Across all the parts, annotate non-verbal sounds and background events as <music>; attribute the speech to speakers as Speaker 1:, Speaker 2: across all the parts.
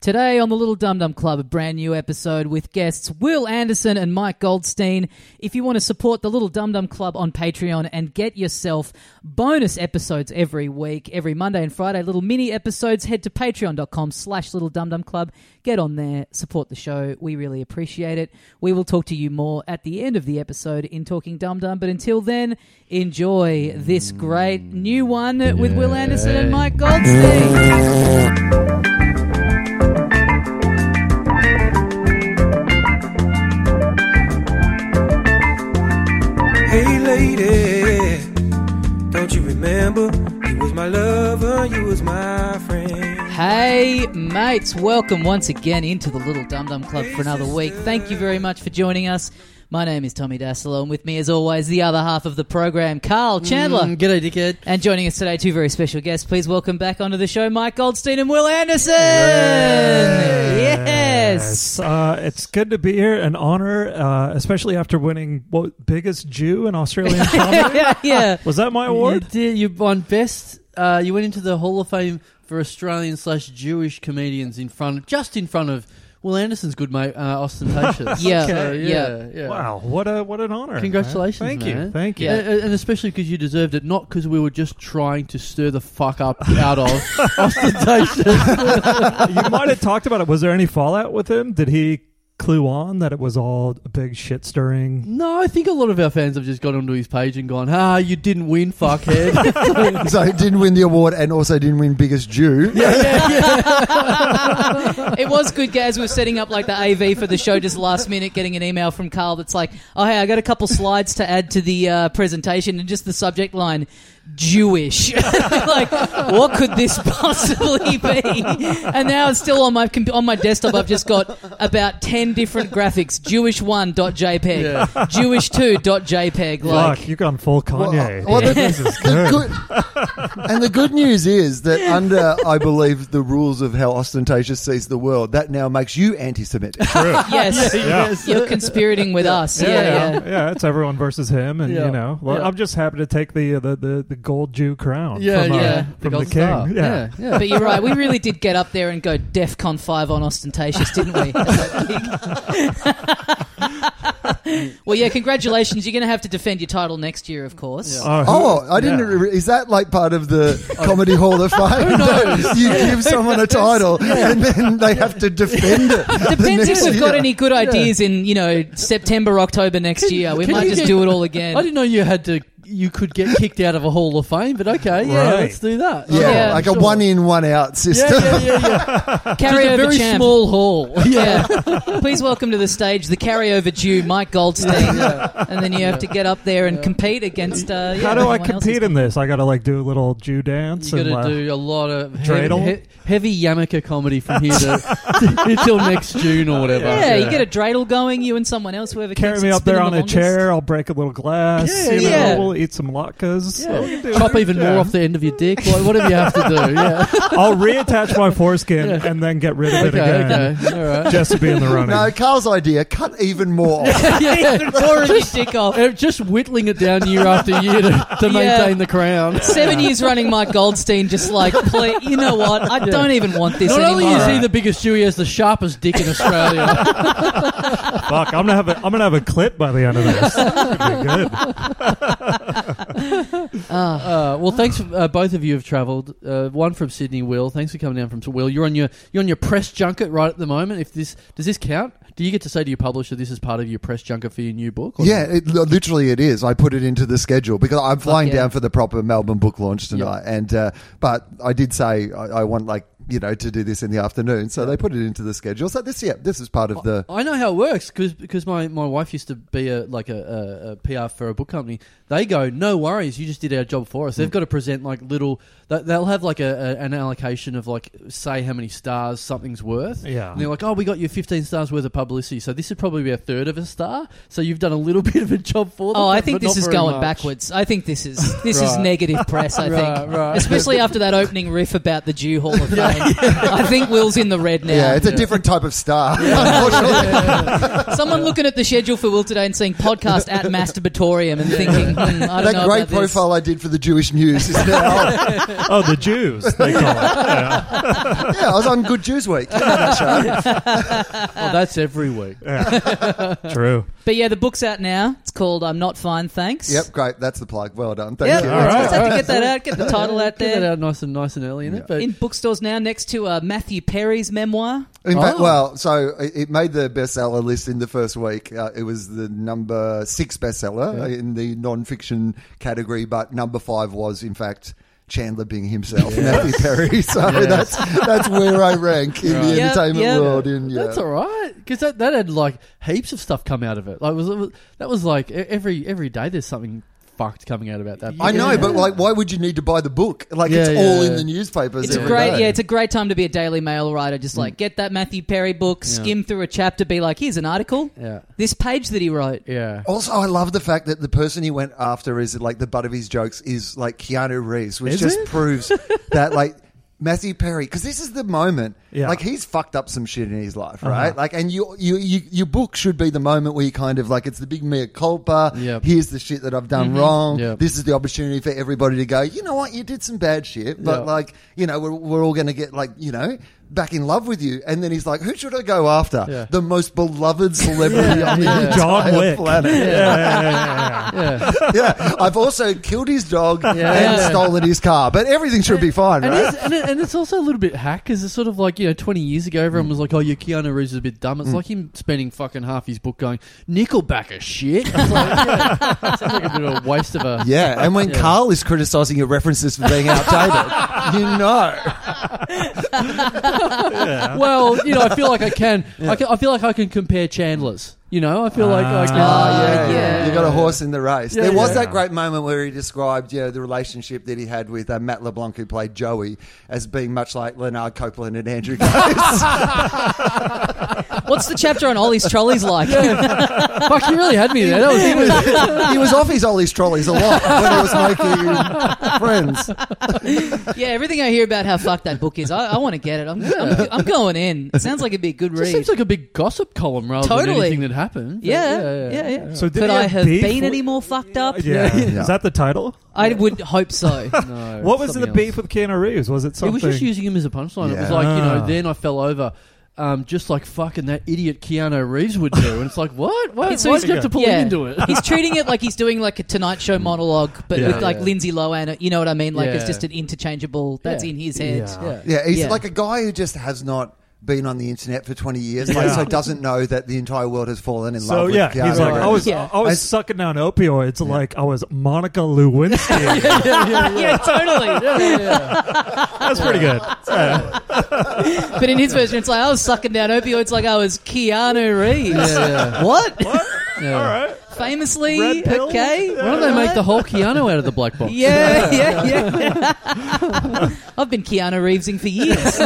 Speaker 1: Today on the Little Dum Dum Club, a brand new episode with guests Will Anderson and Mike Goldstein. If you want to support the Little Dum Dum Club on Patreon and get yourself bonus episodes every week, every Monday and Friday, little mini episodes, head to patreon.com slash Little Dum Dum Club. Get on there, support the show. We really appreciate it. We will talk to you more at the end of the episode in Talking Dum Dum. But until then, enjoy this great new one with Will Anderson and Mike Goldstein.
Speaker 2: Hey lady, don't you remember? You was my lover, you was my friend.
Speaker 1: Hey, mates, welcome once again into the Little Dum Dum Club for another week. Thank you very much for joining us. My name is Tommy Dassolo, and with me, as always, the other half of the program, Carl Chandler.
Speaker 3: G'day, dickhead.
Speaker 1: And joining us today, two very special guests. Please welcome back onto the show Mike Goldstein and Will Anderson. Yes.
Speaker 4: Yes, uh, it's good to be here. An honor, uh, especially after winning what biggest Jew
Speaker 3: <laughs>
Speaker 4: in Australian
Speaker 1: <laughs>
Speaker 4: comedy.
Speaker 1: yeah, yeah.
Speaker 4: Was that my award?
Speaker 3: You, did, you won best. Uh, you went into the Hall of Fame for Australian slash Jewish comedians in front, just in front of Will Anderson's good mate, uh,
Speaker 4: <laughs>
Speaker 3: ostentatious.
Speaker 1: Yeah,
Speaker 3: So,
Speaker 1: yeah.
Speaker 3: yeah, yeah.
Speaker 4: Wow, what a what an honor! man.
Speaker 3: Congratulations,
Speaker 4: Thank you,
Speaker 3: man.
Speaker 4: thank you.
Speaker 3: Yeah. And, and especially because you deserved it, not because we were just trying to stir the fuck up out of
Speaker 4: <laughs>
Speaker 3: ostentatious.
Speaker 4: you might have talked about it. Was there any fallout with him? Did he clue on that it was all a big shit stirring?
Speaker 3: no, I think a lot of our fans have just gone onto his page and gone, "Ah, you didn't win,
Speaker 4: <laughs>
Speaker 3: fuckhead."
Speaker 5: <laughs> so he didn't win the award and also didn't win biggest Jew.
Speaker 1: <laughs> it was good, guys. We were setting up like the AV for the show just last minute, getting an email from Carl that's like, "Oh hey, I got a couple slides to add to the uh, presentation, and just the subject line, Jewish. <laughs> like, what could this possibly be? And now it's still on my com- on my desktop. I've just got about ten different graphics: Jewish one dot JPEG,
Speaker 3: Yeah.
Speaker 1: Jewish two dot JPEG. Like,
Speaker 4: Fuck, you've gone full Kanye.
Speaker 5: Well,
Speaker 4: dude.
Speaker 5: the-
Speaker 4: this is
Speaker 5: The
Speaker 4: good.
Speaker 5: good- and the good news is that under, I believe, the rules of how ostentatious sees the world, that now makes you anti-Semitic.
Speaker 3: <laughs>
Speaker 1: yes,
Speaker 3: yes.
Speaker 1: you're conspirating with us.
Speaker 4: yeah,
Speaker 1: yeah.
Speaker 4: yeah.
Speaker 1: yeah.
Speaker 4: Yeah, it's everyone versus him, and
Speaker 3: Yeah.
Speaker 4: you know, well,
Speaker 3: Yeah.
Speaker 4: I'm just happy to take the uh, the, the, the gold Jew crown.
Speaker 3: yeah,
Speaker 4: from, uh,
Speaker 3: yeah.
Speaker 4: from the,
Speaker 3: gold
Speaker 4: king.
Speaker 3: star.
Speaker 4: yeah,
Speaker 3: yeah.
Speaker 1: But you're right. We really did get up there and go DefCon five on ostentatious, didn't we? well, yeah. Congratulations. You're going to have to defend your title next year, of course.
Speaker 3: Yeah.
Speaker 4: Oh,
Speaker 5: Oh, I didn't.
Speaker 4: yeah.
Speaker 5: Re- is that like part of the <laughs> comedy hall of fame? No, <laughs> you give someone a title and then they have to defend it. the
Speaker 1: Depends if
Speaker 5: next
Speaker 1: we've got
Speaker 5: year.
Speaker 1: any good ideas in you know September, October next year. We
Speaker 3: can
Speaker 1: might
Speaker 3: you
Speaker 1: just
Speaker 3: get-
Speaker 1: do it all
Speaker 3: I
Speaker 1: again.
Speaker 3: didn't know you had to. You could get kicked out of a Hall of Fame, but okay, yeah,
Speaker 4: Right.
Speaker 3: let's do that.
Speaker 5: Yeah,
Speaker 1: Yeah,
Speaker 5: like
Speaker 3: sure.
Speaker 5: a one in, one out system.
Speaker 3: Yeah, yeah, yeah, yeah.
Speaker 1: Carry
Speaker 3: Just a
Speaker 1: over
Speaker 3: very
Speaker 1: champ.
Speaker 3: small hall.
Speaker 1: <laughs> Yeah. Please welcome to the stage the carryover Jew, Mike Goldstein, <laughs> and then you have to get up there and compete against. Uh, yeah,
Speaker 4: How do I
Speaker 1: everyone else's
Speaker 4: compete in this? I gotta like do a little Jew dance.
Speaker 3: You got
Speaker 4: and,
Speaker 3: to
Speaker 4: uh,
Speaker 3: do a lot of heavy,
Speaker 4: dreidel?
Speaker 3: he- heavy Yamaka comedy from here to until next June or whatever.
Speaker 1: Yeah, you get a dreidel going, you and someone else, whoever
Speaker 4: carry
Speaker 1: keeps
Speaker 4: me
Speaker 1: it
Speaker 4: up there
Speaker 1: spinning
Speaker 4: on
Speaker 1: the
Speaker 4: a
Speaker 1: longest.
Speaker 4: chair. I'll break a little glass.
Speaker 3: Yeah,
Speaker 4: you know,
Speaker 1: yeah.
Speaker 4: We'll eat some latkes.
Speaker 3: Yeah.
Speaker 4: We can do
Speaker 3: Chop
Speaker 4: it.
Speaker 3: even
Speaker 4: Yeah.
Speaker 3: more off the end of your dick. wha- Whatever you have to do. Yeah.
Speaker 4: I'll reattach my foreskin and then get rid of it
Speaker 3: Okay.
Speaker 4: again.
Speaker 3: Okay. All right.
Speaker 4: Just to be in the running.
Speaker 5: No, Carl's idea. Cut even
Speaker 3: <laughs>
Speaker 5: more.
Speaker 3: yeah.
Speaker 1: Pouring <laughs> your dick off.
Speaker 3: Uh, Just whittling it down year after year to, to maintain the crown.
Speaker 1: Seven years running, Mike Goldstein just like, play, you know what? I don't even want this
Speaker 3: Not only
Speaker 1: anymore.
Speaker 3: is he the biggest Jew, he has the sharpest dick in Australia.
Speaker 4: Fuck, I'm gonna have a I'm gonna have a clip by the end of this. It'll be good.
Speaker 3: Uh, well, thanks for, uh, both of you have travelled. Uh, one from Sydney, Will. Thanks for coming down from Will. You're on your you're on your press junket right at the moment. If this does this count? Do you get to say to your publisher this is part of your press junket for your new book? or-
Speaker 5: Yeah, it, li- literally it is. I put it into the schedule because I'm flying
Speaker 1: yeah.
Speaker 5: down for the proper Melbourne book launch tonight. And uh, but I did say I, I want like you know to do this in the afternoon, so they put it into the schedule. So this yeah, this is part
Speaker 1: Oh,
Speaker 5: of the.
Speaker 3: I know how it works cause, because my, my wife used to be a like a, a, a PR for a book company. They go, no worries, you just did our job for us.
Speaker 5: Mm.
Speaker 3: They've got to present like little. they- They'll have like a, a, an allocation of like say how many stars something's worth.
Speaker 4: Yeah.
Speaker 3: and they're like, oh, we got you fifteen stars worth of publicity, so this would probably be a third of a star. So you've done a little <laughs> bit of a job for them.
Speaker 1: Oh, I
Speaker 3: but-
Speaker 1: think
Speaker 3: but not
Speaker 1: this is
Speaker 3: very
Speaker 1: going
Speaker 3: much.
Speaker 1: backwards. I think this is this is
Speaker 3: Right.
Speaker 1: negative press. I think, <laughs>
Speaker 3: Right, right. <laughs>
Speaker 1: especially after that opening riff about the Jew Hall of Fame. mean. I think Will's in the red now.
Speaker 5: Yeah, it's a different type of
Speaker 1: <laughs>
Speaker 5: star. Unfortunately,
Speaker 1: Someone looking at the schedule for Will today and saying podcast at masturbatorium and thinking, "Hmm, I don't
Speaker 5: that
Speaker 1: know
Speaker 5: great
Speaker 1: about this."
Speaker 5: profile I did for the Jewish News is
Speaker 1: <laughs>
Speaker 5: now.
Speaker 4: Oh, the Jews, they call it. Yeah.
Speaker 5: yeah, I was on Good Jews Week.
Speaker 3: Oh, that's every week.
Speaker 1: <laughs>
Speaker 4: True.
Speaker 1: But yeah, the book's out now. It's called "I'm Not Fine, Thanks."
Speaker 5: Yep, great. That's the plug. Well done. Thank
Speaker 1: Yep.
Speaker 5: you.
Speaker 4: All right.
Speaker 1: Just have to get that out. Get the title out
Speaker 3: Get that
Speaker 1: there.
Speaker 3: out nice and nice and early in it. But
Speaker 1: In bookstores now, next to uh, Matthew Perry's memoir.
Speaker 5: In fact,
Speaker 3: Oh.
Speaker 5: well, so it it made the bestseller list in the first week. Uh, it was the number six bestseller in the non-fiction category, but number five was, in fact, Chandler Bing himself, Matthew Perry. <laughs> So that's that's where I rank in the
Speaker 1: Yep,
Speaker 5: entertainment
Speaker 1: yep.
Speaker 5: world. In yeah.
Speaker 3: That's all right because that, that had like heaps of stuff come out of it. Like was, was that was like e- every every day there's something fucked coming out about that.
Speaker 5: I know,
Speaker 3: Yeah.
Speaker 5: but like, why would you need to buy the book? Like,
Speaker 3: Yeah,
Speaker 5: it's
Speaker 3: yeah,
Speaker 5: all
Speaker 3: yeah.
Speaker 5: in the newspapers.
Speaker 1: It's a
Speaker 5: every
Speaker 1: great,
Speaker 5: day.
Speaker 1: yeah. It's a great time to be a Daily Mail writer. Just like get that Matthew Perry book, skim through a chapter, be like, "Here's an article.
Speaker 3: yeah,
Speaker 1: This page that he wrote."
Speaker 3: yeah.
Speaker 5: Also, I love the fact that the person he went after is like the butt of his jokes is like Keanu Reeves, which
Speaker 3: Is
Speaker 5: just
Speaker 3: it? <laughs>
Speaker 5: proves that like Matthew Perry, because this is the moment,
Speaker 4: Yeah.
Speaker 5: like he's fucked up some shit in his life,
Speaker 3: Uh-huh.
Speaker 5: right? Like, and you, you, you, your book should be the moment where you kind of like it's the big mea culpa.
Speaker 3: Yep. Mm-hmm.
Speaker 5: Here's the shit that I've done wrong.
Speaker 3: Yep.
Speaker 5: This is the opportunity for everybody to go. You know what? You did some bad shit, but
Speaker 3: Yeah.
Speaker 5: like you know, we're, we're all going to get like you know. Back in love with you, and then he's like, "Who should I go after?
Speaker 3: Yeah.
Speaker 5: The most
Speaker 3: <laughs>
Speaker 5: beloved celebrity on the entire
Speaker 4: John Wick.
Speaker 5: planet."
Speaker 4: Yeah, yeah, yeah, yeah, yeah.
Speaker 1: <laughs>
Speaker 5: yeah, I've also killed his dog and
Speaker 3: Yeah.
Speaker 5: stolen his car, but everything should be fine,
Speaker 3: And,
Speaker 5: right?
Speaker 3: it's, and, it, and it's also a little bit hack because it's sort of like you know, twenty years ago, everyone
Speaker 4: Mm.
Speaker 3: was like, "Oh, your Keanu Reeves is a bit dumb." It's like him spending fucking half his book going Nickelback a shit. <laughs> It's like, yeah. Sounds like a bit of a waste of a.
Speaker 5: Yeah, and when
Speaker 3: Yeah.
Speaker 5: Carl is criticising your references for being outdated, <laughs> you know.
Speaker 3: Well, you know, I feel like I can, I can. I feel like I can compare Chandler's. You know, I feel like
Speaker 4: Ah,
Speaker 3: I can.
Speaker 5: Oh, yeah,
Speaker 1: yeah.
Speaker 5: yeah. You got a horse in the race.
Speaker 3: Yeah,
Speaker 5: there was
Speaker 3: yeah.
Speaker 5: that great moment where he described yeah, the relationship that he had with uh, Matt LeBlanc, who played Joey, as being much like Leonard Copeland and Andrew Case.
Speaker 1: What's the chapter on Ollie's trolleys like? <laughs>
Speaker 3: Fuck, you really had me there. That was,
Speaker 4: <laughs>
Speaker 5: he, was, he was off his Ollie's trolleys a lot when he was making friends.
Speaker 1: Yeah, everything I hear about how fucked that book is, I, I want to get it. I'm, I'm, I'm going in. <laughs> It sounds like it'd be a good
Speaker 3: It
Speaker 1: read.
Speaker 3: seems like a big gossip column rather
Speaker 1: Totally.
Speaker 3: than anything that happened. But
Speaker 1: yeah, yeah, yeah.
Speaker 4: So did
Speaker 1: Could
Speaker 4: he
Speaker 1: I have
Speaker 4: beef
Speaker 1: been
Speaker 4: with-
Speaker 1: any more fucked up?
Speaker 4: Yeah.
Speaker 5: Yeah.
Speaker 4: Is that the title?
Speaker 1: I would hope so.
Speaker 3: No,
Speaker 4: What was the
Speaker 3: something
Speaker 4: beef
Speaker 3: else.
Speaker 4: with Keanu Reeves? Was it
Speaker 3: He
Speaker 4: something?
Speaker 3: was just using him as a punchline. It was
Speaker 5: Yeah.
Speaker 3: like, you know,
Speaker 4: Ah.
Speaker 3: then I fell over. Um, just like fucking that idiot Keanu Reeves would do, and it's like, what? Why,
Speaker 1: It's- so
Speaker 3: why
Speaker 1: he's-
Speaker 3: did you have to pull
Speaker 1: yeah.
Speaker 3: him into it?
Speaker 1: he's treating it like he's doing like a Tonight Show monologue, but
Speaker 4: Yeah.
Speaker 1: with like
Speaker 3: Yeah.
Speaker 1: Lindsay Lohan. You know what I mean? Like it's
Speaker 3: Yeah.
Speaker 1: just an interchangeable. That's
Speaker 3: Yeah.
Speaker 1: in his head.
Speaker 3: <laughs>
Speaker 4: Yeah.
Speaker 3: yeah.
Speaker 5: Yeah, he's
Speaker 1: Yeah.
Speaker 5: like a guy who just has not been on the internet for 20 years, like,
Speaker 4: Yeah.
Speaker 5: so doesn't know that the entire world has fallen in
Speaker 4: So
Speaker 5: love
Speaker 4: yeah,
Speaker 5: with Keanu
Speaker 4: he's like
Speaker 5: Reeves.
Speaker 4: I was
Speaker 1: Yeah.
Speaker 4: I was
Speaker 5: I-
Speaker 4: sucking down opioids like I was Monica Lewinsky.
Speaker 1: <laughs> yeah,
Speaker 3: <laughs>
Speaker 1: totally.
Speaker 4: That's pretty good. Yeah.
Speaker 1: But in his version, it's like I was sucking down opioids like I was Keanu Reeves.
Speaker 3: Yeah,
Speaker 1: <laughs>
Speaker 3: yeah.
Speaker 1: What?
Speaker 3: yeah.
Speaker 4: <laughs> All right.
Speaker 1: Famously,
Speaker 4: Red pill?
Speaker 1: okay.
Speaker 3: Why don't they make <laughs> the whole Keanu out of the black box?
Speaker 1: Yeah, yeah, yeah. <laughs> I've been Keanu Reevesing for years.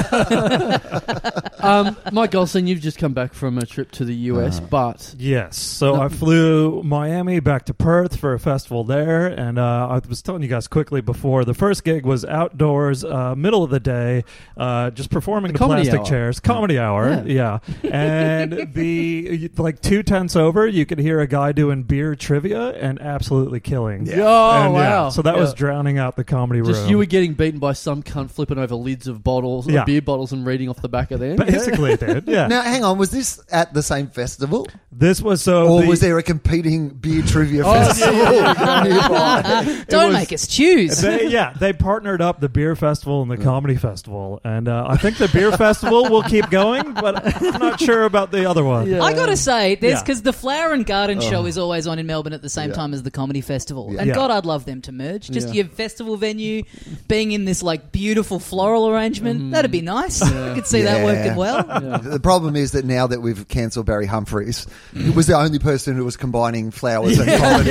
Speaker 3: Um, Mike Golson, you've just come back from a trip to the
Speaker 4: Uh,
Speaker 3: US, but
Speaker 4: Yes. So I flew Miami back to Perth for a festival there, and uh, I was telling you guys quickly before the first gig was outdoors, uh, middle of the day, uh, just performing
Speaker 3: The
Speaker 4: to
Speaker 3: comedy
Speaker 4: plastic
Speaker 3: hour.
Speaker 4: chairs, comedy hour, yeah.
Speaker 3: <laughs>
Speaker 4: And the like two tenths over, you could hear a guy doing beer trivia and absolutely killing.
Speaker 5: Yeah.
Speaker 3: oh
Speaker 4: And, yeah,
Speaker 3: wow!
Speaker 4: so that was
Speaker 3: Yeah.
Speaker 4: drowning out the comedy
Speaker 3: just
Speaker 4: room.
Speaker 3: you were getting beaten by some cunt flipping over lids of bottles,
Speaker 4: Yeah.
Speaker 3: of beer bottles, and reading off the back of them.
Speaker 4: Basically, dude.
Speaker 3: <laughs>
Speaker 4: Yeah.
Speaker 5: Now, hang on, was this at the same festival?
Speaker 4: this was so.
Speaker 5: Or
Speaker 4: the-
Speaker 5: was there a competing beer trivia
Speaker 3: Oh, yeah,
Speaker 5: festival
Speaker 4: <laughs>
Speaker 5: nearby?
Speaker 1: <laughs> Don't
Speaker 4: was-
Speaker 1: make us choose.
Speaker 4: they, yeah, they partnered up the beer festival and the comedy festival, and uh, I think the
Speaker 3: <laughs>
Speaker 4: beer festival will keep going, but I'm not sure about the other one.
Speaker 3: Yeah.
Speaker 1: I
Speaker 5: Um,
Speaker 1: gotta say, there's
Speaker 4: Yeah.
Speaker 1: because the Flower and Garden
Speaker 5: Oh.
Speaker 1: show is always on in Melbourne at the same time as the comedy festival, and
Speaker 4: Yeah.
Speaker 1: God, I'd love them to merge. Just
Speaker 3: Yeah.
Speaker 1: your festival venue being in this like beautiful floral arrangement, that'd be nice. I could see that
Speaker 5: Mm. Yeah.
Speaker 1: working well.
Speaker 5: <laughs> The problem is that now that we've cancelled Barry Humphries, it was the only person who was combining flowers and comedy.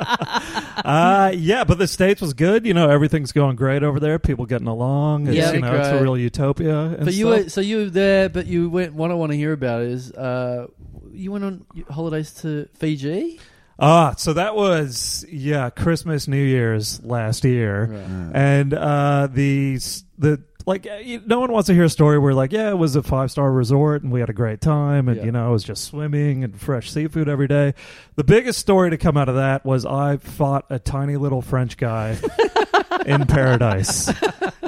Speaker 5: <laughs>
Speaker 4: Uh, yeah, but the states was good. You know, everything's going great over there. People getting along. It's,
Speaker 1: Yeah.
Speaker 4: you know, it's a
Speaker 3: Great.
Speaker 4: real utopia. And
Speaker 3: But you
Speaker 4: stuff.
Speaker 3: were so you were there, but you went. What I want to hear about is uh, you went on holidays to Fiji.
Speaker 4: Ah, so that was yeah, Christmas, New Year's last year,
Speaker 3: Right.
Speaker 4: and uh, the s- the like uh, you- no one wants to hear a story where like yeah it was a five star resort and we had a great time and
Speaker 3: Yeah.
Speaker 4: you know it was just swimming and fresh seafood every day. The biggest story to come out of that was I fought a tiny little French guy in paradise,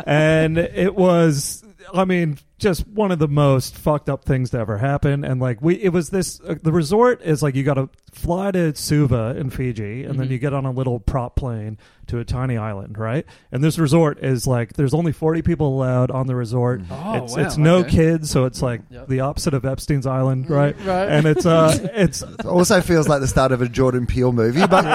Speaker 4: and it was. I mean, just one of the most fucked up things to ever happen. And like, we, it was this, uh, the resort is like, you got to fly to Suva in Fiji, and then
Speaker 1: Mhm.
Speaker 4: you get on a little prop plane to a tiny island, right? And this resort is like, there's only 40 people allowed on the resort.
Speaker 3: Oh,
Speaker 4: it's,
Speaker 3: wow,
Speaker 4: it's no
Speaker 3: okay.
Speaker 4: kids, so it's like
Speaker 3: Yep.
Speaker 4: the opposite of Epstein's
Speaker 3: <laughs>
Speaker 4: Island, right?
Speaker 3: Right.
Speaker 4: And it's, uh,
Speaker 5: <laughs>
Speaker 4: it's,
Speaker 5: It also feels like the start of a Jordan Peele movie, but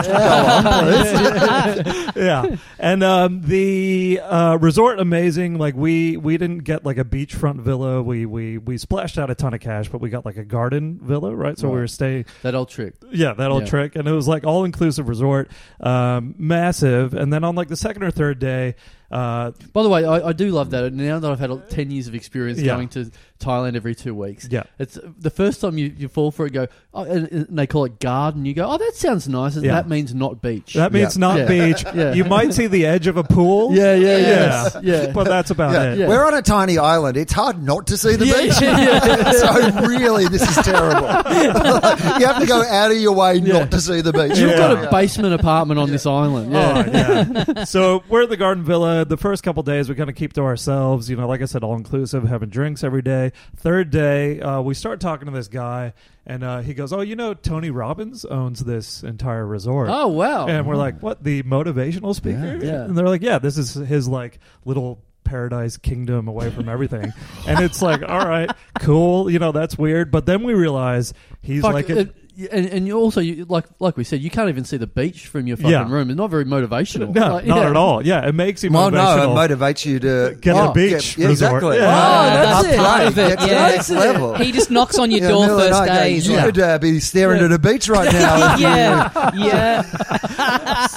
Speaker 4: <laughs> yeah. And um, the uh, resort amazing. Like we we didn't get like a beachfront villa. We we we splashed out a ton of cash, but we got like a garden villa, right? So we
Speaker 3: Right.
Speaker 4: were staying.
Speaker 3: That old trick.
Speaker 4: Yeah, that old
Speaker 3: Yeah.
Speaker 4: trick. And it was like all inclusive resort, um, massive. And then on like the second or third day, uh,
Speaker 3: By the way, I, I do love that. Now that I've had uh, ten years of experience
Speaker 4: Yeah.
Speaker 3: going to Thailand every two weeks,
Speaker 4: yeah.
Speaker 3: it's the first time you, you fall for it. Go, oh, and, and they call it garden. You go, oh, that sounds nice. and
Speaker 4: Yeah.
Speaker 3: That means not beach.
Speaker 4: That means
Speaker 5: Yeah.
Speaker 4: not
Speaker 3: Yeah.
Speaker 5: <laughs>
Speaker 4: beach.
Speaker 3: Yeah.
Speaker 4: You might see the edge of a
Speaker 3: <laughs>
Speaker 4: pool.
Speaker 3: yeah, yeah,
Speaker 4: Yeah.
Speaker 3: yes, yeah.
Speaker 4: But that's about
Speaker 5: yeah,
Speaker 4: it.
Speaker 3: Yeah.
Speaker 5: we're on a tiny island. It's hard not to see the
Speaker 3: Yeah,
Speaker 5: beach.
Speaker 3: yeah,
Speaker 4: <laughs>
Speaker 5: <laughs> so really, this is terrible. <laughs> you have to go out of your way
Speaker 3: Yeah.
Speaker 5: not to see the beach.
Speaker 3: You've
Speaker 4: Yeah.
Speaker 3: got a basement apartment on this island. Yeah.
Speaker 4: Oh, yeah. so we're at the Garden Villa. The first couple days we kind of keep to ourselves. You know, like I said, all inclusive, having drinks every day. Third day, uh, we start talking to this guy, and uh, he goes, "Oh, you know, Tony Robbins owns this entire resort."
Speaker 3: Oh, wow.
Speaker 4: And we're like, "What? The motivational speaker?"
Speaker 3: Yeah, yeah.
Speaker 4: And they're like, "Yeah, this is his like little." Paradise kingdom away from
Speaker 3: <laughs>
Speaker 4: everything, and it's like, all right, cool, you know that's weird. But then we realize he's
Speaker 3: Fuck,
Speaker 4: like,
Speaker 3: <laughs>
Speaker 4: a-
Speaker 3: it- and, and you also you, like like we said, you can't even see the beach from your fucking
Speaker 4: Yeah.
Speaker 3: room. It's not very motivational.
Speaker 4: no,
Speaker 3: Like,
Speaker 4: not
Speaker 3: yeah.
Speaker 4: at all. Yeah, it makes him.
Speaker 5: Well, Oh, no, it
Speaker 4: motivational.
Speaker 5: motivates you to
Speaker 4: Get a
Speaker 5: Yeah,
Speaker 4: beach
Speaker 5: yeah,
Speaker 4: resort.
Speaker 5: exactly.
Speaker 4: Yeah.
Speaker 1: Oh, that's it.
Speaker 5: Upgrade,
Speaker 1: Part of it,
Speaker 5: get to the
Speaker 1: yeah.
Speaker 5: next level.
Speaker 1: He just knocks on your
Speaker 5: Yeah,
Speaker 1: door
Speaker 5: middle of the
Speaker 1: first
Speaker 5: night,
Speaker 1: day.
Speaker 5: yeah,
Speaker 1: He's
Speaker 5: You
Speaker 1: like,
Speaker 5: could uh, be staring at a beach right
Speaker 1: <laughs>
Speaker 5: now.
Speaker 1: yeah, yeah.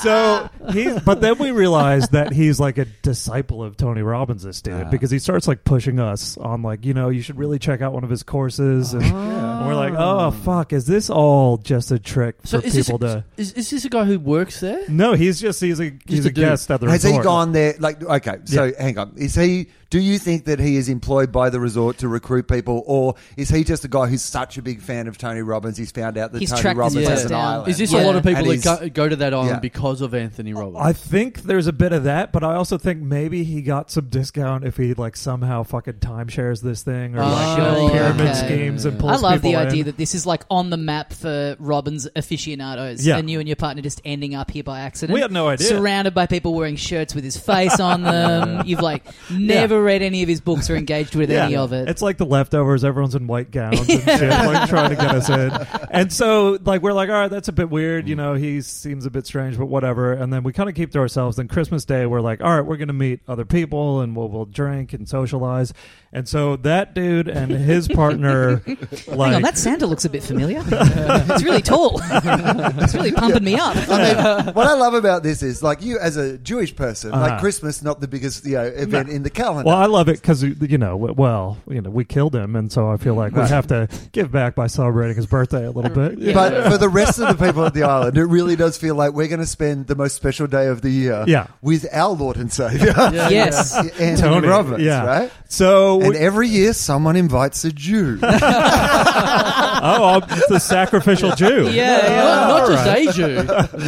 Speaker 4: so he but then we realized that he's like a disciple of tony robbins this dude
Speaker 3: Ah.
Speaker 4: because he starts like pushing us on like you know you should really check out one of his courses and, and we're like oh fuck is this all just a trick
Speaker 3: So
Speaker 4: for
Speaker 3: is this,
Speaker 4: people to
Speaker 3: is, is this a guy who works there?
Speaker 4: no he's just he's a he's
Speaker 3: a
Speaker 4: a,
Speaker 3: dude.
Speaker 4: guest at the
Speaker 5: <laughs> Has
Speaker 4: resort
Speaker 5: he gone there? Like, okay, so hang on. Is he? Do you think that he is employed by the resort to recruit people, or is he just a guy who's such a big fan of Tony Robbins? He's found out that
Speaker 1: He's
Speaker 5: Tony
Speaker 1: tracked his
Speaker 5: Robbins
Speaker 3: way
Speaker 5: has an
Speaker 1: down.
Speaker 5: island.
Speaker 3: Is this a
Speaker 1: Yeah.
Speaker 3: lot of people
Speaker 5: And
Speaker 3: that
Speaker 5: he's-
Speaker 3: go, go to that island
Speaker 5: Yeah.
Speaker 3: because of Anthony Robbins?
Speaker 4: I think there's a bit of that, but I also think maybe he got some discount if he like somehow fucking timeshares this thing or like you know,
Speaker 1: Oh,
Speaker 4: pyramid
Speaker 1: okay.
Speaker 4: schemes and
Speaker 1: I
Speaker 4: pulls
Speaker 1: love the
Speaker 4: people in.
Speaker 1: idea that this is like on the map for Robin's aficionados,
Speaker 4: Yeah.
Speaker 1: and you and your partner just ending up here by accident.
Speaker 4: we had no idea.
Speaker 1: Surrounded by people wearing shirts with his face on
Speaker 4: <laughs>
Speaker 1: them. You've like never read any of his books or engaged with any of it.
Speaker 4: It's like the leftovers. Everyone's in white gowns and
Speaker 1: <laughs>
Speaker 4: shit, like trying to get us in. And so, like, we're like, all right, that's a bit weird. You know, he seems a bit strange, but whatever. And then we kind of keep to ourselves. Then Christmas Day, we're like, all right, we're going to meet other people and we'll, we'll drink and socialize. And so that dude and his partner,
Speaker 1: <laughs> Hang on,
Speaker 4: like,
Speaker 1: that Santa looks a bit
Speaker 4: <laughs>
Speaker 1: familiar. it's really tall. it's really pumping me up.
Speaker 5: I mean, what I love about this is like you as a Jewish person, like
Speaker 4: Uh-huh.
Speaker 5: Christmas, not the biggest you know, event in the calendar.
Speaker 4: well, I love it because you know, w- well, you know, we killed him, and so I feel like we have to give back by celebrating his birthday a little bit.
Speaker 1: Yeah.
Speaker 5: But for the rest of the people at the island, it really does feel like we're going to spend the most special day of the year
Speaker 4: Yeah.
Speaker 5: with our Lord and
Speaker 1: <laughs> <laughs>
Speaker 5: Savior, <laughs>
Speaker 1: yes.
Speaker 5: Anthony
Speaker 4: Tony,
Speaker 5: Robbins,
Speaker 4: yeah.
Speaker 5: right?
Speaker 4: So we-
Speaker 5: And every year, someone invites
Speaker 4: <laughs>
Speaker 5: a Jew.
Speaker 4: oh, I'm the sacrificial Jew.
Speaker 1: <laughs> Yeah, yeah.
Speaker 3: not, not just
Speaker 4: Alright.
Speaker 3: a
Speaker 4: <laughs>
Speaker 3: Jew,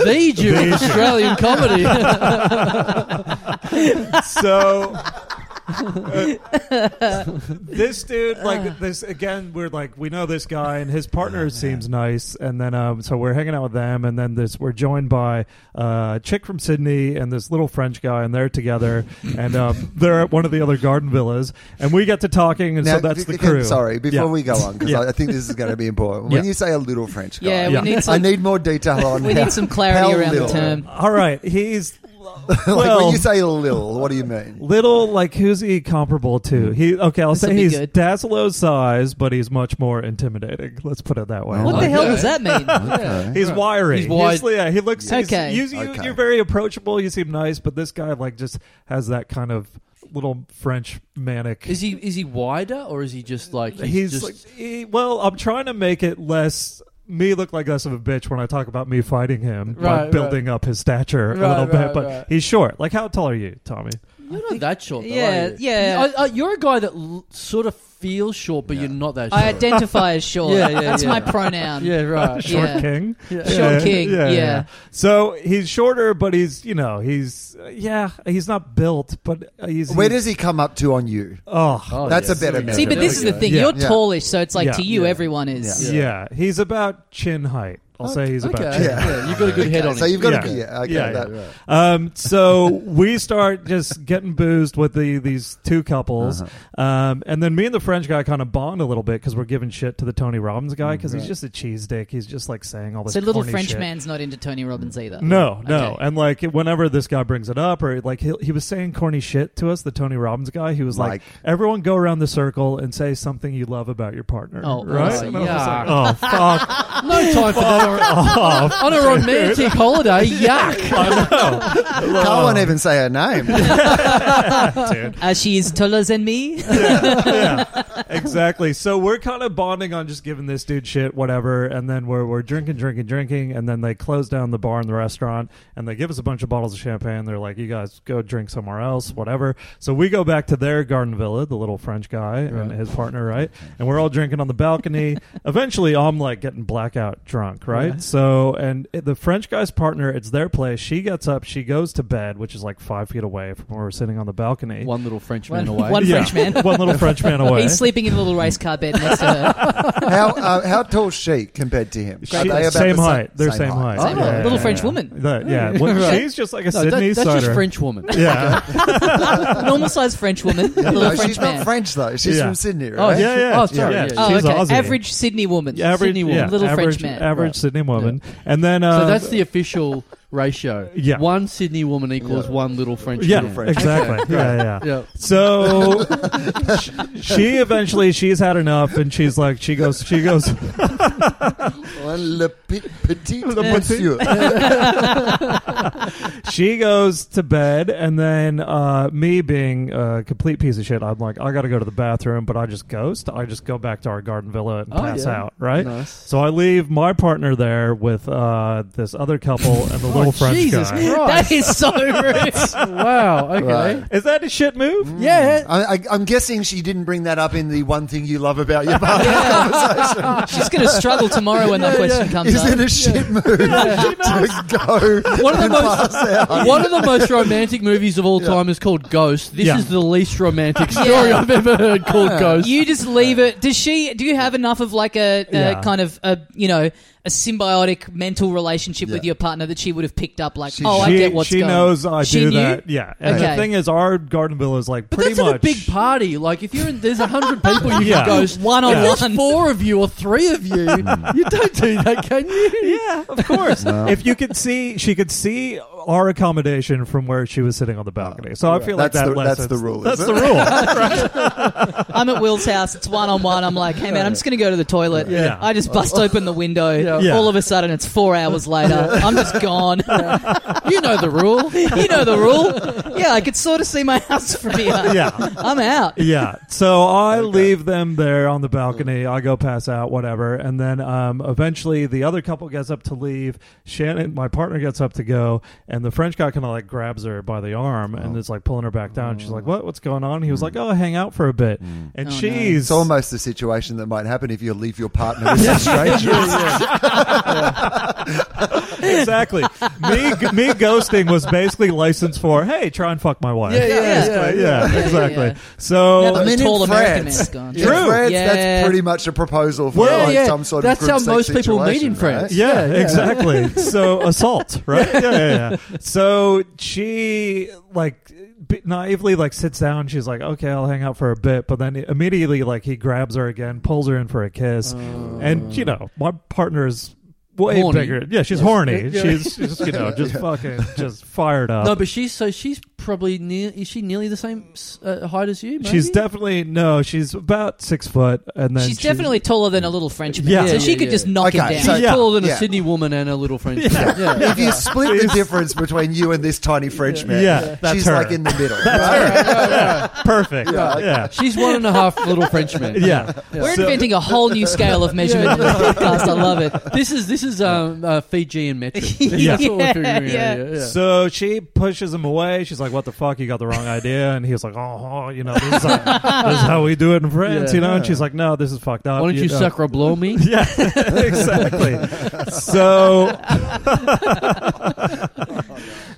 Speaker 3: the Jew of Australian comedy.
Speaker 4: so uh, this dude like this again we're like we know this guy and his partner seems nice and then um so we're hanging out with them and then this we're joined by uh, a chick from sydney and this little french guy and they're together and um they're at one of the other garden villas and we get to talking and so that's the
Speaker 5: again,
Speaker 4: crew
Speaker 5: Sorry,
Speaker 4: Yeah.
Speaker 5: before we go on, because
Speaker 4: Yeah.
Speaker 5: I, I think this is going to be important. When
Speaker 4: Yeah.
Speaker 5: you say a little French guy,
Speaker 1: Yeah, we
Speaker 4: Yeah.
Speaker 1: need
Speaker 5: I
Speaker 1: some,
Speaker 5: need more detail on
Speaker 1: we
Speaker 5: how-
Speaker 1: need some clarity
Speaker 5: how
Speaker 1: around the
Speaker 5: little.
Speaker 1: term.
Speaker 4: all right he's
Speaker 5: <laughs> like
Speaker 4: well-
Speaker 5: when you say lil, what do you mean?
Speaker 4: Little, like who's he comparable to?
Speaker 3: Hmm.
Speaker 4: He okay, I'll
Speaker 1: This'll
Speaker 4: say
Speaker 1: be
Speaker 4: he's
Speaker 1: good.
Speaker 4: Dazzlo's size, but he's much more intimidating. Let's put it that way.
Speaker 5: Oh,
Speaker 1: What the
Speaker 5: Okay.
Speaker 1: hell does that mean?
Speaker 5: Okay.
Speaker 4: He's wiry.
Speaker 3: He's wide.
Speaker 4: He's- yeah, he looks. he's-
Speaker 1: Okay.
Speaker 4: you, you,
Speaker 5: Okay.
Speaker 4: You're very approachable. You seem nice, but this guy like just has that kind of little French manic.
Speaker 3: Is he is he wider or is he just like
Speaker 4: he's
Speaker 3: just,
Speaker 4: like, he- well, I'm trying to make it less. Me look like less of a bitch when I talk about me fighting him
Speaker 3: Right,
Speaker 4: by
Speaker 3: right.
Speaker 4: building up his stature a
Speaker 3: Right,
Speaker 4: little
Speaker 3: right,
Speaker 4: bit, but
Speaker 3: right.
Speaker 4: he's short. Like, how tall are you, Tommy?
Speaker 3: You're not that short, though,
Speaker 6: Yeah,
Speaker 3: are you?
Speaker 6: yeah.
Speaker 3: You- uh, uh, you're a guy that l- sort of feels short, but you're not that short.
Speaker 1: I um, identify as short.
Speaker 3: Yeah, yeah,
Speaker 1: That's
Speaker 3: yeah.
Speaker 1: my pronoun.
Speaker 3: yeah, right.
Speaker 4: <laughs> Short
Speaker 1: Yeah.
Speaker 4: King.
Speaker 3: Yeah.
Speaker 1: Short King, yeah.
Speaker 4: So he's shorter, but he's you know he's yeah he's not built, but he's
Speaker 5: Where
Speaker 4: he's-
Speaker 5: does he come up to on you?
Speaker 4: oh,
Speaker 3: Oh,
Speaker 5: That's a better
Speaker 3: Yeah,
Speaker 5: measure.
Speaker 1: See, but
Speaker 3: there
Speaker 1: this is
Speaker 3: we
Speaker 1: the
Speaker 3: go.
Speaker 1: thing.
Speaker 4: Yeah.
Speaker 1: You're
Speaker 5: Yeah.
Speaker 1: tallish, so it's like
Speaker 4: Yeah.
Speaker 1: to you,
Speaker 3: Yeah.
Speaker 1: everyone is.
Speaker 3: Yeah.
Speaker 4: yeah. he's about chin height. I'll say he's
Speaker 3: okay.
Speaker 4: about chin.
Speaker 3: Yeah. you've got a good head on
Speaker 5: So
Speaker 3: it.
Speaker 5: you've got to
Speaker 4: Yeah.
Speaker 5: be. Yeah, okay,
Speaker 4: Yeah,
Speaker 5: that-
Speaker 4: Um, so <laughs> we start just getting boozed with the these two couples,
Speaker 1: Uh-huh.
Speaker 4: um, and then me and the French guy kind of bond a little bit because we're giving shit to the Tony Robbins guy because he's just a cheese dick. He's just like saying all this.
Speaker 1: Mm, So little
Speaker 4: corny
Speaker 1: French
Speaker 4: shit.
Speaker 1: man's not into Tony Robbins either.
Speaker 4: No, no,
Speaker 1: Okay.
Speaker 4: and like whenever this guy brings it up, or like he, he was saying corny shit to us, the Tony Robbins guy, he was like,
Speaker 5: Like-
Speaker 4: "Everyone go around the circle and say something you love about your partner."
Speaker 1: Oh,
Speaker 4: right?
Speaker 1: oh,
Speaker 4: And I was
Speaker 3: yeah.
Speaker 4: like, oh fuck
Speaker 3: No time for that
Speaker 1: <laughs>
Speaker 3: on a-
Speaker 4: off!
Speaker 1: Oh,
Speaker 3: on a romantic holiday. Yuck.
Speaker 4: I
Speaker 5: Can't one even say
Speaker 3: <laughs>
Speaker 5: her name.
Speaker 4: know, dude.
Speaker 1: Uh, she is taller than me.
Speaker 4: yeah, <laughs> exactly. So we're kind of bonding on just giving this dude shit, whatever. And then we're, we're drinking, drinking, drinking. And then they close down the bar and the restaurant and they give us a bunch of bottles of champagne. They're like, you guys go drink somewhere else, whatever. So we go back to their garden villa, the little French guy and his partner, right? And we're all drinking on the balcony. Eventually, I'm like getting blackout drunk, right? So, and it- the French guy's partner, it's their place. She gets up, she goes to bed, which is like five feet away from where we're sitting on the balcony.
Speaker 3: One little French
Speaker 1: One-
Speaker 3: man away.
Speaker 1: one- Frenchman.
Speaker 4: <laughs> one little Frenchman away.
Speaker 1: He's sleeping in the little race car bed next to her.
Speaker 5: How uh, how tall is she compared to him?
Speaker 4: She-
Speaker 5: Are they about
Speaker 4: same
Speaker 5: the sa-
Speaker 4: height. They're same height.
Speaker 1: Same height. Little French
Speaker 4: yeah.
Speaker 1: woman.
Speaker 4: That- <laughs> yeah, Well,
Speaker 3: Right.
Speaker 4: she's just like a
Speaker 3: No, that-
Speaker 4: Sydney
Speaker 3: that's
Speaker 4: cider.
Speaker 3: just French woman.
Speaker 4: <laughs> Yeah,
Speaker 1: Normal sized French woman, little
Speaker 5: No,
Speaker 1: French
Speaker 5: she's
Speaker 1: man.
Speaker 5: not French though. She's
Speaker 4: Yeah.
Speaker 5: from Sydney,
Speaker 3: Oh,
Speaker 5: right?
Speaker 4: yeah, yeah.
Speaker 3: Oh, sorry,
Speaker 4: yeah.
Speaker 3: yeah,
Speaker 1: Oh,
Speaker 4: she's
Speaker 1: okay.
Speaker 4: Aussie.
Speaker 1: Average Sydney woman.
Speaker 4: average,
Speaker 3: Sydney woman.
Speaker 4: yeah,
Speaker 1: Little
Speaker 4: average,
Speaker 1: French man.
Speaker 4: Average
Speaker 3: Right.
Speaker 4: Sydney woman, and then um,
Speaker 3: So that's the official ratio.
Speaker 4: Yeah.
Speaker 3: One Sydney woman equals one little French
Speaker 4: yeah,
Speaker 3: woman.
Speaker 4: exactly, yeah, yeah.
Speaker 3: <laughs> Yeah.
Speaker 4: So <laughs> sh- she eventually she's had enough, and she's like, she goes, she goes,
Speaker 5: Well, Le petit,
Speaker 3: <laughs>
Speaker 5: petit
Speaker 4: Le petit.
Speaker 5: monsieur.
Speaker 4: she goes to bed, and then uh, me being a complete piece of shit, I'm like, I got to go to the bathroom, but I just ghost. I just go back to our garden villa and
Speaker 3: Oh,
Speaker 4: pass
Speaker 3: yeah.
Speaker 4: out, right?
Speaker 3: Nice.
Speaker 4: So I leave my partner there with uh, this other couple
Speaker 3: <laughs>
Speaker 4: and the little French
Speaker 3: Oh, Jesus
Speaker 4: guy.
Speaker 1: That
Speaker 3: Christ.
Speaker 1: is so
Speaker 3: <laughs>
Speaker 1: rude.
Speaker 3: wow. Okay.
Speaker 5: Right.
Speaker 4: Is that a shit move?
Speaker 3: Mm. Yeah.
Speaker 5: I, I, I'm guessing she didn't bring that up in the one thing you love
Speaker 1: <laughs>
Speaker 5: about your partner.
Speaker 1: She's going to struggle tomorrow when that question comes
Speaker 5: Is
Speaker 1: up.
Speaker 5: it a shit
Speaker 1: <laughs>
Speaker 5: move <laughs> to go
Speaker 3: One of the
Speaker 5: and
Speaker 3: most-
Speaker 5: pass <laughs> out?
Speaker 3: One of the most romantic movies of all time is called Ghost. This
Speaker 4: Yeah.
Speaker 3: is the least romantic story I've ever heard called Ghost.
Speaker 1: You just leave it. Does she? Do you have enough of like a, a
Speaker 4: Yeah.
Speaker 1: kind of a you know a symbiotic mental relationship with
Speaker 5: Yeah.
Speaker 1: your partner that she would have picked up? Like,
Speaker 5: She-
Speaker 1: oh,
Speaker 4: she,
Speaker 1: I get what's
Speaker 4: she
Speaker 1: going.
Speaker 4: knows I
Speaker 1: She
Speaker 4: do
Speaker 1: knew?
Speaker 4: that. Yeah. And
Speaker 1: Okay.
Speaker 4: the thing is, our garden villa is like
Speaker 3: but
Speaker 4: pretty
Speaker 3: that's
Speaker 4: much
Speaker 3: at a big party. Like if you're in, there's a hundred people you can
Speaker 4: Yeah.
Speaker 3: ghost.
Speaker 1: One
Speaker 3: If
Speaker 1: on
Speaker 3: there's
Speaker 1: one.
Speaker 3: four of you or three of you,
Speaker 4: Hmm.
Speaker 3: you don't do that, can you?
Speaker 1: <laughs>
Speaker 4: Yeah, of course. If you could see, she could see our accommodation from where she was sitting on the balcony. So I feel
Speaker 5: That's
Speaker 4: like that
Speaker 5: the-
Speaker 4: lessens-
Speaker 5: that's the rule,
Speaker 4: That's
Speaker 5: is
Speaker 4: the rule.
Speaker 5: it?
Speaker 1: <laughs>
Speaker 5: <laughs>
Speaker 1: I'm at Will's house. It's one on one. I'm like, hey man, I'm just going to go to the toilet.
Speaker 4: Yeah.
Speaker 1: I just bust open the window.
Speaker 3: Yeah.
Speaker 4: Yeah.
Speaker 1: All of a sudden, it's four hours later. I'm just gone. <laughs>
Speaker 3: You know the <laughs> rule.
Speaker 1: you know the rule. Yeah, I could sort of see my house from here.
Speaker 4: yeah.
Speaker 1: I'm out.
Speaker 4: yeah. So I leave them there on the balcony. I go pass out, whatever. And then um, eventually the other couple gets up to leave. Shannon, my partner, gets up to go. And the French guy kind of like grabs her by the arm
Speaker 5: Oh.
Speaker 4: and is like pulling her back down. She's like, what? What's going on? He was like, oh, hang out for a bit. And
Speaker 5: Mm.
Speaker 1: Oh, no.
Speaker 4: she's.
Speaker 5: It's almost the situation that might happen if you leave your partner with a
Speaker 1: <laughs>
Speaker 5: stranger.
Speaker 4: exactly. me, me ghosting was basically licensed for, hey, try and fuck my wife.
Speaker 1: yeah, yeah,
Speaker 4: Yeah,
Speaker 1: yeah.
Speaker 4: exactly.
Speaker 1: Yeah.
Speaker 4: So.
Speaker 1: Now that
Speaker 5: I mean,
Speaker 1: the tall
Speaker 5: in
Speaker 1: American
Speaker 5: France-
Speaker 1: man's gone.
Speaker 5: In France,
Speaker 1: Yeah.
Speaker 5: that's pretty much a proposal for
Speaker 3: Well,
Speaker 5: like
Speaker 3: yeah,
Speaker 5: some sort
Speaker 3: that's
Speaker 5: of group
Speaker 3: how
Speaker 5: sex
Speaker 3: most people meet
Speaker 5: situation,
Speaker 3: in France.
Speaker 5: right?
Speaker 4: yeah,
Speaker 1: <laughs>
Speaker 4: exactly. so assault, right? Yeah, yeah, yeah. So she like b- naively like sits down. She's like, "Okay, I'll hang out for a bit," but then immediately like he grabs her again, pulls her in for a kiss, and you know my partner's way
Speaker 3: Mm. Horny.
Speaker 4: bigger. Yeah, she's
Speaker 3: Yes.
Speaker 4: horny.
Speaker 3: Yeah.
Speaker 4: She's, she's
Speaker 3: <laughs>
Speaker 4: you know just fucking just fired up.
Speaker 3: No, but she's so she's probably near. Is she nearly the same uh, height as you? Maybe?
Speaker 4: she's definitely no. She's about six foot, and then
Speaker 1: She's
Speaker 4: she-
Speaker 1: definitely taller than a little Frenchman,
Speaker 4: Yeah.
Speaker 1: so
Speaker 4: Yeah,
Speaker 1: she
Speaker 3: yeah,
Speaker 1: could
Speaker 3: yeah.
Speaker 1: just knock him
Speaker 5: Okay,
Speaker 1: down.
Speaker 3: She's
Speaker 5: so-
Speaker 3: taller than a
Speaker 5: yeah.
Speaker 3: Sydney woman and a little French. Yeah.
Speaker 5: If you split the difference between you and this tiny Frenchman,
Speaker 4: Yeah, Yeah. that's
Speaker 5: she's
Speaker 4: her.
Speaker 5: like in the
Speaker 4: <laughs>
Speaker 5: middle.
Speaker 4: perfect.
Speaker 5: Yeah.
Speaker 4: yeah.
Speaker 3: She's one and a half little Frenchmen.
Speaker 4: Yeah.
Speaker 1: We're
Speaker 4: So-
Speaker 1: inventing a whole new scale of measurement in
Speaker 3: <laughs>
Speaker 1: this podcast. I love it.
Speaker 3: This is this is um, uh, Fijian metric.
Speaker 1: Yeah.
Speaker 3: That's what we're figuring out,
Speaker 1: Yeah.
Speaker 3: yeah, yeah.
Speaker 4: So she pushes him away. She's like, "What the fuck? You got the wrong idea." And he was like, "Oh, oh, you know, this is, like, this is how we do it in France,
Speaker 3: Yeah.
Speaker 4: you know." And she's like, "No, this is fucked up."
Speaker 3: Why don't you
Speaker 4: know."
Speaker 3: sucker blow me?
Speaker 4: <laughs> Yeah, exactly. so, <laughs>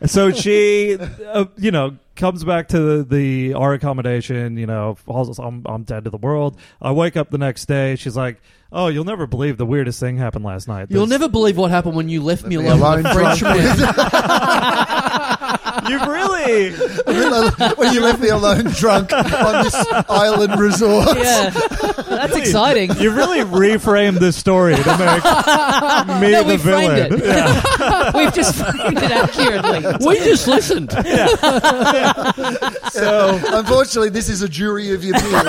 Speaker 4: so she, uh, you know, comes back to the, the our accommodation. You know, falls, I'm I'm dead to the world. I wake up the next day. She's like, "Oh, you'll never believe the weirdest thing happened last night."
Speaker 3: You'll
Speaker 4: This-
Speaker 3: never believe what happened when you left me
Speaker 5: me
Speaker 3: alone,
Speaker 5: alone,
Speaker 3: with a Frenchman.
Speaker 4: <laughs> You've really
Speaker 5: when you left me alone drunk on this island resort.
Speaker 1: Yeah, that's <laughs>
Speaker 4: <laughs>
Speaker 1: exciting.
Speaker 4: You really reframed this story
Speaker 1: <laughs>
Speaker 4: to make me
Speaker 1: No,
Speaker 4: the
Speaker 1: we framed
Speaker 4: villain.
Speaker 1: it.
Speaker 4: Yeah.
Speaker 1: We've just <laughs> framed it accurately.
Speaker 3: we just listened.
Speaker 4: So
Speaker 5: Unfortunately, this is a jury of your
Speaker 4: <laughs>
Speaker 5: peers.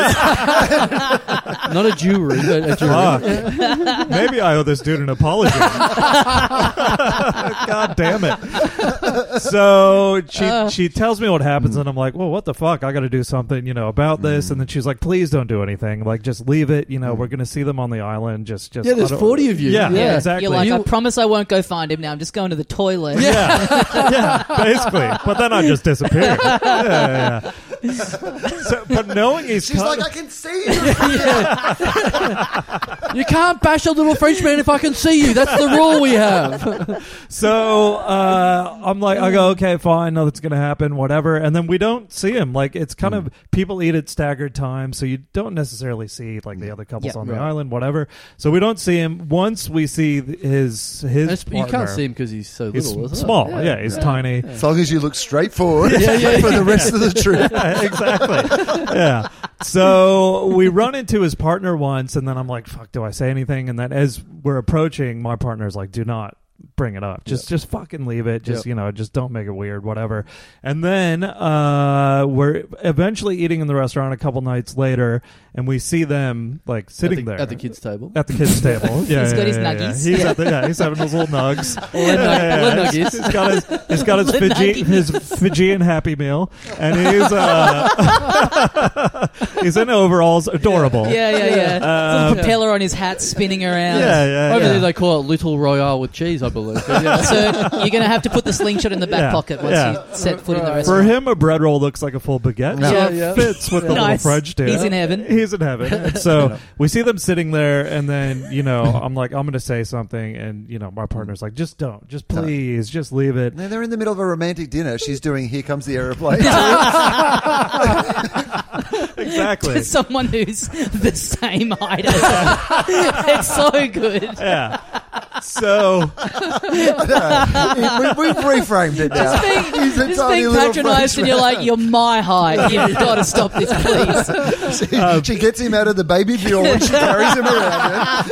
Speaker 3: Not a jury, but a jury.
Speaker 4: fuck. Maybe I owe this dude an apology. God damn it. So she
Speaker 1: Uh.
Speaker 4: she tells me what happens and I'm like, Well, what the fuck? I gotta do something, you know, about this and then she's like, Please don't do anything. Like just leave it, you know, we're gonna see them on the island. Just just
Speaker 3: Yeah,
Speaker 4: I
Speaker 3: there's
Speaker 4: don't-
Speaker 3: 40 of you.
Speaker 4: Yeah,
Speaker 3: Yeah.
Speaker 4: yeah exactly.
Speaker 1: You're like, I
Speaker 3: You-
Speaker 1: promise I won't go find him now. I'm just going to the toilet.
Speaker 4: <laughs> Yeah, yeah, basically. But then I just disappear. Yeah, yeah, yeah. So, but knowing he's
Speaker 5: She's
Speaker 4: kind
Speaker 5: like,
Speaker 4: of-
Speaker 5: I can see you.
Speaker 3: You can't bash a little Frenchman if I can see you. That's the rule we have.
Speaker 4: so uh, I'm like, I go, okay, fine, no, that's gonna happen, whatever. And then we don't see him. Like it's kind of people eat at staggered times, so you don't necessarily see like the other couples
Speaker 1: Yeah.
Speaker 4: on
Speaker 3: Right.
Speaker 4: the island, whatever. So we don't see him. Once we see th- his his,
Speaker 3: you can't
Speaker 4: partner,
Speaker 3: see him because he's so
Speaker 4: He's
Speaker 3: little, isn't
Speaker 4: small. Yeah, he's tiny.
Speaker 5: As long as you look straight forward
Speaker 3: Yeah, yeah,
Speaker 5: for the rest of the
Speaker 4: <laughs>
Speaker 5: trip.
Speaker 4: Yeah,
Speaker 3: <laughs>
Speaker 4: exactly. yeah. So we run into his partner once, and then I'm like, "Fuck, do I say anything?" And then as we're approaching, my partner's like, "Do not bring it up. Just, just fucking leave it. Just,
Speaker 3: Yep.
Speaker 4: you know, just don't make it weird, whatever." And then uh, we're eventually eating in the restaurant a couple nights later, and we see them like sitting
Speaker 3: at the,
Speaker 4: there
Speaker 3: at the kids'
Speaker 4: <laughs>
Speaker 3: table.
Speaker 4: At the
Speaker 3: <laughs>
Speaker 4: kids' table, yeah,
Speaker 1: He's
Speaker 4: yeah,
Speaker 1: got his
Speaker 4: yeah,
Speaker 1: nuggies.
Speaker 4: Yeah. He's
Speaker 1: Yeah.
Speaker 4: at
Speaker 1: <laughs>
Speaker 4: the, yeah, he's having his little nugs.
Speaker 3: Little nug- little
Speaker 4: yeah.
Speaker 3: nuggies.
Speaker 4: He's got his, he's got his
Speaker 1: Little
Speaker 4: Fiji,
Speaker 1: nuggies.
Speaker 4: his Fijian Happy Meal, and he's uh, <laughs> he's in overalls, adorable.
Speaker 1: yeah, yeah. yeah.
Speaker 4: Um,
Speaker 1: Little propeller on his hat spinning around.
Speaker 4: yeah, yeah,
Speaker 3: Over
Speaker 4: yeah.
Speaker 3: there, they call it Little Royale with cheese, I believe. But yeah.
Speaker 1: So
Speaker 4: <laughs>
Speaker 1: you're going to have to put the slingshot in the back
Speaker 4: Yeah.
Speaker 1: pocket once
Speaker 4: Yeah.
Speaker 1: you set foot in the
Speaker 3: Right.
Speaker 4: For
Speaker 1: restaurant.
Speaker 4: him, a bread roll looks like a full baguette.
Speaker 5: No.
Speaker 4: So
Speaker 1: Yeah,
Speaker 4: it
Speaker 3: yeah.
Speaker 4: fits with the
Speaker 1: Nice.
Speaker 4: little French dude.
Speaker 1: He's in heaven.
Speaker 4: He's
Speaker 1: <laughs>
Speaker 4: in heaven. And so we see them sitting there, and then you know, I'm like, I'm going to say something, and you know, my partner's like, just don't, just
Speaker 5: No.
Speaker 4: please, just leave
Speaker 5: <laughs>
Speaker 4: it.
Speaker 5: Now they're in the middle of a romantic dinner. She's doing "Here Comes the Aeroplane." <laughs>
Speaker 4: Exactly.
Speaker 1: To <laughs> someone who's the same height as him. <laughs> It's so good.
Speaker 4: yeah. So
Speaker 5: we, we've reframed it now.
Speaker 1: Just being,
Speaker 5: He's a
Speaker 1: just
Speaker 5: tiny
Speaker 1: being
Speaker 5: little
Speaker 1: patronised, and you're like, you're my height. You've got to stop this, please.
Speaker 5: she, she gets him out of the baby bjorn. She carries him around.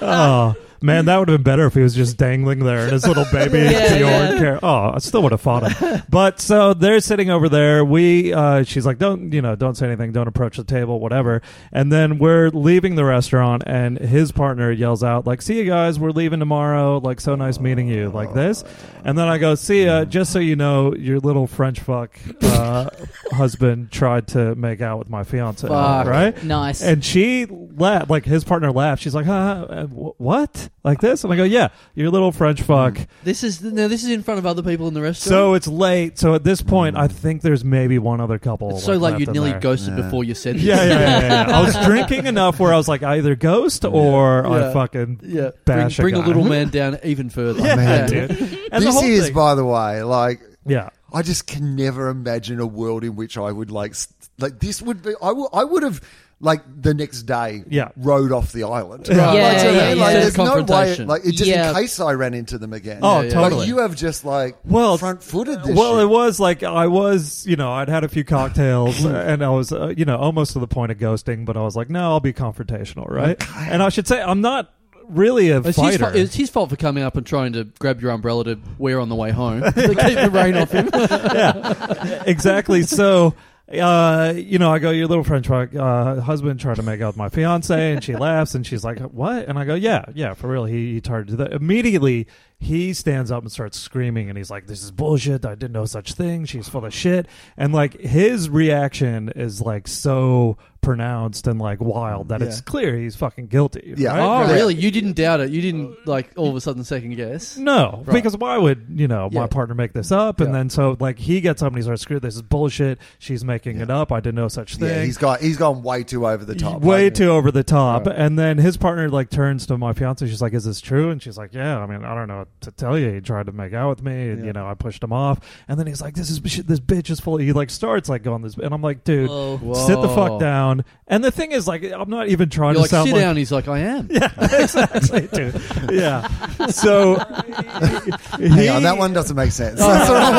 Speaker 4: Oh man, that would have been better if he was just dangling there in his
Speaker 1: <laughs>
Speaker 4: little baby
Speaker 1: Yeah,
Speaker 4: Bjorn
Speaker 1: yeah.
Speaker 4: car- Oh, I still would have fought him. But so they're sitting over there. We, uh, she's like, don't you know, don't say anything, don't approach the table, whatever. And then we're leaving the restaurant, and his partner yells out like, "See you guys, we're leaving tomorrow. Like, so nice meeting you." Like this, and then I go, "See ya." Just so you know, your little French fuck uh, <laughs> husband tried to make out with my fiance,
Speaker 3: Fuck.
Speaker 4: right?
Speaker 1: Nice.
Speaker 4: And she laughed, like his partner laughed. She's like, huh, uh, wh- what? Like this? And I go, yeah, you little French fuck.
Speaker 3: This is now. This is in front of other people in the
Speaker 4: So
Speaker 3: restaurant.
Speaker 4: it's late. So at this point, I think there's maybe one other couple.
Speaker 3: it's Mm-hmm. so like
Speaker 4: left
Speaker 3: you
Speaker 4: in
Speaker 3: nearly
Speaker 4: there.
Speaker 3: ghosted
Speaker 5: Yeah.
Speaker 3: before you said this.
Speaker 4: <laughs> Yeah, yeah, yeah, yeah,
Speaker 3: <laughs>
Speaker 4: yeah. I was drinking enough where I was like, I either ghost or
Speaker 3: Yeah.
Speaker 4: I fucking
Speaker 3: Yeah, bring,
Speaker 4: bash
Speaker 3: bring
Speaker 4: a
Speaker 3: a
Speaker 4: guy. <laughs>
Speaker 3: little man down even further.
Speaker 4: yeah,
Speaker 5: Man,
Speaker 4: dude. And the
Speaker 5: this
Speaker 4: whole
Speaker 5: is,
Speaker 4: thing-
Speaker 5: by the way, like
Speaker 4: yeah.
Speaker 5: I just can never imagine a world in which I would like s- like this would be I would I would have like the next day
Speaker 4: Yeah.
Speaker 5: rode off the island.
Speaker 4: Yeah,
Speaker 5: like, so,
Speaker 1: yeah,
Speaker 5: like,
Speaker 1: yeah.
Speaker 5: there's no way
Speaker 3: Confrontation.
Speaker 5: like it just
Speaker 1: Yeah.
Speaker 5: in case I ran into them again.
Speaker 4: Oh,
Speaker 3: Yeah, yeah.
Speaker 4: totally.
Speaker 5: Like you have just like
Speaker 4: Well,
Speaker 5: front footed this
Speaker 4: Well,
Speaker 5: shit.
Speaker 4: it was like I was, you know, I'd had a few
Speaker 5: <laughs>
Speaker 4: cocktails and I was, uh, you know, almost to the point of ghosting, but I was like, no, I'll be confrontational, right? And I should say, I'm not really a
Speaker 3: It's his,
Speaker 4: fighter.
Speaker 3: fault, it's his fault for coming up and trying to grab your umbrella to wear on the way
Speaker 4: <laughs>
Speaker 3: home to keep the rain off him.
Speaker 4: yeah, <laughs> exactly. So, uh, you know, I go, your little French fuck, uh, husband tried to make out with my fiance, and she laughs, and she's like, "What?" And I go, "Yeah, yeah, for real. He, he tried to do that." Immediately, he stands up and starts screaming, and he's like, "This is bullshit. I didn't know such thing. She's full of shit." And like his reaction is like so pronounced and like wild that it's
Speaker 3: Yeah.
Speaker 4: clear he's fucking guilty.
Speaker 5: Yeah.
Speaker 4: right?
Speaker 3: Oh,
Speaker 5: Yeah.
Speaker 3: really? You didn't doubt it. You didn't like all of a sudden second guess.
Speaker 4: No,
Speaker 3: Right.
Speaker 4: because why would you know my
Speaker 3: Yeah.
Speaker 4: partner make this up? And
Speaker 3: Yeah.
Speaker 4: then so like he gets up and he's like, "Screw this is bullshit." She's making it up. I did no such thing.
Speaker 5: Yeah, he's got he's gone way too over the top.
Speaker 4: way
Speaker 5: like-
Speaker 4: too over the top. And then his partner like turns to my fiance. She's like, "Is this true?" And she's like, "Yeah. I mean, I don't know what to tell you. He tried to make out with me. And,
Speaker 3: Yeah.
Speaker 4: You know, I pushed him off. And then he's like, "This is this bitch is full." He like starts like going this, and I'm like, "Dude,
Speaker 3: Oh, Whoa.
Speaker 4: sit the fuck down." And the thing is, like, I'm not even trying
Speaker 3: You're
Speaker 4: to
Speaker 3: like,
Speaker 4: sound
Speaker 3: sit
Speaker 4: like
Speaker 3: down. He's like, I am.
Speaker 4: yeah, <laughs> exactly, dude. Yeah.
Speaker 3: <laughs>
Speaker 4: So
Speaker 5: Hang
Speaker 4: he-
Speaker 5: on, that one doesn't make
Speaker 4: <laughs>
Speaker 5: sense.
Speaker 4: Oh.
Speaker 5: That's, the wrong way- <laughs>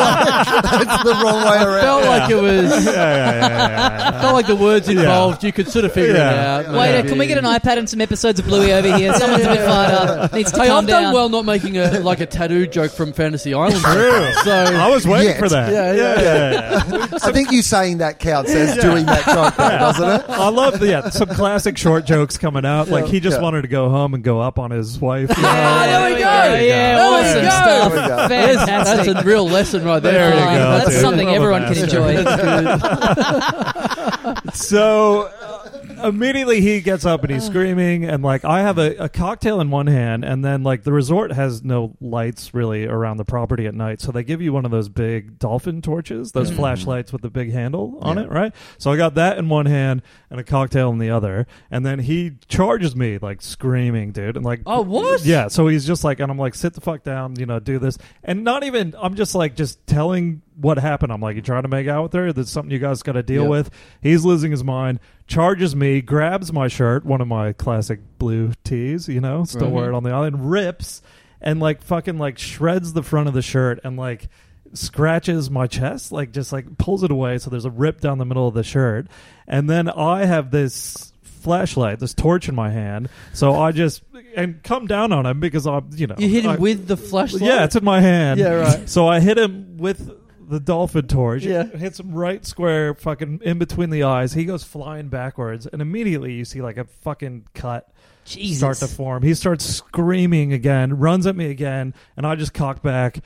Speaker 5: that's the wrong way around.
Speaker 3: Felt like it was.
Speaker 4: <laughs> Yeah, yeah, yeah, yeah, yeah.
Speaker 3: Felt like the words involved. You could sort of figure
Speaker 4: Yeah.
Speaker 3: it out.
Speaker 1: Wait,
Speaker 3: maybe.
Speaker 1: can we get an iPad and some episodes of Bluey over here? Someone's a bit fired up. Needs to
Speaker 3: Hey,
Speaker 1: calm
Speaker 3: I've
Speaker 1: down.
Speaker 3: done well not making a like a tattoo joke from Fantasy Island.
Speaker 4: <laughs> True.
Speaker 3: So
Speaker 4: I was waiting
Speaker 5: Yet.
Speaker 4: for that.
Speaker 3: Yeah, yeah,
Speaker 5: I think you saying that counts as doing that job, though, doesn't it?
Speaker 4: I love the yeah, some classic short jokes coming out. Like he just
Speaker 5: Yeah.
Speaker 4: wanted to go home and go up on
Speaker 1: <laughs>
Speaker 4: his wife. you know?
Speaker 1: Ah, there we go. Yeah, awesome stuff.
Speaker 5: There we go.
Speaker 3: that's
Speaker 1: Fantastic.
Speaker 3: a real lesson right there.
Speaker 4: There you
Speaker 1: Fine.
Speaker 4: go,
Speaker 1: That's
Speaker 4: dude.
Speaker 1: something
Speaker 4: Love a
Speaker 1: everyone can
Speaker 4: bastard.
Speaker 1: enjoy.
Speaker 4: <laughs> so uh, immediately he gets up and he's screaming and like i have a, a cocktail in one hand and then like the resort has no lights really around the property at night so they give you one of those big dolphin torches
Speaker 3: Mm.
Speaker 4: those flashlights with the big handle on
Speaker 5: Yeah.
Speaker 4: it right so i got that in one hand and a cocktail in the other and then he charges me like screaming dude and like
Speaker 3: Oh, what?
Speaker 4: yeah so he's just like and i'm like sit the fuck down you know do this and not even i'm just like just telling what happened i'm like you trying to make out with her that's something you guys got to deal
Speaker 3: Yeah.
Speaker 4: with He's losing his mind. Charges me, grabs my shirt, one of my classic blue tees, you know, still
Speaker 3: Right.
Speaker 4: wear it on the island, rips and like fucking like shreds the front of the shirt and like scratches my chest, like just like pulls it away. So there's a rip down the middle of the shirt. And then I have this flashlight, this torch in my hand. So I just, and come down on him because I'm, you know.
Speaker 3: You hit him
Speaker 4: I-
Speaker 3: with the flashlight.
Speaker 4: yeah, it's in my hand.
Speaker 3: Yeah, right.
Speaker 4: So I hit him with the dolphin torch.
Speaker 3: Yeah.
Speaker 4: Hits him right square, fucking in between the eyes. He goes flying backwards, and immediately you see like a fucking cut
Speaker 1: <laughs> Jesus.
Speaker 4: start to form. He starts screaming again, runs at me again, and I just cock back.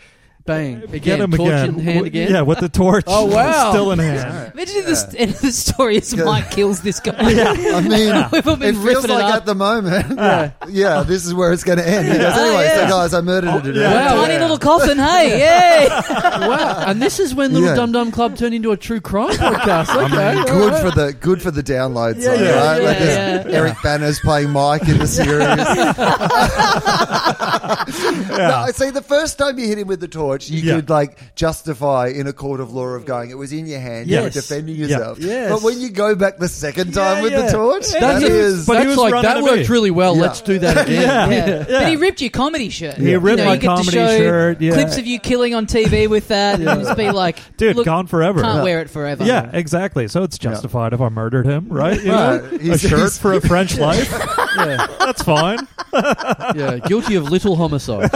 Speaker 3: bang again.
Speaker 4: Get him
Speaker 3: torch
Speaker 4: again.
Speaker 3: in hand
Speaker 4: W-
Speaker 3: again.
Speaker 4: Yeah, with the torch.
Speaker 3: Oh, wow.
Speaker 4: Still in hand.
Speaker 1: Imagine if the end of <laughs> the story is
Speaker 5: Yeah.
Speaker 1: Mike kills this
Speaker 4: <laughs>
Speaker 1: guy.
Speaker 5: I mean,
Speaker 1: We've all been
Speaker 5: it feels
Speaker 1: ripping it
Speaker 5: like
Speaker 1: up.
Speaker 5: at the moment,
Speaker 3: Yeah.
Speaker 5: <laughs> yeah, this is where it's going to end. He goes,
Speaker 1: Oh,
Speaker 5: anyway,
Speaker 1: yeah.
Speaker 5: so guys, I murdered her today.
Speaker 4: yeah.
Speaker 1: Tiny
Speaker 4: Yeah.
Speaker 1: little coffin, hey,
Speaker 4: <laughs>
Speaker 1: yay!
Speaker 3: wow. And this is when Little
Speaker 5: Yeah.
Speaker 3: Dum Dum Club turned into a true
Speaker 4: <laughs>
Speaker 3: crime podcast. Okay.
Speaker 5: Good for the good for the downloads,
Speaker 3: Yeah,
Speaker 5: though,
Speaker 3: yeah,
Speaker 5: right?
Speaker 1: yeah,
Speaker 5: Like there's
Speaker 1: yeah.
Speaker 5: Eric Banner's playing Mike in the series. No, see, the first time you hit him with the torch, you
Speaker 4: Yeah.
Speaker 5: could like justify in a court of law of going, it was in your hand, you were
Speaker 4: Yes.
Speaker 5: defending
Speaker 4: Yeah.
Speaker 5: yourself.
Speaker 3: Yes.
Speaker 5: But when you go back the second time
Speaker 3: Yeah,
Speaker 5: with
Speaker 3: yeah.
Speaker 5: the torch,
Speaker 3: That's
Speaker 5: that
Speaker 3: a- <laughs>
Speaker 5: is
Speaker 4: but he
Speaker 3: That's
Speaker 4: was
Speaker 3: like
Speaker 4: running
Speaker 3: that
Speaker 4: to
Speaker 3: worked
Speaker 4: me.
Speaker 3: really well.
Speaker 5: Yeah.
Speaker 3: Let's do that again.
Speaker 4: <laughs> Yeah.
Speaker 1: Yeah.
Speaker 4: Yeah.
Speaker 1: But he ripped your comedy shirt.
Speaker 4: He ripped
Speaker 1: you know,
Speaker 4: my
Speaker 1: you get
Speaker 4: comedy
Speaker 1: to show
Speaker 4: shirt, yeah.
Speaker 1: clips of you killing on TV with that, and just be like,
Speaker 4: Dude,
Speaker 1: look,
Speaker 4: gone forever.
Speaker 1: can't wear it forever. <laughs>
Speaker 4: Yeah, exactly. So it's justified if I murdered him, right? Oh, You
Speaker 5: Right.
Speaker 4: know? A
Speaker 5: He's-
Speaker 4: <laughs> shirt
Speaker 5: he's-
Speaker 4: for a French life.
Speaker 3: Yeah.
Speaker 4: That's fine.
Speaker 3: yeah. Guilty of little
Speaker 4: <laughs>
Speaker 3: homicide.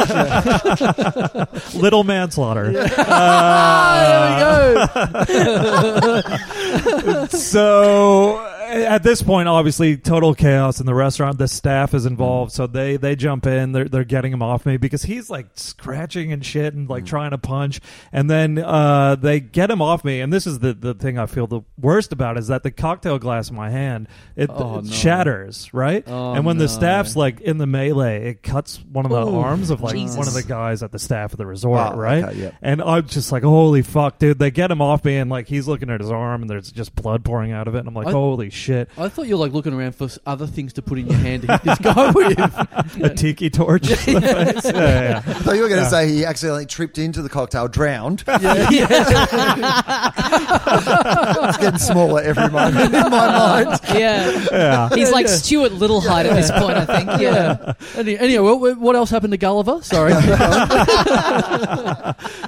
Speaker 4: Little manslaughter.
Speaker 3: Ah, there we go. <laughs>
Speaker 4: so at this point, obviously, total chaos in the restaurant. The staff is involved, so they they jump in. They're they're getting him off me because he's like scratching and shit and
Speaker 3: Mm.
Speaker 4: like trying to punch, and then uh, they get him off me. And this is the the thing I feel the worst about is that the cocktail glass in my hand it,
Speaker 3: Oh,
Speaker 4: it
Speaker 3: no.
Speaker 4: shatters, right?
Speaker 3: Oh,
Speaker 4: and when
Speaker 3: no.
Speaker 4: the staff's like in the melee, it cuts one of the
Speaker 1: Ooh,
Speaker 4: arms of like one
Speaker 1: Jesus.
Speaker 4: of the guys at the staff of the resort,
Speaker 5: Oh,
Speaker 4: right?
Speaker 5: okay, yep.
Speaker 4: And I'm just like, holy fuck, dude. They get him off me, and like he's looking at his arm, and there's just blood pouring out of it. And I'm like,
Speaker 3: I-
Speaker 4: holy shit,
Speaker 3: I thought you were like looking around for s- other things to put in your hand to hit this guy
Speaker 4: <laughs>
Speaker 3: with.
Speaker 4: a tiki torch.
Speaker 5: <laughs>
Speaker 4: to the face. Yeah, yeah, yeah.
Speaker 5: I thought you were going to
Speaker 4: Yeah.
Speaker 5: say he accidentally tripped into the cocktail, drowned.
Speaker 3: <laughs> Yeah.
Speaker 4: <laughs>
Speaker 1: <laughs>
Speaker 5: It's getting smaller every
Speaker 3: <laughs>
Speaker 5: moment in my mind.
Speaker 1: yeah.
Speaker 4: Yeah.
Speaker 1: He's
Speaker 3: Yeah,
Speaker 1: like
Speaker 3: yeah.
Speaker 1: Stuart Littlehide at this point, I think. Yeah.
Speaker 3: yeah. Any, anyway, what, what else happened to Gulliver?
Speaker 4: <laughs>
Speaker 3: Sorry.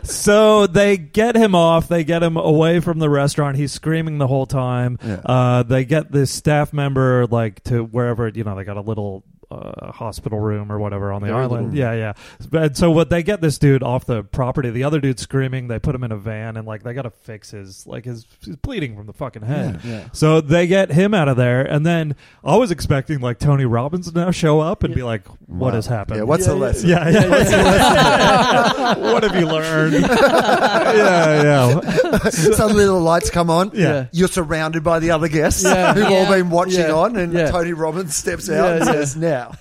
Speaker 4: So they get him off. They get him away from the restaurant. He's screaming the whole time.
Speaker 5: Yeah.
Speaker 4: Uh, they get this staff member like to wherever you know they got a little uh, hospital room or whatever on the
Speaker 3: Very
Speaker 4: island.
Speaker 3: little.
Speaker 4: Yeah, yeah. And so what they get this dude off the property. The other dude's screaming. They put him in a van and like they got to fix his like his he's bleeding from the fucking head.
Speaker 3: Yeah.
Speaker 4: So they get him out of there, and then I was expecting like Tony Robbins to now show up and be like, "What
Speaker 5: Wow.
Speaker 4: has happened?
Speaker 5: Yeah, what's the lesson?
Speaker 4: Yeah, yeah, yeah. <laughs> what have you learned? yeah, yeah.
Speaker 5: <laughs> Suddenly the lights come on.
Speaker 4: Yeah.
Speaker 5: You're surrounded by the other guests
Speaker 3: Yeah.
Speaker 5: who've all
Speaker 1: Yeah.
Speaker 5: been watching
Speaker 3: Yeah.
Speaker 5: on, and
Speaker 3: Yeah.
Speaker 5: Tony Robbins steps out
Speaker 3: Yeah,
Speaker 5: and
Speaker 3: yeah. <laughs>
Speaker 5: says, "Now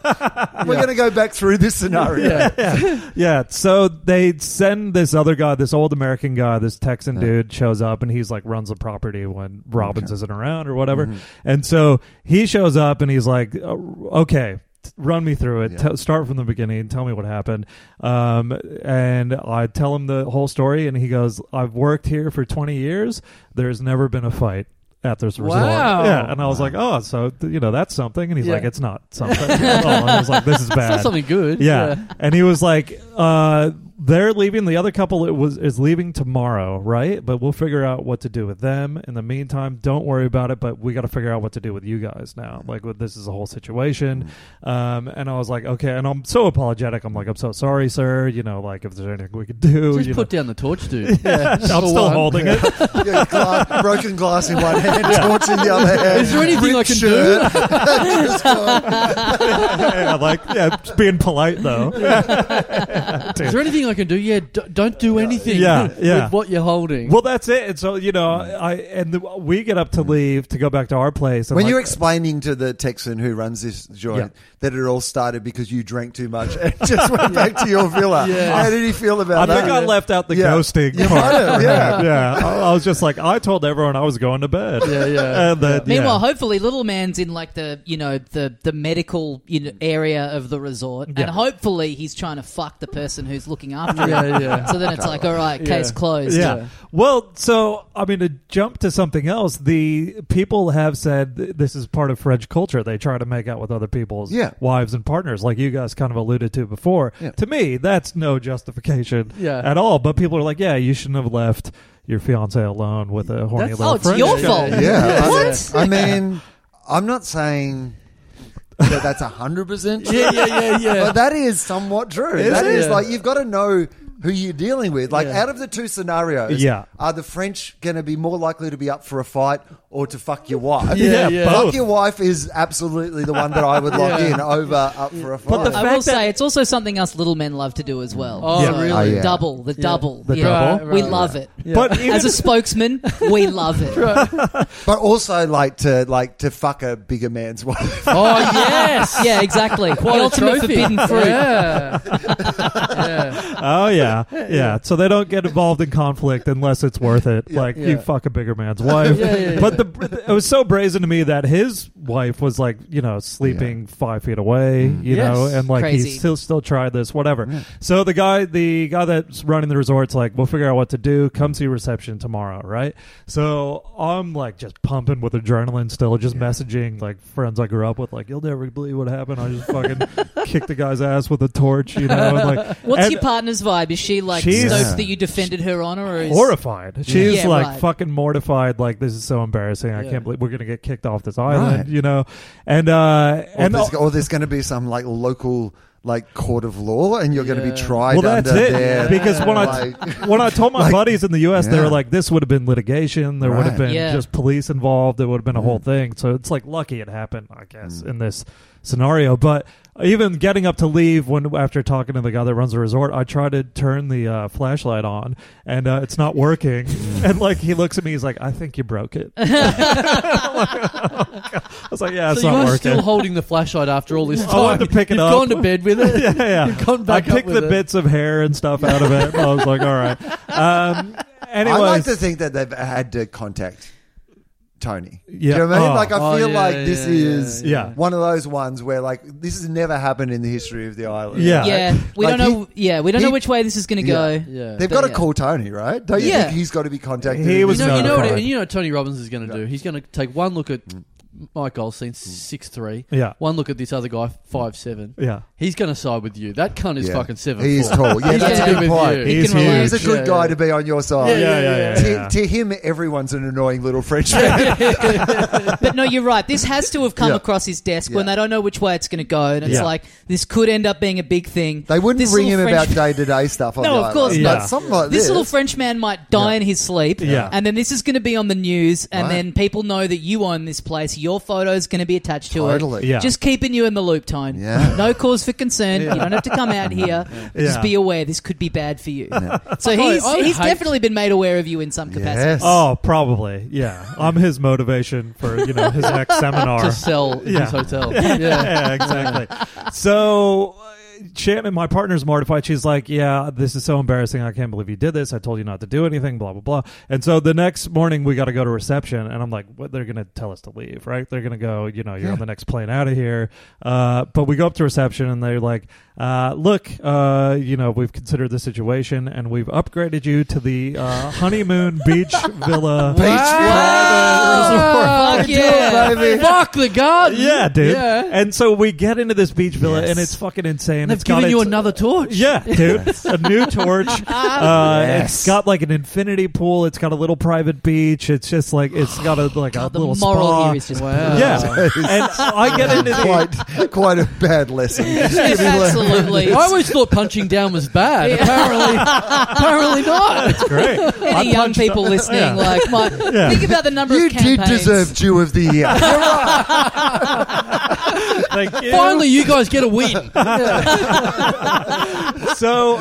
Speaker 5: we're going to go back through this scenario."
Speaker 3: Yeah.
Speaker 4: Yeah, so they send this other guy, this old American guy, this Texan
Speaker 5: Yeah.
Speaker 4: dude shows up and he's like runs the property when Robbins isn't around or whatever. And so he shows up and he's like, "Uh, okay, t- run me through it.
Speaker 5: Yeah.
Speaker 4: T- start from the beginning. Tell me what happened. Um, and I tell him the whole story and he goes, I've worked here for 20 years. There's never been a fight. At this resort,
Speaker 3: Wow.
Speaker 4: yeah, and I was like, "Oh, so th- you know that's something," and he's
Speaker 3: Yeah.
Speaker 4: like, "It's not something." at all. And I was like, "This is bad."
Speaker 3: That's something good.
Speaker 4: yeah. And he was like, uh, they're leaving. The other couple it was is leaving tomorrow, right? But we'll figure out what to do with them. In the meantime, don't worry about it. But we got to figure out what to do with you guys now. Like, well, this is a whole situation. Um, and I was like, okay. And I'm so apologetic. I'm like, I'm so sorry, sir. You know, like if there's anything we could do,
Speaker 3: Just
Speaker 4: you
Speaker 3: put
Speaker 4: know.
Speaker 3: down the torch,
Speaker 4: <laughs>
Speaker 3: dude.
Speaker 4: I'm still
Speaker 3: one. <laughs>
Speaker 4: holding it.
Speaker 5: <laughs> Yeah, gla- broken glass in one hand, torch in
Speaker 3: <laughs>
Speaker 5: the other hand.
Speaker 3: Is there anything
Speaker 5: ripped
Speaker 3: I can do? <laughs>
Speaker 5: shirt. Just gone.
Speaker 4: yeah, like, yeah, just being polite though.
Speaker 3: Is there anything I can do? Yeah, d- don't do anything.
Speaker 4: Yeah, yeah.
Speaker 3: With what you're holding.
Speaker 4: Well, that's it. And so you know,
Speaker 3: Mm-hmm.
Speaker 4: I and the, we get up to leave to go back to our place. And
Speaker 5: When
Speaker 4: like,
Speaker 5: you're explaining to the Texan who runs this joint that it all started because you drank too much and <laughs> just went back to your villa,
Speaker 3: Yeah.
Speaker 5: how did he feel
Speaker 4: I
Speaker 5: about that?
Speaker 4: think I left out the
Speaker 5: Yeah.
Speaker 4: ghosting
Speaker 5: You
Speaker 4: part.
Speaker 5: might have,
Speaker 1: <laughs>
Speaker 4: <laughs>
Speaker 5: yeah.
Speaker 4: yeah. I, I was just like, I told everyone I was going to bed.
Speaker 3: Yeah, yeah.
Speaker 4: <laughs> And then,
Speaker 1: Meanwhile,
Speaker 4: yeah.
Speaker 1: hopefully, little man's in like the you know the the medical you know, area of the resort,
Speaker 4: Yeah.
Speaker 1: and hopefully he's trying to fuck the person who's looking after him.
Speaker 3: yeah, yeah.
Speaker 1: So then it's like, all right,
Speaker 3: Yeah.
Speaker 1: case closed.
Speaker 4: Yeah.
Speaker 3: yeah.
Speaker 4: Well, so I mean, to jump to something else, the people have said th- this is part of French culture. They try to make out with other people's
Speaker 5: Yeah.
Speaker 4: wives and partners, like you guys kind of alluded to before.
Speaker 5: Yeah.
Speaker 4: To me, that's no justification
Speaker 3: Yeah.
Speaker 4: at all. But people are like, yeah, you shouldn't have left your fiance alone with a horny
Speaker 3: That's-
Speaker 4: little
Speaker 1: Oh, it's
Speaker 4: French
Speaker 1: your
Speaker 4: guy."
Speaker 1: fault.
Speaker 5: Yeah. I-
Speaker 1: What?
Speaker 5: I mean, I'm not saying that that's 100%
Speaker 3: <laughs>
Speaker 5: true.
Speaker 3: yeah, yeah, yeah,
Speaker 4: <laughs>
Speaker 3: yeah.
Speaker 5: But that is somewhat true. That
Speaker 4: Is
Speaker 5: is
Speaker 4: it?
Speaker 3: Yeah.
Speaker 5: like you've got to know who you're dealing with. Like
Speaker 3: Yeah.
Speaker 5: out of the two scenarios,
Speaker 4: Yeah.
Speaker 5: are the French going to be more likely to be up for a fight or to fuck your wife?
Speaker 4: Yeah,
Speaker 3: Yeah, yeah.
Speaker 5: Fuck
Speaker 4: both.
Speaker 5: your wife is absolutely the one that I would lock
Speaker 3: Yeah.
Speaker 5: in over up for a fight.
Speaker 4: But the
Speaker 1: I
Speaker 4: fact
Speaker 1: will
Speaker 4: that-
Speaker 1: say it's also something us little men love to do as well.
Speaker 3: Oh,
Speaker 4: Yeah.
Speaker 3: really?
Speaker 5: Oh, yeah.
Speaker 1: Double the double,
Speaker 4: The
Speaker 1: yeah.
Speaker 4: double?
Speaker 1: We
Speaker 3: Right,
Speaker 1: love it.
Speaker 3: Yeah.
Speaker 4: But even
Speaker 1: As
Speaker 4: <laughs>
Speaker 1: a spokesman, we love it.
Speaker 5: but also like to like to fuck a bigger man's wife.
Speaker 3: oh,
Speaker 4: <laughs>
Speaker 3: yes.
Speaker 1: Yeah, exactly.
Speaker 3: What
Speaker 1: the
Speaker 3: a
Speaker 1: ultimate
Speaker 3: trophy.
Speaker 1: forbidden fruit.
Speaker 3: Yeah. <laughs> yeah.
Speaker 4: Oh yeah, yeah. So they don't get involved in conflict unless it's worth it. like
Speaker 3: yeah.
Speaker 4: you fuck a bigger man's
Speaker 3: <laughs>
Speaker 4: wife.
Speaker 3: Yeah, yeah, yeah.
Speaker 4: But the it was so brazen to me that his wife was like you know sleeping five feet away, you
Speaker 3: Yes.
Speaker 4: know, and like
Speaker 1: Crazy.
Speaker 4: he still still tried this whatever. So the guy the guy that's running the resort's like, we'll figure out what to do. Come see reception tomorrow, right? So I'm like just pumping with adrenaline still, just messaging like friends I grew up with, like you'll never believe what happened. I just fucking <laughs> kicked the guy's ass with a torch, you know, and like
Speaker 1: What's
Speaker 4: and-
Speaker 1: your partner's vibe? Is she like
Speaker 4: She's-
Speaker 1: stoked that you defended her honor, or is
Speaker 4: horrified. She's
Speaker 1: Yeah,
Speaker 4: like
Speaker 1: right.
Speaker 4: fucking mortified. Like this is so embarrassing. I
Speaker 3: Yeah.
Speaker 4: can't believe we're gonna get kicked off this island.
Speaker 5: Right.
Speaker 4: You know, and uh,
Speaker 5: Or
Speaker 4: and
Speaker 5: there's, or there's going to be some like local like court of law, and you're going to
Speaker 3: Yeah.
Speaker 5: be tried.
Speaker 4: well, that's
Speaker 5: under
Speaker 4: it.
Speaker 5: Their,
Speaker 4: Because when <laughs> I
Speaker 5: <laughs> like-
Speaker 4: when I told my
Speaker 5: Like-
Speaker 4: buddies in the U.S., they were
Speaker 5: Yeah.
Speaker 4: like, "This would have been litigation. There would have
Speaker 5: Right. Mm.
Speaker 4: been
Speaker 1: Yeah.
Speaker 4: just police involved. There would have been a whole thing." So it's like lucky it happened, I guess, in this scenario. But even getting up to leave when after talking to the guy that runs the resort, I tried to turn the uh, flashlight on, and uh, it's not
Speaker 5: <laughs>
Speaker 4: working.
Speaker 5: Mm.
Speaker 4: and like he looks at me, he's like, "I think you
Speaker 3: <laughs>
Speaker 4: broke it." <laughs> I'm like, "Oh, God." I was like, "Yeah, it's
Speaker 3: so you
Speaker 4: not
Speaker 3: are
Speaker 4: working." Oh,
Speaker 3: still holding the flashlight after all this time.
Speaker 4: I wanted to pick it
Speaker 3: You've
Speaker 4: up.
Speaker 3: gone to bed with it.
Speaker 4: <laughs> yeah, yeah.
Speaker 3: You've gone back
Speaker 4: I
Speaker 3: up
Speaker 4: picked
Speaker 3: with
Speaker 4: the
Speaker 3: it.
Speaker 4: bits of hair and stuff out of it. and I was like, all right. Um, anyways,
Speaker 5: I like to think that they've had to contact Tony.
Speaker 4: Yeah.
Speaker 5: Do you know what I mean?
Speaker 4: Oh.
Speaker 5: Like, I
Speaker 3: Oh,
Speaker 5: feel
Speaker 3: yeah,
Speaker 5: like
Speaker 3: yeah,
Speaker 5: this
Speaker 3: yeah,
Speaker 5: is
Speaker 4: yeah, yeah.
Speaker 5: one of those ones where, like, this has never happened in the history of the island.
Speaker 4: Yeah.
Speaker 1: yeah? We
Speaker 5: Like,
Speaker 1: don't know. yeah, we don't know
Speaker 5: he-
Speaker 1: which way this is going to go.
Speaker 3: Yeah.
Speaker 5: They've got to
Speaker 1: Yeah.
Speaker 5: call Tony, right? Don't you
Speaker 1: Yeah.
Speaker 5: think he's got to be contacted?
Speaker 4: He was
Speaker 3: you
Speaker 5: You
Speaker 3: know, you know, what,
Speaker 4: notified.
Speaker 3: you know what Tony Robbins is going to do? He's going to take one look at Mike
Speaker 5: Mm.
Speaker 3: Goldstein, six three.
Speaker 4: Yeah.
Speaker 3: One look at this other guy, five seven.
Speaker 4: Yeah.
Speaker 3: He's going to side with you. That cunt is
Speaker 5: Yeah.
Speaker 3: fucking seven.
Speaker 5: He is tall. Yeah,
Speaker 3: He's
Speaker 5: that's a
Speaker 3: gonna
Speaker 5: good
Speaker 3: be with
Speaker 5: point.
Speaker 3: you.
Speaker 1: He
Speaker 4: He's Oh,
Speaker 1: can relate.
Speaker 5: He's a good
Speaker 3: Yeah,
Speaker 5: guy
Speaker 3: yeah.
Speaker 5: to be on your side.
Speaker 3: Yeah,
Speaker 4: Yeah, yeah, yeah.
Speaker 5: To, to him, everyone's an annoying
Speaker 4: <laughs>
Speaker 5: little Frenchman.
Speaker 1: But no, you're right. This has to have come
Speaker 5: Yeah.
Speaker 1: across his desk when
Speaker 5: Yeah.
Speaker 1: they don't know which way it's going to go, and it's
Speaker 4: Yeah.
Speaker 1: like this could end up being a big thing.
Speaker 5: they wouldn't
Speaker 1: This
Speaker 5: ring him
Speaker 1: little French-
Speaker 5: about day to day stuff. on
Speaker 1: No,
Speaker 5: the
Speaker 1: of
Speaker 5: island,
Speaker 1: course
Speaker 5: but
Speaker 4: not.
Speaker 5: Something like
Speaker 1: This
Speaker 5: this.
Speaker 1: little French man might die
Speaker 5: Yeah.
Speaker 1: in his sleep,
Speaker 4: Yeah.
Speaker 1: and then this is going to be on the news, and
Speaker 5: Right.
Speaker 1: then people know that you own this place. Your photo's going to be attached to it.
Speaker 5: totally.
Speaker 4: Yeah.
Speaker 1: Just keeping you in the loop, Tone.
Speaker 5: Yeah.
Speaker 1: No cause for concern. You don't have to come
Speaker 5: <laughs>
Speaker 1: out here. Just
Speaker 4: Yeah.
Speaker 1: be aware this could be bad for you. So
Speaker 3: I-
Speaker 1: he's,
Speaker 3: I would
Speaker 1: he's
Speaker 3: hate-
Speaker 1: definitely been made aware of you in some capacity.
Speaker 5: Yes.
Speaker 4: Oh, probably. Yeah. I'm his motivation for, you know, his
Speaker 3: <laughs>
Speaker 4: next seminar.
Speaker 3: To
Speaker 5: <laughs>
Speaker 3: sell
Speaker 4: Yeah.
Speaker 3: his hotel. Yeah.
Speaker 4: yeah, exactly. So uh, Shannon, my partner's mortified. She's like, "Yeah, this is so embarrassing. I can't believe you did this. I told you not to do anything." Blah blah blah. And so the next morning, we got to go to reception, and I'm like, "What? They're gonna tell us to leave, right? They're gonna go, you know, you're on the next plane out of here." Uh, but we go up to reception, and they're like, uh, "Look, uh, you know, we've considered the situation, and we've upgraded you to the
Speaker 3: <laughs>
Speaker 4: uh, honeymoon beach villa."
Speaker 5: Beach
Speaker 1: Wow.
Speaker 5: private
Speaker 1: Oh, Fuck
Speaker 5: resort.
Speaker 1: yeah.
Speaker 5: Do it, baby.
Speaker 3: Fuck the garden.
Speaker 4: Yeah, dude.
Speaker 3: Yeah.
Speaker 4: And so we get into this beach villa,
Speaker 5: Yes.
Speaker 4: and it's fucking insane.
Speaker 3: And
Speaker 4: It's
Speaker 3: they've given
Speaker 4: got
Speaker 3: you
Speaker 4: its-
Speaker 3: another torch.
Speaker 1: <laughs>
Speaker 4: Yeah, dude. A new torch. Uh, It's
Speaker 5: Yes.
Speaker 4: got like an infinity pool. It's got a little private beach. It's just like it's got a like a
Speaker 1: God, the
Speaker 4: little
Speaker 1: moral
Speaker 4: spa.
Speaker 1: here is just <laughs>
Speaker 3: Wow.
Speaker 4: yeah, and I get into the
Speaker 5: <laughs> quite, quite a bad
Speaker 1: <laughs>
Speaker 5: lesson.
Speaker 1: Yes, absolutely.
Speaker 3: I
Speaker 1: <laughs>
Speaker 3: always thought punching down was bad.
Speaker 5: <laughs>
Speaker 3: Apparently, apparently not.
Speaker 4: great. I
Speaker 1: <laughs> Any young
Speaker 4: punched
Speaker 1: people
Speaker 4: the-
Speaker 1: listening,
Speaker 4: <laughs> yeah.
Speaker 1: like, my,
Speaker 4: Yeah.
Speaker 1: think about the number
Speaker 5: You
Speaker 1: of campaigns.
Speaker 5: did deserve Jew of the uh, Year. You're
Speaker 1: <laughs>
Speaker 5: right.
Speaker 4: Thank you.
Speaker 3: Finally, you guys get a
Speaker 5: <laughs>
Speaker 3: win.
Speaker 4: so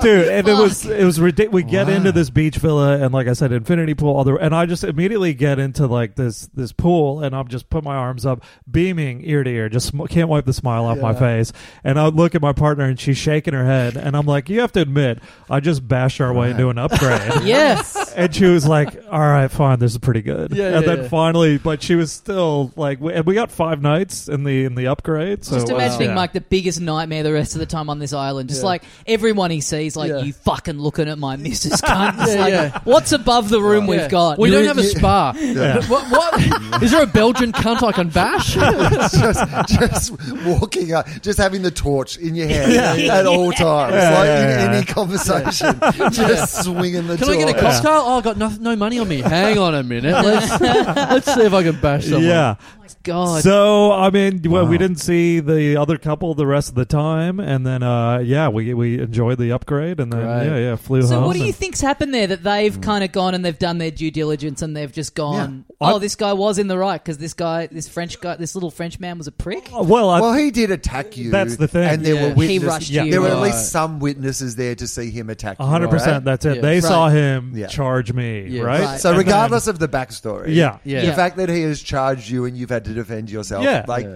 Speaker 4: dude and it was it was ridiculous we get into this beach villa and like i said infinity pool all the, and i just immediately get into like this this pool and i'm just put my arms up beaming ear to ear just sm- can't wipe the smile off my face and i look at my partner and she's shaking her head and i'm like you have to admit i just bashed our way into
Speaker 3: <laughs>
Speaker 4: an upgrade
Speaker 1: Yes.
Speaker 4: and she was like, "All right, fine, this is pretty good."
Speaker 3: Yeah,
Speaker 4: and
Speaker 3: yeah,
Speaker 4: then
Speaker 3: yeah.
Speaker 4: finally, but she was still like, we, and we got five nights in the in the upgrade. So
Speaker 1: Just
Speaker 4: it was-
Speaker 1: imagining
Speaker 4: yeah.
Speaker 1: Mike the biggest nightmare the rest of the time on this island. Just
Speaker 3: uh, Yeah.
Speaker 1: like everyone he sees, like
Speaker 3: Yeah.
Speaker 1: you fucking looking at my
Speaker 3: <laughs>
Speaker 1: missus cunt. It's
Speaker 3: Yeah,
Speaker 1: like,
Speaker 3: yeah.
Speaker 1: What's above the room
Speaker 3: Yeah.
Speaker 1: we've got?
Speaker 3: We
Speaker 1: You-
Speaker 3: don't have a
Speaker 5: <laughs>
Speaker 3: spa. What, what? Is there a Belgian cunt I can
Speaker 5: <laughs>
Speaker 3: bash?
Speaker 5: <laughs> just, just walking up, just having the torch in your hand at all times,
Speaker 4: Yeah,
Speaker 5: like
Speaker 4: yeah,
Speaker 5: in
Speaker 4: yeah. <laughs>
Speaker 5: any conversation, just swinging the
Speaker 3: Can I
Speaker 5: torch.
Speaker 3: get a cocktail? Oh, I got no, no money on me. Hang on a minute.
Speaker 5: <laughs>
Speaker 3: Let's, let's see if I can
Speaker 1: <laughs>
Speaker 3: bash someone.
Speaker 4: yeah.
Speaker 1: God.
Speaker 4: So I mean, well, we didn't see the other couple the rest of the time, and then uh, yeah, we we enjoyed the upgrade, and then
Speaker 3: Great.
Speaker 4: yeah, yeah, flew
Speaker 1: So
Speaker 4: home.
Speaker 1: what do you
Speaker 4: and-
Speaker 1: think's happened there that they've
Speaker 3: Mm.
Speaker 1: kind of gone and they've done their due diligence and they've just gone,
Speaker 4: Yeah.
Speaker 1: oh,
Speaker 4: I-
Speaker 1: this guy was in the right because this guy, this French guy, this little French man was a
Speaker 3: Oh,
Speaker 1: prick.
Speaker 4: Uh, well, I,
Speaker 5: Well, he did attack you.
Speaker 4: That's the thing.
Speaker 5: And there
Speaker 3: Yeah.
Speaker 5: were
Speaker 1: He
Speaker 5: witnesses.
Speaker 1: rushed
Speaker 4: yeah.
Speaker 1: you.
Speaker 5: There were at
Speaker 1: off.
Speaker 3: Right.
Speaker 5: least some witnesses there to see him attack you.
Speaker 4: 100. percent
Speaker 5: right?
Speaker 4: That's it.
Speaker 3: Yeah.
Speaker 4: They
Speaker 3: Right.
Speaker 4: saw him
Speaker 5: Yeah.
Speaker 4: charge me,
Speaker 3: Yeah.
Speaker 4: right?
Speaker 1: Right.
Speaker 5: So,
Speaker 4: And
Speaker 5: regardless of the backstory,
Speaker 4: then- yeah.
Speaker 3: Yeah.
Speaker 5: the
Speaker 1: Yeah.
Speaker 5: fact that he has charged you and you've had to defend yourself,
Speaker 4: Yeah.
Speaker 5: like
Speaker 3: Yeah.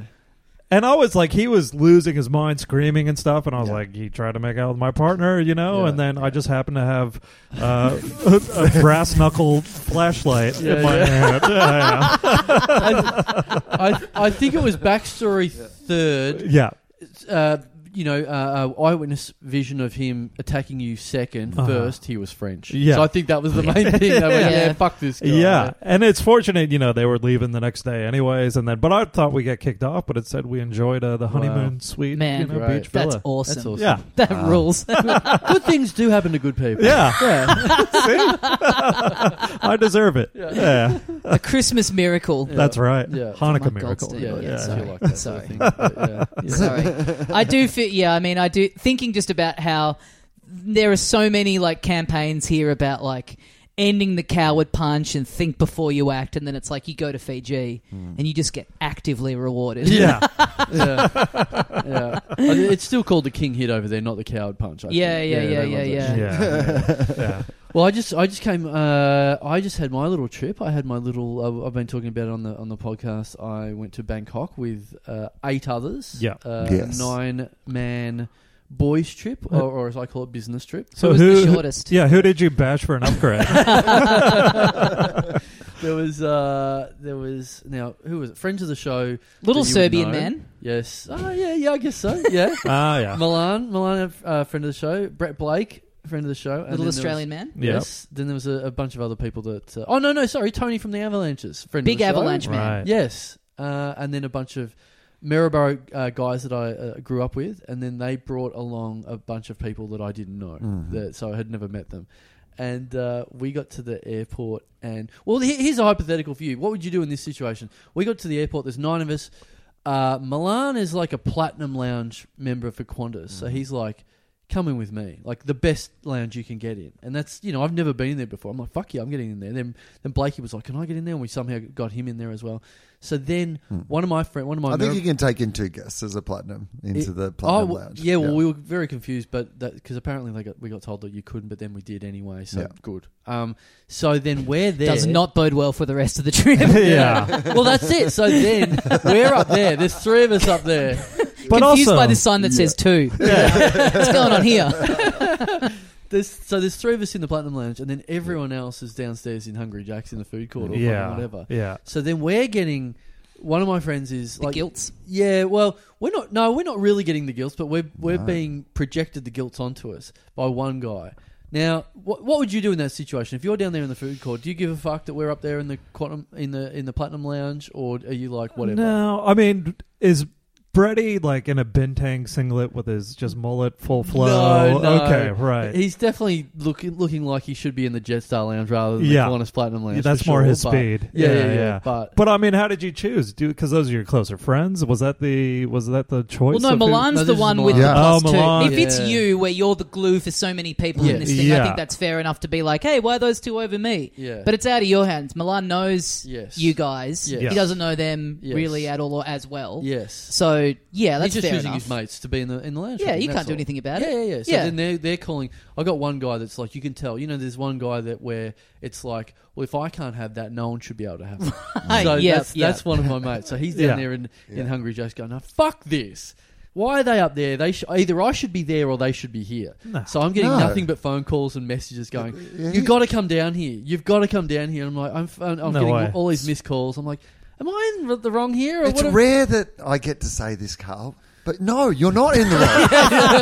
Speaker 4: And I was like, he was losing his mind, screaming and stuff. And I was
Speaker 5: Yeah.
Speaker 4: like, he tried to make out with my partner, you know.
Speaker 3: Yeah.
Speaker 4: And then I just happened to have
Speaker 5: <laughs>
Speaker 4: uh, a, brass knuckle flashlight
Speaker 3: Yeah,
Speaker 4: in my
Speaker 3: yeah.
Speaker 4: hand.
Speaker 5: <laughs>
Speaker 4: Yeah,
Speaker 3: I, I, I think it was backstory third.
Speaker 4: yeah.
Speaker 3: Uh, you know, uh, uh, eyewitness vision of him attacking you 2nd
Speaker 4: Uh-huh.
Speaker 3: First, he was French.
Speaker 4: Yeah.
Speaker 3: So I think that was the main thing. They
Speaker 1: <laughs>
Speaker 3: went,
Speaker 1: Yeah.
Speaker 3: yeah. fuck this guy.
Speaker 4: Yeah, and it's fortunate, you know, they were leaving the next day, anyways. And then, but I thought we got kicked off, but it said we enjoyed uh, the honeymoon suite,
Speaker 1: Man,
Speaker 4: you know,
Speaker 3: Right.
Speaker 4: beach
Speaker 1: That's
Speaker 4: villa.
Speaker 1: awesome.
Speaker 3: That's awesome. Ah.
Speaker 4: Yeah,
Speaker 1: That
Speaker 3: <laughs>
Speaker 1: rules.
Speaker 3: Good things do happen to good people.
Speaker 4: yeah,
Speaker 3: Yeah.
Speaker 4: I
Speaker 3: <laughs>
Speaker 4: deserve it. Yeah,
Speaker 1: a Christmas miracle.
Speaker 4: <laughs> that's right.
Speaker 3: Yeah.
Speaker 4: Hanukkah
Speaker 1: Mike
Speaker 4: miracle.
Speaker 1: Goldstein.
Speaker 3: Yeah, yeah,
Speaker 1: Yeah,
Speaker 3: if
Speaker 1: sorry.
Speaker 3: you like that sort
Speaker 1: Sorry.
Speaker 3: of thing. But, yeah.
Speaker 1: <laughs>
Speaker 3: Yeah.
Speaker 1: Sorry. I do feel, yeah, I mean, I do, thinking just about how there are so many, like, campaigns here about, like, ending the coward punch and think before you act. And then it's like you go to Fiji and you just get actively rewarded.
Speaker 4: Yeah,
Speaker 3: Mm. yeah. yeah. I mean, It's still called the king hit over there, not the coward punch. I
Speaker 1: Yeah,
Speaker 3: think.
Speaker 1: yeah, yeah,
Speaker 3: they love
Speaker 1: yeah,
Speaker 3: that
Speaker 4: yeah,
Speaker 1: yeah.
Speaker 3: shit.
Speaker 4: yeah. yeah.
Speaker 3: Well, I just, I just came. Uh, I just had my little trip. I had my little. Uh, I've been talking about it on the on the podcast. I went to Bangkok with uh, eight others.
Speaker 4: Yeah.
Speaker 3: uh,
Speaker 5: Yes.
Speaker 3: nine man boys trip,
Speaker 1: Uh,
Speaker 3: or, or as I call it,
Speaker 1: <laughs>
Speaker 3: business trip.
Speaker 1: <laughs> Who was the shortest?
Speaker 4: Yeah, who did you bash for an upgrade?
Speaker 3: There was, uh, there was now who was it? Friends of the show.
Speaker 1: Little
Speaker 3: that you would
Speaker 1: Serbian
Speaker 3: know.
Speaker 1: man. <laughs>
Speaker 3: Yes. Oh yeah, yeah. I guess so. Yeah.
Speaker 4: Ah, yeah.
Speaker 3: Milan, Milan, uh, friend of the show, Brett Blake, friend of the show. and then there
Speaker 1: Little
Speaker 3: was-
Speaker 1: Australian man.
Speaker 4: Yep.
Speaker 3: Yes. Then there was a, a bunch of other people that. Uh, oh no, no, sorry, Tony from the Avalanches, friend.
Speaker 1: Big
Speaker 3: of the show.
Speaker 1: Avalanche man.
Speaker 4: Right.
Speaker 3: Yes, uh, and then a bunch of Maryborough uh, guys that I uh, grew up with, and then they brought along a bunch of people that I didn't know,
Speaker 5: Mhm.
Speaker 4: Mm-hmm.
Speaker 3: that, so I had never met them. And uh, we got to the airport, and well, he- here's a hypothetical for you. What would you do in this situation? We got to the airport. There's nine of us. Uh, Milan is like a platinum lounge member for Qantas, so
Speaker 4: Mm-hmm.
Speaker 3: he's like, "Come in with me, like the best lounge you can get in." And that's you know, I've never been there before. I'm like, "Fuck yeah, I'm getting in there." Then then Blakey was like, "Can I get in there?" And we somehow got him in there as well. So then one of my friend, one of my
Speaker 5: Hmm. I think
Speaker 3: Ameri-
Speaker 5: you can take in two guests as a platinum into
Speaker 3: It-
Speaker 5: the
Speaker 3: Oh,
Speaker 5: platinum
Speaker 3: well,
Speaker 5: lounge.
Speaker 3: yeah, well, we were very confused, but because apparently they got, we got told that you couldn't, but then we did anyway. So
Speaker 5: Yeah.
Speaker 3: good. Um, so then we're there.
Speaker 1: Does not bode well for the rest of the trip.
Speaker 4: <laughs> yeah.
Speaker 3: <laughs> well, that's it. So then we're up there. There's three of us up there.
Speaker 1: <laughs>
Speaker 4: But
Speaker 1: Confused
Speaker 4: also,
Speaker 1: by this sign that says two. <laughs> What's going on
Speaker 3: <laughs>
Speaker 1: here?
Speaker 3: There's so there's three of us in the Platinum Lounge, and then everyone else is downstairs in Hungry Jack's in the food court or
Speaker 4: yeah,
Speaker 3: fucking whatever.
Speaker 4: Yeah.
Speaker 3: So then we're getting. One of my friends is
Speaker 1: The
Speaker 3: like,
Speaker 1: guilts.
Speaker 3: yeah. Well, we're not. No, we're not really getting the guilts, but we're we're
Speaker 5: No.
Speaker 3: being projected the guilts onto us by one guy. Now, what what would you do in that situation? If you're down there in the food court, do you give a fuck that we're up there in the quantum in the in the platinum lounge, or are you like whatever?
Speaker 4: No, I mean, is Brady like in a bintang singlet with his just mullet full flow?
Speaker 3: No, no.
Speaker 4: Okay, right.
Speaker 3: He's definitely looking looking like he should be in the Jetstar lounge rather than
Speaker 4: Yeah.
Speaker 3: the Qantas Platinum lounge.
Speaker 4: Yeah, that's
Speaker 3: for
Speaker 4: more
Speaker 3: sure,
Speaker 4: his
Speaker 3: but-
Speaker 4: speed.
Speaker 3: Yeah, yeah,
Speaker 4: Yeah,
Speaker 3: yeah.
Speaker 4: yeah.
Speaker 3: But
Speaker 4: but I mean, how did you choose? Do because those are your closer friends. Was that the was that the choice?
Speaker 1: Well, no,
Speaker 4: of who-
Speaker 1: Milan's
Speaker 3: No,
Speaker 1: the
Speaker 3: this is
Speaker 1: one
Speaker 3: Milan.
Speaker 1: with the
Speaker 5: Yeah.
Speaker 1: plus
Speaker 4: Oh,
Speaker 1: two.
Speaker 4: Milan.
Speaker 1: If it's
Speaker 3: Yeah.
Speaker 1: you, where you're the glue for so many people
Speaker 3: Yeah.
Speaker 1: in this thing, I
Speaker 4: Yeah.
Speaker 1: think that's fair enough to be like, hey, why are those two over me?
Speaker 3: yeah,
Speaker 1: But it's out of your hands. Milan knows
Speaker 3: yes,
Speaker 1: you guys.
Speaker 3: Yes.
Speaker 4: Yes.
Speaker 1: He doesn't know them
Speaker 3: Yes.
Speaker 1: really at all or as well.
Speaker 3: Yes,
Speaker 1: So, yeah, that's
Speaker 3: he's just
Speaker 1: fair
Speaker 3: choosing
Speaker 1: enough.
Speaker 3: his mates to be in the in the lounge.
Speaker 1: Yeah,
Speaker 3: with him,
Speaker 1: you
Speaker 3: that's
Speaker 1: can't do
Speaker 3: all.
Speaker 1: anything about
Speaker 3: yeah,
Speaker 1: it.
Speaker 3: Yeah, yeah, So
Speaker 1: Yeah.
Speaker 3: then they're they're calling. I got one guy that's like, you can tell. You know, there's one guy that where it's like, well, if I can't have that, no one should be able to have
Speaker 1: <laughs>
Speaker 3: it.
Speaker 1: Hey,
Speaker 3: so
Speaker 1: yeah,
Speaker 3: that's
Speaker 1: yeah.
Speaker 3: that's one of my mates. So he's down
Speaker 4: Yeah.
Speaker 3: there in in
Speaker 5: Yeah.
Speaker 3: Hungry Jack's going, no, fuck this. Why are they up there? They sh- either I should be there or they should be here.
Speaker 4: No.
Speaker 3: So I'm getting
Speaker 5: No.
Speaker 3: nothing but phone calls and messages going.
Speaker 5: Yeah.
Speaker 3: You've got to come down here. You've got to come down here. I'm like, I'm, I'm, I'm
Speaker 4: No
Speaker 3: getting
Speaker 4: way.
Speaker 3: all these missed calls. I'm like, am I in the wrong here? Or
Speaker 5: It's
Speaker 3: what have-
Speaker 5: rare that I get to say this, Carl. But no, you're not
Speaker 3: <laughs>
Speaker 5: in the wrong.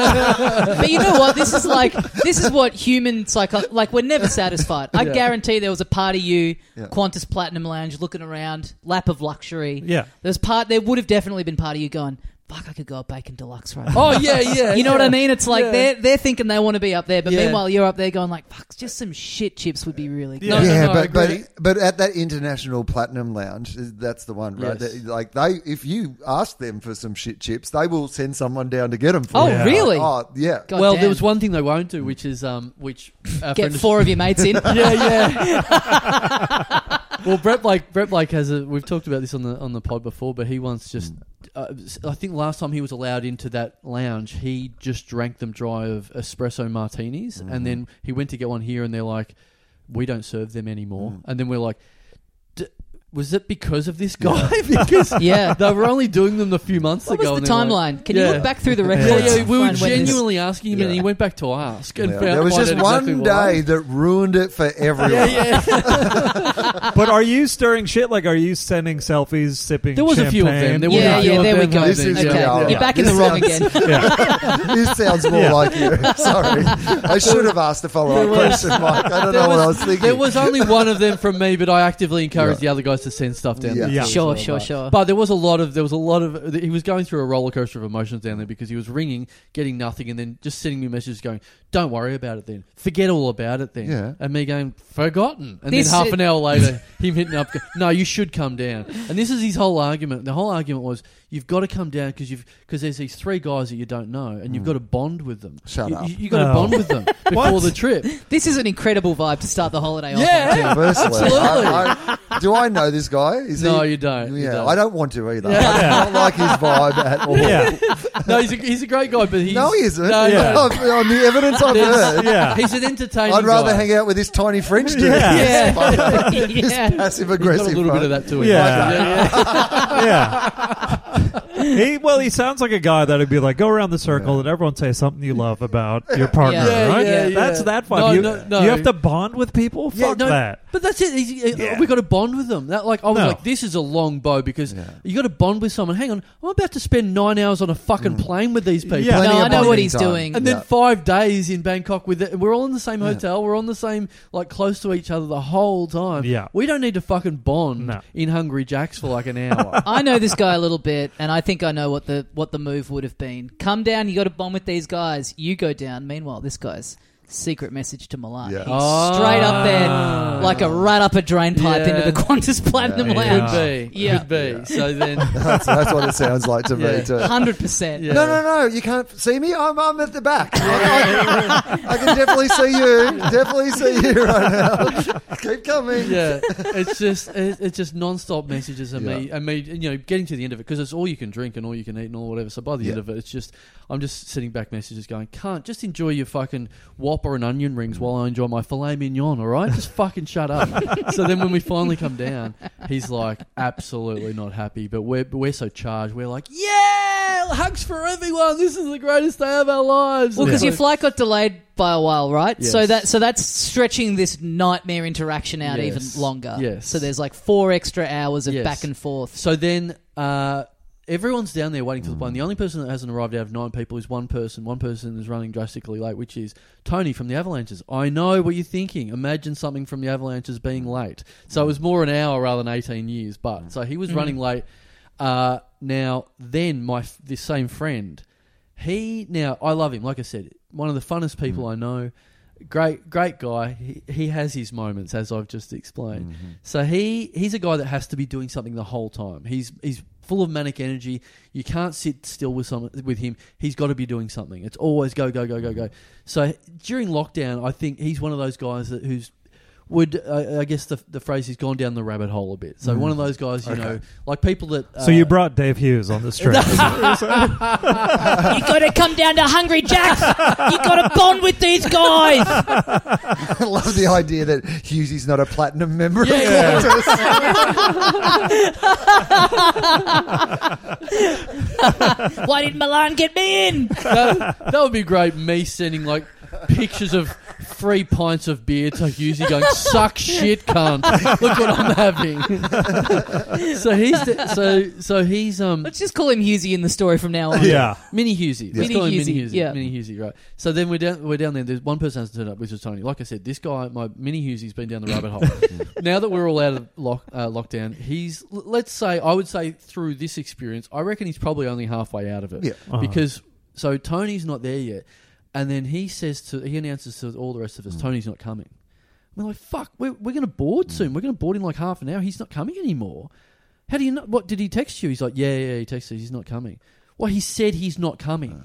Speaker 1: but you know what? This is like this is what human psycho like we're never satisfied. I
Speaker 3: Yeah.
Speaker 1: guarantee there was a part of you,
Speaker 5: Yeah.
Speaker 1: Qantas Platinum Lounge, looking around, lap of luxury.
Speaker 4: Yeah.
Speaker 1: There's part there would have definitely been part of you going, Fuck, I could go up bacon deluxe right now.
Speaker 3: Oh yeah,
Speaker 1: <laughs>
Speaker 3: yeah.
Speaker 1: You know what I mean? It's like
Speaker 3: Yeah.
Speaker 1: they're they're thinking they want to be up there, but
Speaker 3: Yeah.
Speaker 1: meanwhile you're up there going like, "Fuck, just some shit chips would be really good."
Speaker 4: No, no,
Speaker 5: yeah,
Speaker 3: no, I
Speaker 5: but
Speaker 3: agree.
Speaker 5: but but at that international platinum lounge, that's the one, right?
Speaker 3: Yes.
Speaker 5: That- like they, if you ask them for some shit chips, they will send someone down to get them. For
Speaker 1: Oh,
Speaker 5: you.
Speaker 1: really?
Speaker 5: Oh, yeah.
Speaker 1: God
Speaker 3: well,
Speaker 1: damn.
Speaker 3: there was one thing they won't do, which is um, which our
Speaker 1: Get
Speaker 3: friend-
Speaker 1: four of your mates
Speaker 3: <laughs>
Speaker 1: in.
Speaker 3: yeah, yeah. well, Brett Blake, Brett Blake has a. We've talked about this on the on the pod before, but he once just.
Speaker 5: Hmm.
Speaker 3: Uh, I think last time he was allowed into that lounge, he just drank them dry of espresso martinis,
Speaker 5: Mm-hmm.
Speaker 3: and then he went to get one here, and they're like, "We don't serve them
Speaker 5: Mm.
Speaker 3: anymore," and then we're like. D- was it because of this guy? <laughs> because
Speaker 1: <laughs> Yeah.
Speaker 3: they were only doing them a few months
Speaker 1: What was
Speaker 3: ago.
Speaker 1: the
Speaker 3: and they're like-
Speaker 1: timeline? Can you
Speaker 3: Yeah.
Speaker 1: look back through the records?
Speaker 3: Yeah, yeah,
Speaker 1: and
Speaker 3: we were
Speaker 1: find when this-
Speaker 3: genuinely asking him, and he
Speaker 5: Yeah.
Speaker 3: went back to ask. And
Speaker 5: Yeah.
Speaker 3: found
Speaker 5: There was
Speaker 3: find
Speaker 5: just
Speaker 3: out
Speaker 5: one
Speaker 3: exactly why.
Speaker 5: day that ruined it
Speaker 3: <laughs>
Speaker 5: for everyone.
Speaker 3: Yeah, yeah.
Speaker 4: but are you stirring shit? Like, are you sending selfies, sipping?
Speaker 3: There was a few of them.
Speaker 4: champagne?
Speaker 3: There was
Speaker 1: Yeah,
Speaker 3: a few
Speaker 1: yeah,
Speaker 3: of
Speaker 1: there we
Speaker 3: them.
Speaker 1: go.
Speaker 5: This is-
Speaker 1: Okay,
Speaker 5: yeah,
Speaker 1: you're
Speaker 5: yeah.
Speaker 1: back in the
Speaker 5: This
Speaker 1: wrong
Speaker 3: <laughs>
Speaker 5: sounds-
Speaker 1: again.
Speaker 5: this sounds more
Speaker 4: Yeah.
Speaker 5: like
Speaker 4: <laughs>
Speaker 5: you. Sorry, I should have asked a follow up question, Mike. I don't know what I was thinking.
Speaker 3: There was only one of them from me, but I actively encouraged the other guys to send stuff down
Speaker 5: Yeah.
Speaker 3: there. too
Speaker 4: Yeah.
Speaker 3: as
Speaker 1: Sure,
Speaker 3: well,
Speaker 1: sure,
Speaker 3: but-
Speaker 1: sure.
Speaker 3: But there was a lot of there was a lot of he was going through a roller coaster of emotions down there because he was ringing, getting nothing, and then just sending me messages going, "Don't worry about it, then forget all about it, then."
Speaker 5: Yeah.
Speaker 3: And me going, "Forgotten," and
Speaker 1: This
Speaker 3: then half
Speaker 1: is-
Speaker 3: an hour
Speaker 5: <laughs>
Speaker 3: later, him hitting up, go- "No, you should come down." And this is his whole argument. The whole argument was, "You've got to come down because you've because there's these three guys that you don't know, and you've got to bond with them.
Speaker 5: Mm. Shut
Speaker 3: you,
Speaker 5: up.
Speaker 3: You, you got to
Speaker 4: No.
Speaker 3: bond with them before
Speaker 4: What?
Speaker 3: the trip.
Speaker 1: This is an incredible vibe to start the holiday off.
Speaker 3: Yeah.
Speaker 1: on, too.
Speaker 5: Conversely,
Speaker 3: Absolutely.
Speaker 5: I- I- do I know this guy? Is
Speaker 3: No,
Speaker 5: he-
Speaker 3: you don't. You
Speaker 5: Yeah,
Speaker 3: don't.
Speaker 5: I don't want to either.
Speaker 3: Yeah.
Speaker 5: I do not like his vibe at all.
Speaker 3: <laughs>
Speaker 4: Yeah,
Speaker 3: No, he's a, he's a great guy, but he's
Speaker 5: No, he isn't.
Speaker 3: No,
Speaker 4: Yeah.
Speaker 3: no.
Speaker 5: On the evidence I've
Speaker 3: There's-
Speaker 5: heard,
Speaker 4: yeah.
Speaker 3: he's an entertaining.
Speaker 5: I'd rather
Speaker 3: guy.
Speaker 5: hang out with this tiny French dude.
Speaker 4: Yeah.
Speaker 1: Yeah.
Speaker 3: <laughs> He's
Speaker 5: Passive
Speaker 3: got
Speaker 4: <laughs>
Speaker 5: aggressive.
Speaker 3: <laughs> a little bit of that to him.
Speaker 4: Yeah. yeah. He well, he sounds like a guy that'd be like, go around the circle and everyone say something you love about your partner,
Speaker 1: Yeah,
Speaker 4: right?
Speaker 1: yeah, yeah.
Speaker 4: That's that vibe.
Speaker 3: No,
Speaker 4: you,
Speaker 3: no, no.
Speaker 4: you have to bond with people.
Speaker 3: Yeah,
Speaker 4: Fuck
Speaker 3: no,
Speaker 4: that.
Speaker 3: But that's it. He's- uh,
Speaker 4: Yeah.
Speaker 3: We got to bond with them. That like I was
Speaker 4: No.
Speaker 3: like, this is a long bow because
Speaker 5: Yeah.
Speaker 3: you got to bond with someone. Hang on, I'm about to spend nine hours on a fucking plane with these people.
Speaker 4: Yeah.
Speaker 5: Mm. Plenty
Speaker 1: No,
Speaker 5: of
Speaker 1: I know what
Speaker 5: bonding
Speaker 1: he's
Speaker 5: time.
Speaker 1: doing.
Speaker 3: <laughs> And then
Speaker 5: Yeah.
Speaker 3: five days in Bangkok with it. We're all in the same hotel. We're on the same, like, close to each other the whole time.
Speaker 4: Yeah.
Speaker 3: We don't need to fucking bond
Speaker 4: No.
Speaker 3: in Hungry Jack's for like an hour.
Speaker 1: I know this guy a little bit, and I think I know what the what the move would have been. Come down, you got to bond with these guys. You go down. Meanwhile, this guy's secret message to Milan.
Speaker 5: Yeah.
Speaker 1: He's straight up
Speaker 3: Ah.
Speaker 1: there, like a right up a drain pipe
Speaker 3: Yeah.
Speaker 1: into the Qantas Platinum
Speaker 4: <laughs> Yeah.
Speaker 1: Lounge.
Speaker 3: Could be.
Speaker 1: Yeah.
Speaker 3: Could be. So then.
Speaker 5: <laughs> That's, that's what it sounds like to
Speaker 3: Yeah.
Speaker 5: me
Speaker 1: <laughs>
Speaker 5: too.
Speaker 1: Hundred percent.
Speaker 3: Yeah.
Speaker 5: No, no, no! You can't see me. I'm, I'm at the back. I, I can definitely see you. Definitely see you right now. Keep coming.
Speaker 3: yeah, it's just it- it's just non-stop messages and me and me and, you know getting to the end of it because it's all you can drink and all you can eat and all whatever. So by the
Speaker 5: Yeah.
Speaker 3: end of it, it's just I'm just sitting back messages going, can't just enjoy your fucking whopper and onion rings while I enjoy my filet mignon. All right, just fucking shut up. so then when we finally come down, he's like absolutely not happy, but we're but we're so charged. We're like, yeah, hugs for everyone. This is the greatest day of our lives.
Speaker 1: Well, because
Speaker 3: And
Speaker 1: your
Speaker 3: so-
Speaker 1: flight got delayed by a while, right? So
Speaker 3: Yes.
Speaker 1: that so that's stretching this nightmare interaction out
Speaker 3: Yes.
Speaker 1: even longer.
Speaker 3: Yes.
Speaker 1: So there's like four extra hours of
Speaker 3: Yes.
Speaker 1: back and forth.
Speaker 3: So then uh, everyone's down there waiting for the plane. The only person that hasn't arrived out of nine people is one person. One person is running drastically late, which is Tony from the Avalanches. I know what you're thinking. Imagine something from the Avalanches being late. So it was more an hour rather than 18 years. But so he was running late. Uh, now then, my f- this same friend, he now I love him. Like I said, one of the funnest people I know. Great, great guy. He, he has his moments, as I've just explained. So he he's a guy that has to be doing something the whole time. He's he's full of manic energy. You can't sit still with some with him. He's got to be doing something. It's always go go go go go. So during lockdown, I think he's one of those guys that who's would uh, I guess the the phrase he's gone down the rabbit hole a bit. So one of those guys, you know, like people that. Uh,
Speaker 4: So you brought Dave Hughes
Speaker 3: <laughs>
Speaker 4: on this trip.
Speaker 1: you got to come down to Hungry Jack's. You got to bond with these guys.
Speaker 5: I love the idea that Hughesy's not a platinum member.
Speaker 3: Yeah, yeah.
Speaker 5: of Qantas.
Speaker 1: Why did Milan get me in?
Speaker 3: that, that would be great. Me sending like pictures of three pints of beer to Husey going, "Suck shit, cunt! Look what I'm having." <laughs> so he's so so he's um
Speaker 1: Let's just call him Husey in the story from now on.
Speaker 4: yeah.
Speaker 3: Mini Husey. Let's
Speaker 1: Mini
Speaker 3: call him Mini
Speaker 1: Husey,
Speaker 3: Husey.
Speaker 1: yeah.
Speaker 3: Mini Husey, right. So then we're down we're down there. There's one person has turned up, which is Tony. Like I said, this guy, my Mini Husey's been down the
Speaker 1: <laughs>
Speaker 3: rabbit hole. now that we're all out of lock, uh, lockdown, he's l- let's say I would say through this experience, I reckon he's probably only halfway out of it.
Speaker 5: Yeah.
Speaker 4: Uh-huh.
Speaker 3: Because so Tony's not there yet, and then he says to he announces to all the rest of us, Tony's not coming. We're like, fuck, we're, we're going to board soon. We're going to board in like half an hour. He's not coming anymore. How do you know? What did he text you? He's like, yeah, yeah, he texted. He's not coming. Well, he said he's not coming.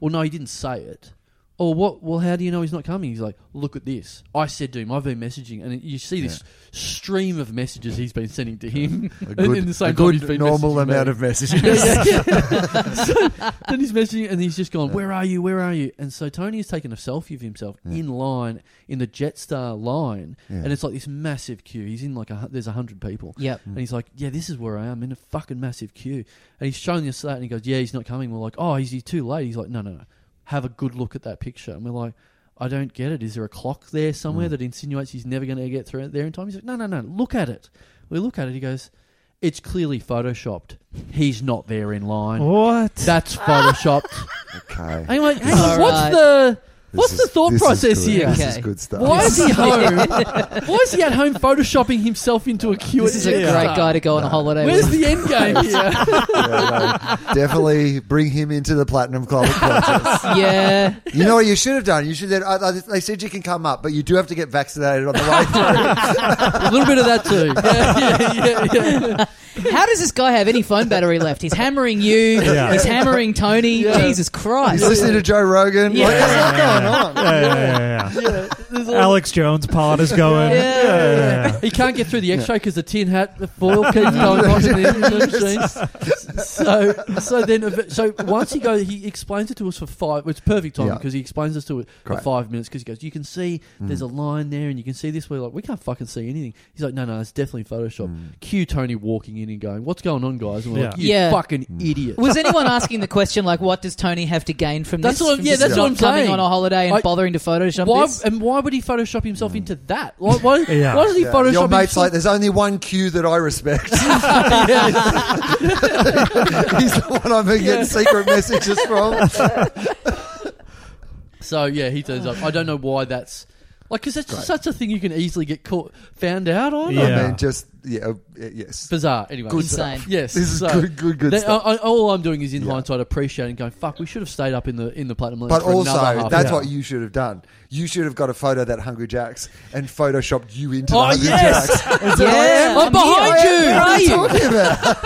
Speaker 3: Well, no, he didn't say it. Or what? Well, how do you know he's not coming? He's like, look at this. I said to him, I've been messaging, and you see this stream of messages he's been sending to him.
Speaker 5: <laughs> A
Speaker 3: And in
Speaker 5: good,
Speaker 3: the same
Speaker 5: a
Speaker 3: time he's
Speaker 5: good
Speaker 3: been
Speaker 5: normal
Speaker 3: messaging me.
Speaker 5: amount of messages.
Speaker 3: Yeah, yeah, yeah. so, then he's messaging and he's just gone, Where are you? Where are you? And so Tony has taken a selfie of himself in line in the Jetstar line.
Speaker 5: Yeah.
Speaker 3: And it's like this massive queue. He's in like a, hu- there's a hundred people.
Speaker 1: Yep.
Speaker 3: And he's like, Yeah, this is where I am in a fucking massive queue. And he's showing us that and he goes, Yeah, he's not coming. We're like, Oh, he's, he's too late. He's like, No, no, no. Have a good look at that picture. And we're like, I don't get it. Is there a clock there somewhere that insinuates he's never going to get through there in time? He's like, No, no, no. Look at it. We look at it. He goes, It's clearly photoshopped. He's not there in line.
Speaker 4: Uh-huh. What?
Speaker 3: That's photoshopped.
Speaker 5: Okay.
Speaker 3: I'm like, hang on,
Speaker 1: All
Speaker 3: what's
Speaker 1: right.
Speaker 3: the
Speaker 5: This
Speaker 3: what's
Speaker 5: is-
Speaker 3: the thought
Speaker 5: this is
Speaker 3: process
Speaker 5: good.
Speaker 3: here?
Speaker 5: This is
Speaker 1: Okay.
Speaker 5: good stuff.
Speaker 3: Why is he home? Why is he at home photoshopping himself into a
Speaker 1: <laughs>
Speaker 3: queue?
Speaker 1: This
Speaker 3: at
Speaker 1: is a
Speaker 3: Jetstar?
Speaker 1: great guy to go on a holiday
Speaker 3: Where's
Speaker 1: <laughs> with.
Speaker 3: the end game here?
Speaker 5: Yeah, no, definitely bring him into the platinum club.
Speaker 3: <laughs>
Speaker 5: at Qantas.
Speaker 1: yeah. <laughs>
Speaker 5: you know what you should have done? You should. Have, I, I, they said you can come up, but you do have to get vaccinated on the
Speaker 3: <laughs> a
Speaker 5: way through.
Speaker 3: little bit of that too. <laughs> Yeah, yeah, yeah, yeah.
Speaker 1: How does this guy have any phone battery left? He's hammering you.
Speaker 4: Yeah.
Speaker 1: He's hammering Tony.
Speaker 3: Yeah.
Speaker 1: Jesus
Speaker 5: He's
Speaker 1: Christ.
Speaker 5: listening to Joe Rogan.
Speaker 1: Yeah.
Speaker 5: Like, what's
Speaker 4: Yeah,
Speaker 5: going
Speaker 4: yeah,
Speaker 5: on?
Speaker 4: yeah, yeah, yeah.
Speaker 3: Yeah. there's all-
Speaker 4: Alex Jones pod is going.
Speaker 3: Yeah. <laughs>
Speaker 4: Yeah.
Speaker 3: He can't get through the X-ray because the tin hat, the foil keeps going on
Speaker 5: <laughs>
Speaker 3: to the the machine. So, so then, ev- so once he goes, he explains it to us for five. It's perfect time
Speaker 5: Yeah.
Speaker 3: because he explains this to us for
Speaker 5: Great. Mm.
Speaker 3: five minutes because he goes, "You can see there's a line there, and you can see this." We're like, "We can't fucking see anything." He's like, "No, no, it's definitely Photoshop."
Speaker 5: Mm.
Speaker 3: Cue Tony walking in and going, "What's going on, guys?" And we're like,
Speaker 4: Yeah.
Speaker 3: "You
Speaker 1: Yeah.
Speaker 3: fucking
Speaker 5: Mm.
Speaker 3: idiot."
Speaker 1: Was anyone asking the question like, what does Tony have to gain from
Speaker 3: That's
Speaker 1: this?
Speaker 3: what I'm-
Speaker 1: From
Speaker 3: yeah,
Speaker 1: just
Speaker 3: that's
Speaker 1: not
Speaker 3: what I'm
Speaker 1: coming
Speaker 3: saying.
Speaker 1: on a holiday and
Speaker 3: I-
Speaker 1: bothering to Photoshop
Speaker 3: Why,
Speaker 1: this.
Speaker 3: and why would he Photoshop himself into that? Why, why,
Speaker 4: Yeah.
Speaker 3: why does he
Speaker 5: Mm. <laughs> Yeah.
Speaker 3: Photoshop
Speaker 5: Your mate's
Speaker 3: himself?
Speaker 5: like, there's only one cue that I
Speaker 3: <laughs>
Speaker 5: respect. <laughs> He's the one I've been getting secret messages
Speaker 3: <laughs>
Speaker 5: from.
Speaker 3: So yeah, he turns up. I don't know why that's like because that's such a thing you can easily get caught found out on.
Speaker 4: Yeah.
Speaker 5: I mean, just yeah, uh, yes.
Speaker 3: Bizarre. Anyway,
Speaker 5: Good
Speaker 1: Insane. stuff.
Speaker 3: Yes,
Speaker 5: This is
Speaker 3: so
Speaker 5: good, good, good
Speaker 3: that-
Speaker 5: stuff.
Speaker 3: I, I, all I'm doing is in
Speaker 5: Yeah.
Speaker 3: hindsight appreciating, going fuck, we should have stayed up in the in the platinum. Lounge
Speaker 5: But
Speaker 3: for another
Speaker 5: also,
Speaker 3: half
Speaker 5: that's
Speaker 4: hour.
Speaker 5: what you should have done. You should have got a photo of that Hungry Jack's and photoshopped you into
Speaker 3: Oh,
Speaker 5: the Hungry <laughs>
Speaker 3: yes!
Speaker 5: Jack's. And said,
Speaker 1: Yeah,
Speaker 3: I'm behind
Speaker 1: here.
Speaker 3: you.
Speaker 5: Where
Speaker 3: Where
Speaker 5: are
Speaker 3: are
Speaker 5: you
Speaker 3: you?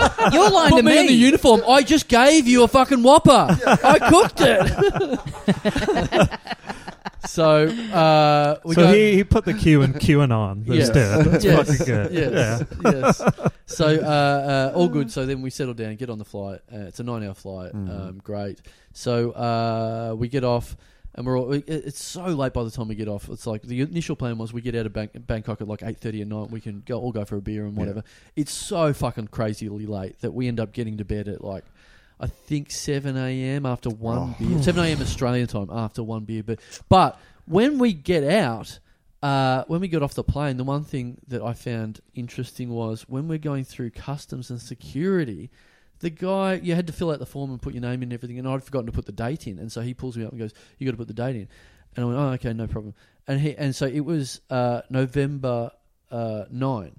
Speaker 5: talking about?
Speaker 1: You're lying
Speaker 3: Put
Speaker 1: to
Speaker 3: me,
Speaker 1: me.
Speaker 3: in the uniform. I just gave you a fucking whopper. I cooked it. <laughs> so uh, we
Speaker 4: So
Speaker 3: go.
Speaker 4: he, he put the Q in QAnon
Speaker 3: Yes.
Speaker 4: instead. That's
Speaker 3: Yes.
Speaker 4: fucking good.
Speaker 3: Yes, yes. So uh, uh, all good. So then we settle down, get on the flight. Uh, it's a nine-hour flight.
Speaker 4: Mm-hmm.
Speaker 3: Um, great. So uh, we get off, and we're all. it- It's so late by the time we get off. It's like the initial plan was we get out of Bang- Bangkok at like eight thirty at night. We can go all go for a beer and whatever. It's so fucking crazily late that we end up getting to bed at like. I think seven a.m. after
Speaker 4: Oh.
Speaker 3: one beer. Seven a.m. Australian time after one beer, but but when we get out, uh, when we got off the plane, the one thing that I found interesting was when we're going through customs and security, the guy you had to fill out the form and put your name in and everything, and I'd forgotten to put the date in, and so he pulls me up and goes, "You got to put the date in," and I went, "Oh, okay, no problem." And he and so it was uh, November uh, nine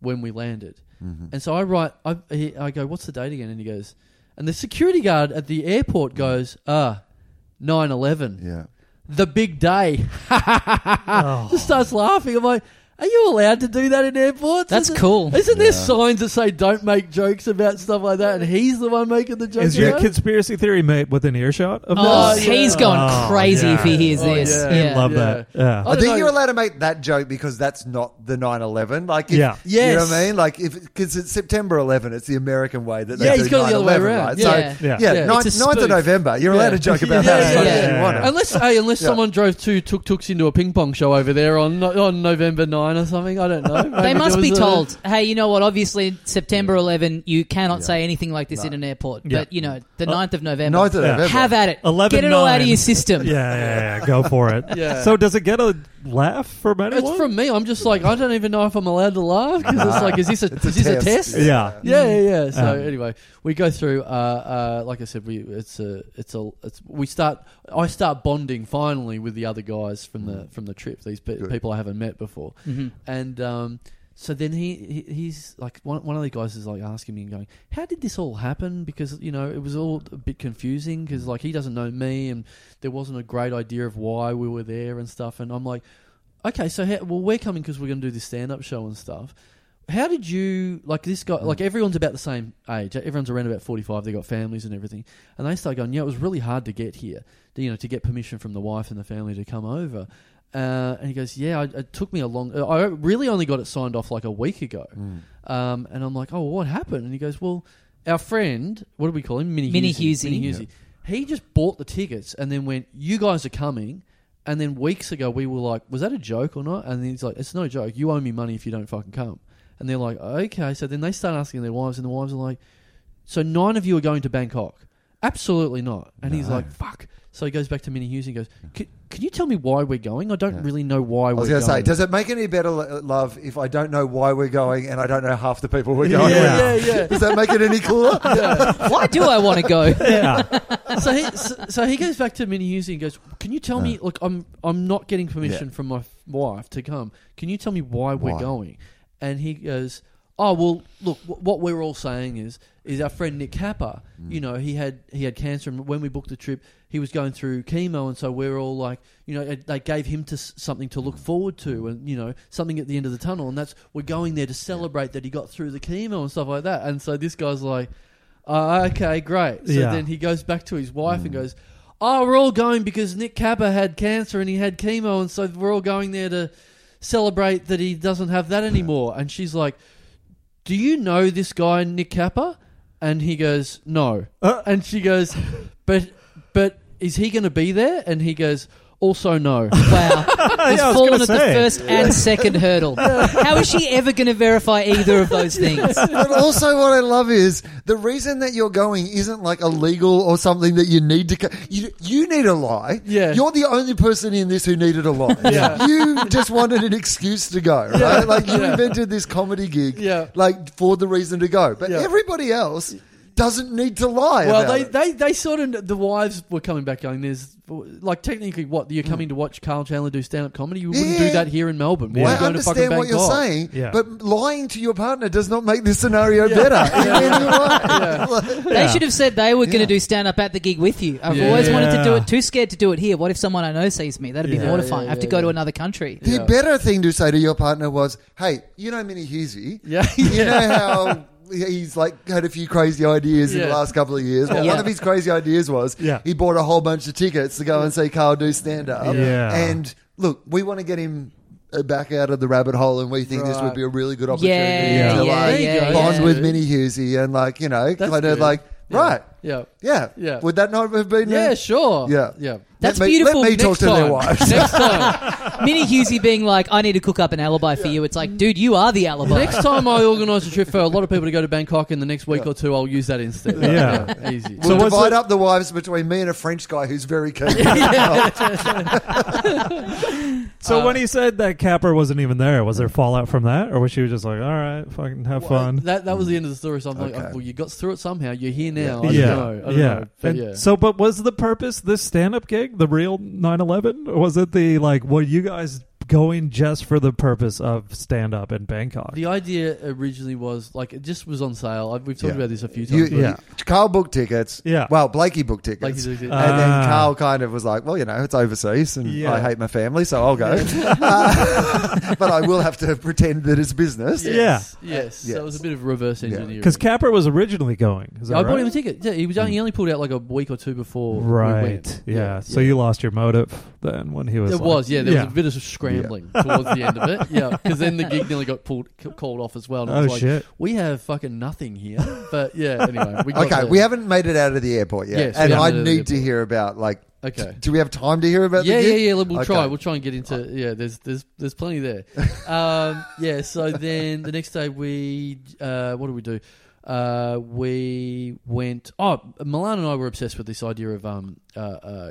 Speaker 3: when we landed, and so I write, I he, I go, "What's the date again?" And he goes, and the security guard at the airport goes, "Ah, 9-11
Speaker 5: Yeah.
Speaker 3: the big day. Just starts laughing. I'm like, are you allowed to do that in airports?
Speaker 1: That's
Speaker 3: Isn't-
Speaker 1: cool.
Speaker 3: Isn't there signs that say don't make jokes about stuff like that? And he's the one making the joke.
Speaker 4: Is your
Speaker 3: about it?
Speaker 4: conspiracy theory mate within earshot of
Speaker 1: Oh,
Speaker 4: this?
Speaker 3: yeah.
Speaker 1: he's going
Speaker 4: Oh,
Speaker 1: crazy
Speaker 4: yeah.
Speaker 1: if he hears
Speaker 3: Oh,
Speaker 1: this.
Speaker 3: yeah.
Speaker 1: Yeah.
Speaker 4: He'd love that.
Speaker 3: I
Speaker 4: Yeah.
Speaker 5: I,
Speaker 3: don't
Speaker 5: think
Speaker 3: know.
Speaker 5: you're allowed to make that joke because that's not the 9/11. Like, if,
Speaker 4: Yeah.
Speaker 5: you know
Speaker 3: Yes.
Speaker 5: what I mean. Like, if because it's September 11, it's the American way that they
Speaker 3: Yeah,
Speaker 5: do
Speaker 3: he's got it the other way
Speaker 5: 9/11,
Speaker 3: around.
Speaker 4: <laughs>
Speaker 5: right?
Speaker 1: Yeah.
Speaker 5: So,
Speaker 4: Yeah.
Speaker 5: yeah,
Speaker 3: Yeah.
Speaker 5: ninth-
Speaker 1: It's a
Speaker 5: 9th
Speaker 1: spoof.
Speaker 5: of November. You're
Speaker 3: Yeah.
Speaker 5: allowed
Speaker 3: <laughs>
Speaker 5: to joke about
Speaker 3: Yeah,
Speaker 5: that as
Speaker 3: yeah,
Speaker 5: much as
Speaker 1: yeah.
Speaker 5: you want.
Speaker 3: Unless, hey, unless
Speaker 5: Yeah.
Speaker 3: someone drove two tuk tuks into a ping pong show over there on on November nine or something, I don't know.
Speaker 1: They
Speaker 3: Maybe
Speaker 1: must
Speaker 3: there
Speaker 1: be
Speaker 3: was a-
Speaker 1: told, hey, you know what? Obviously, September 11, you cannot say anything like this in an airport.
Speaker 4: Yeah.
Speaker 1: But, you know, the 9th of November,
Speaker 5: 9th of
Speaker 4: Yeah.
Speaker 5: November.
Speaker 1: have at it.
Speaker 4: 11,
Speaker 1: Get it all out of
Speaker 4: nine.
Speaker 1: your system.
Speaker 4: <laughs> Yeah, yeah, yeah. Go for it.
Speaker 3: Yeah.
Speaker 4: So does it get a laugh from anyone?
Speaker 3: It's from me. I'm just like I don't even know if I'm allowed to laugh because it's like, is this a, is this a test?
Speaker 4: yeah.
Speaker 3: Yeah, yeah, yeah. So
Speaker 4: Um,
Speaker 3: anyway, we go through. Uh, uh, like I said, we it's a it's a it's we start. I start bonding finally with the other guys from the from the trip. These pe-
Speaker 5: Good.
Speaker 3: people I haven't met before,
Speaker 1: Mm-hmm.
Speaker 3: and um, so then he, he he's like one one of the guys is like asking me and going, "How did this all happen?" Because you know it was all a bit confusing because like he doesn't know me and there wasn't a great idea of why we were there and stuff. And I'm like, okay, so how, well we're coming because we're going to do this stand up show and stuff. How did you like this guy? Like everyone's about the same age. Everyone's around about forty-five. They got families and everything, and they start going. Yeah, it was really hard to get here. You know, to get permission from the wife and the family to come over. Uh, and he goes, yeah, I, it took me a long. uh, I really only got it signed off like a week ago. Um, and I'm like, oh, what happened? And he goes, well, our friend, what do we call him? Mini
Speaker 1: Mini
Speaker 3: Husey.
Speaker 1: Husey.
Speaker 3: Mini Husey. He just bought the tickets and then went, You guys are coming. And then weeks ago, we were like, Was that a joke or not? And he's like, It's no joke. You owe me money if you don't fucking come. And they're like, Okay. So then they start asking their wives, and the wives are like, So nine of you are going to Bangkok? Absolutely not. And he's like, Fuck. So he goes back to Minnie Hughes and goes, "C- Can you tell me why we're going? I don't really know why
Speaker 5: I
Speaker 3: we're
Speaker 5: was going
Speaker 3: going.
Speaker 5: to say, does it make any better, lo- love, if I don't know why we're going and I don't know half the people we're going
Speaker 4: Yeah.
Speaker 5: with?
Speaker 3: yeah, yeah.
Speaker 5: Does that make it
Speaker 3: <laughs>
Speaker 5: any cooler?
Speaker 1: Why do I want to
Speaker 4: <laughs>
Speaker 1: go?
Speaker 4: Yeah.
Speaker 3: so he so, so he goes back to Minnie Husey and goes, "Can you tell me? Look, I'm I'm not getting permission from my f- wife to come. Can you tell me why, we're
Speaker 5: Why?
Speaker 3: going?" And he goes, "Oh well, look, wh- what we're all saying is is our friend Nick Kappa. You know, he had he had cancer, and when we booked the trip, he was going through chemo, and so we're all like, you know, it- they gave him to s- something to look forward to, and you know, something at the end of the tunnel, and that's we're going there to celebrate that he got through the chemo and stuff like that. And so this guy's like." Uh, okay, great. So
Speaker 4: Yeah. Mm.
Speaker 3: then he goes back to his wife and goes, oh, we're all going because Nick Capper had cancer and he had chemo, and so we're all going there to celebrate that he doesn't have that anymore. And she's like, do you know this guy, Nick Capper? And he goes, no.
Speaker 4: Uh.
Speaker 3: and she goes, but, but is he going to be there? And he goes, also
Speaker 4: <laughs>
Speaker 3: no.
Speaker 1: Wow. He's
Speaker 4: I was
Speaker 1: fallen
Speaker 4: gonna
Speaker 1: at the
Speaker 4: say.
Speaker 1: first
Speaker 4: <laughs>
Speaker 1: and second hurdle. How is she ever going to verify either of those things?
Speaker 5: But also, what I love is the reason that you're going isn't like illegal or something that you need to. Co- you you need a lie.
Speaker 3: Yeah.
Speaker 5: you're the only person in this who needed a lie.
Speaker 3: Yeah.
Speaker 5: you just wanted an excuse to go. Right? Like you invented this comedy gig.
Speaker 3: Yeah.
Speaker 5: like for the reason to go. But
Speaker 3: Yeah.
Speaker 5: everybody else doesn't need to lie.
Speaker 3: Well,
Speaker 5: about
Speaker 3: they,
Speaker 5: it.
Speaker 3: they, they sort of the wives were coming back going, "There's like technically what you're coming to watch Carl Chandler do stand up comedy. You wouldn't
Speaker 5: Yeah.
Speaker 3: do that here in Melbourne. Why are you
Speaker 5: I
Speaker 3: going to fucking
Speaker 5: understand what you're
Speaker 3: Bangkok?"
Speaker 5: saying,
Speaker 4: Yeah.
Speaker 5: but lying to your partner does not make this scenario
Speaker 3: <laughs> Yeah.
Speaker 5: better. in <laughs> any way.
Speaker 1: They should have said they were going to
Speaker 5: Yeah.
Speaker 1: do stand up at the gig with you. I've
Speaker 3: Yeah.
Speaker 1: always wanted to do
Speaker 4: Yeah.
Speaker 1: it. Too scared to do it here. What if someone I know sees me? That'd be
Speaker 4: Yeah,
Speaker 1: mortifying.
Speaker 3: yeah,
Speaker 1: I have to
Speaker 3: yeah,
Speaker 1: go to
Speaker 3: yeah.
Speaker 1: another country.
Speaker 5: The
Speaker 3: Yeah.
Speaker 5: better thing to say to your partner was, "Hey, you know Minnie Husey.
Speaker 3: <laughs> <laughs> Yeah.
Speaker 5: You know how he's like had a few crazy ideas in the
Speaker 3: Yeah.
Speaker 5: last couple of years. Well,
Speaker 1: Yeah.
Speaker 5: one of his crazy ideas was
Speaker 4: Yeah.
Speaker 5: he bought a whole bunch of tickets to go and see Carl do stand up.
Speaker 4: Yeah.
Speaker 5: And look, we want to get him uh, back out of the rabbit hole, and we think this
Speaker 3: Right.
Speaker 5: would be a really good opportunity
Speaker 1: Yeah,
Speaker 5: to
Speaker 1: yeah, yeah.
Speaker 5: like
Speaker 3: There you
Speaker 1: yeah,
Speaker 3: go.
Speaker 5: bond
Speaker 3: yeah.
Speaker 5: with Minnie Husey and like you know,
Speaker 3: That's
Speaker 5: kind
Speaker 3: good.
Speaker 5: of like
Speaker 3: Yeah.
Speaker 5: right, <laughs>
Speaker 3: Yeah,
Speaker 5: yeah.
Speaker 3: Yeah.
Speaker 5: Would that not have been?
Speaker 3: yeah,
Speaker 5: a-
Speaker 3: sure.
Speaker 5: Yeah. <laughs>
Speaker 3: yeah.
Speaker 1: That's
Speaker 5: let me,
Speaker 1: beautiful.
Speaker 5: Let me talk
Speaker 3: Next
Speaker 5: to their
Speaker 3: time.
Speaker 5: wife.
Speaker 3: Next
Speaker 5: <laughs>
Speaker 3: time,
Speaker 1: Minnie Husey being like, I need to cook up an alibi for you. It's like, dude, you are the alibi.
Speaker 3: next time I organise a trip for a lot of people to go to Bangkok in the next week or two, I'll use that instead.
Speaker 4: Yeah.
Speaker 3: easy. <laughs>
Speaker 4: So
Speaker 5: We'll
Speaker 4: what's
Speaker 5: divide
Speaker 4: the-
Speaker 5: up the wives between me and a French guy who's very keen.
Speaker 4: So
Speaker 3: Uh,
Speaker 4: when he said that Capper wasn't even there, was there fallout from that, or was she just like, "All right, fucking have
Speaker 3: Well,
Speaker 4: fun"?
Speaker 3: That that was the end of the story. So I'm like,
Speaker 5: Okay.
Speaker 3: oh, well, you got through it somehow. You're here now. I
Speaker 4: yeah,
Speaker 3: don't know. I don't
Speaker 4: yeah.
Speaker 3: know. But
Speaker 4: And
Speaker 3: yeah.
Speaker 4: So, but was the purpose this stand-up gig the real 9/11? Or was it the like, were you guys going just for the purpose of stand-up in Bangkok?
Speaker 3: the idea originally was like it just was on sale. I- We've talked
Speaker 5: Yeah.
Speaker 3: about this a few times.
Speaker 5: <laughs> You,
Speaker 3: but-
Speaker 5: yeah. Carl booked tickets.
Speaker 4: Yeah.
Speaker 5: Well, Blakey booked tickets.
Speaker 3: Blakey booked tickets.
Speaker 5: and then
Speaker 4: Ah.
Speaker 5: Carl kind of was like, well, you know, it's overseas and
Speaker 4: Yeah.
Speaker 5: I hate my family, so
Speaker 3: <laughs>
Speaker 5: I'll go. <laughs> Uh, but I will have to pretend that it's business.
Speaker 3: Yes. Yes.
Speaker 5: Yeah.
Speaker 3: So it was a bit of reverse engineering.
Speaker 4: Because Capper was originally going. Is that
Speaker 3: I
Speaker 4: right?
Speaker 3: bought him a ticket. Yeah, he was only, he only pulled out like a week or two before. we
Speaker 4: Right.
Speaker 3: went.
Speaker 4: Yeah. So you lost your motive then when he was.
Speaker 3: There
Speaker 4: like-
Speaker 3: was, yeah, there was a bit of scrambling towards the end of
Speaker 4: <laughs>
Speaker 3: it. Yeah, because then the gig nearly got pulled, c- called off as well. And it
Speaker 4: Oh
Speaker 3: was like,
Speaker 4: shit!
Speaker 3: We have fucking nothing here. But yeah, anyway.
Speaker 4: <laughs>
Speaker 3: We got
Speaker 5: Okay,
Speaker 3: there.
Speaker 5: we haven't made it out of the airport yet.
Speaker 3: Yes, we
Speaker 5: and
Speaker 3: haven't made
Speaker 5: I
Speaker 3: it out of
Speaker 5: need
Speaker 3: the
Speaker 5: to hear about, like,
Speaker 3: Okay.
Speaker 5: do we have time to hear about
Speaker 3: yeah,
Speaker 5: the
Speaker 3: yeah,
Speaker 5: gig?
Speaker 3: yeah. We'll
Speaker 5: Okay.
Speaker 3: try. We'll try and get into. Yeah, there's there's there's plenty
Speaker 5: <laughs>
Speaker 3: there. um, yeah. So then the next day we uh, what did we do? Uh, we went. Oh, Milan and I were obsessed with this idea of um uh. uh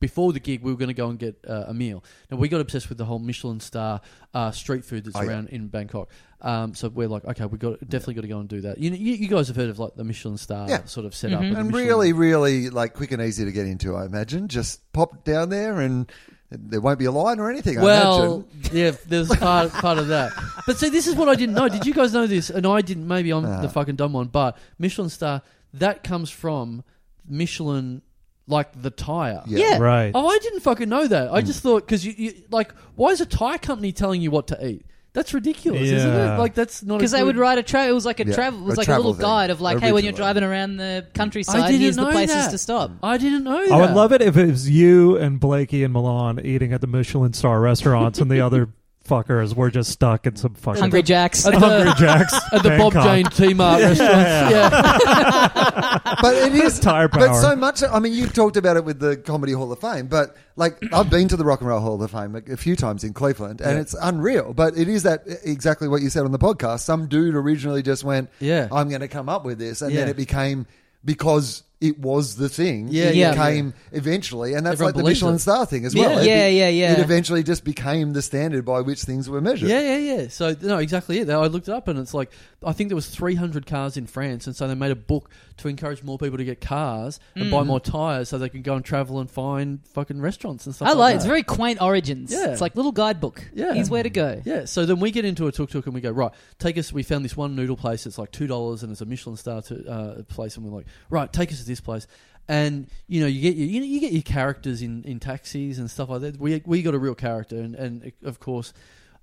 Speaker 3: before the gig, we were going to go and get uh, a meal. Now we got obsessed with the whole Michelin star uh, street food that's
Speaker 5: Oh, yeah.
Speaker 3: around in Bangkok. Um, so we're like, okay, we got definitely got to go and do that. You, know, you you guys have heard of like the Michelin star
Speaker 5: Yeah.
Speaker 3: sort of setup,
Speaker 1: Mhm.
Speaker 3: the
Speaker 5: And
Speaker 3: Michelin-
Speaker 5: really, really, like, quick and easy to get into, I imagine. Just pop down there and there won't be a line or anything, I imagine.
Speaker 3: Well, yeah, there's part part of that. But see, this is what I didn't know. Did you guys know this? And I didn't. Maybe I'm
Speaker 5: Uh-huh.
Speaker 3: the fucking dumb one. But Michelin star that comes from Michelin, like the tire.
Speaker 5: Yeah.
Speaker 1: Yeah.
Speaker 4: Right.
Speaker 3: Oh, I didn't fucking know that. I just thought because you, you like, why is a tire company telling you what to eat? That's ridiculous, isn't
Speaker 4: Yeah.
Speaker 3: it? Like that's not a
Speaker 1: Because they
Speaker 3: good-
Speaker 1: would write a travel. It was like a
Speaker 5: Yeah,
Speaker 1: travel. It was
Speaker 5: a
Speaker 1: like a
Speaker 5: travel
Speaker 1: little
Speaker 5: thing,
Speaker 1: guide of like, hey, when you're
Speaker 5: originally.
Speaker 1: driving around the
Speaker 3: I
Speaker 1: countryside,
Speaker 3: didn't
Speaker 1: here's the
Speaker 3: know
Speaker 1: places
Speaker 3: that.
Speaker 1: to stop.
Speaker 3: I didn't know.
Speaker 4: I would
Speaker 3: that.
Speaker 4: love it if it was you and Blakey and Milan eating at the Michelin star restaurants, and the other <laughs> fuckers were just stuck in some fucking
Speaker 1: Hungry Jacks.
Speaker 3: At
Speaker 4: Hungry
Speaker 3: the,
Speaker 4: Jacks
Speaker 3: <laughs> at the Bob
Speaker 4: Bangkok.
Speaker 3: Jane T
Speaker 4: <laughs>
Speaker 3: Mart restaurants. Yeah.
Speaker 5: but it is
Speaker 4: Tire
Speaker 5: But
Speaker 4: power.
Speaker 5: so much. I mean, you've talked about it with the Comedy Hall of Fame, but like I've been to the Rock and Roll Hall of Fame a, a few times in Cleveland, and
Speaker 3: Yeah.
Speaker 5: it's unreal. But it is that exactly what you said on the podcast. Some dude originally just went,
Speaker 3: Yeah.
Speaker 5: I'm going to come up with this," and then
Speaker 3: Yeah.
Speaker 5: it became because. It was the thing.
Speaker 3: Yeah,
Speaker 5: it
Speaker 1: yeah.
Speaker 5: became eventually, and that's
Speaker 3: Everyone
Speaker 5: like the
Speaker 3: believes
Speaker 5: Michelin
Speaker 3: it.
Speaker 5: star thing as
Speaker 1: Yeah,
Speaker 5: well. It
Speaker 1: yeah, yeah, yeah.
Speaker 5: It eventually just became the standard by which things were measured.
Speaker 3: Yeah, yeah, yeah. So no, exactly it. I looked it up, and it's like I think there was 300 cars in France, and so they made a book to encourage more people to get cars
Speaker 1: Mm.
Speaker 3: and buy more tires, so they can go and travel and find fucking restaurants and stuff.
Speaker 1: I like it.
Speaker 3: that.
Speaker 1: It's very quaint origins.
Speaker 3: Yeah.
Speaker 1: It's like little guidebook.
Speaker 3: Yeah.
Speaker 1: Here's where to go.
Speaker 3: Yeah, so then we get into a tuk tuk and we go right. Take us. We found this one noodle place. It's like two dollars and it's a Michelin star to, uh, place, and we're like, right, take us to this place. And you know, you get your you, know, you get your characters in, in taxis and stuff like that. We we got a real character, and, and of course,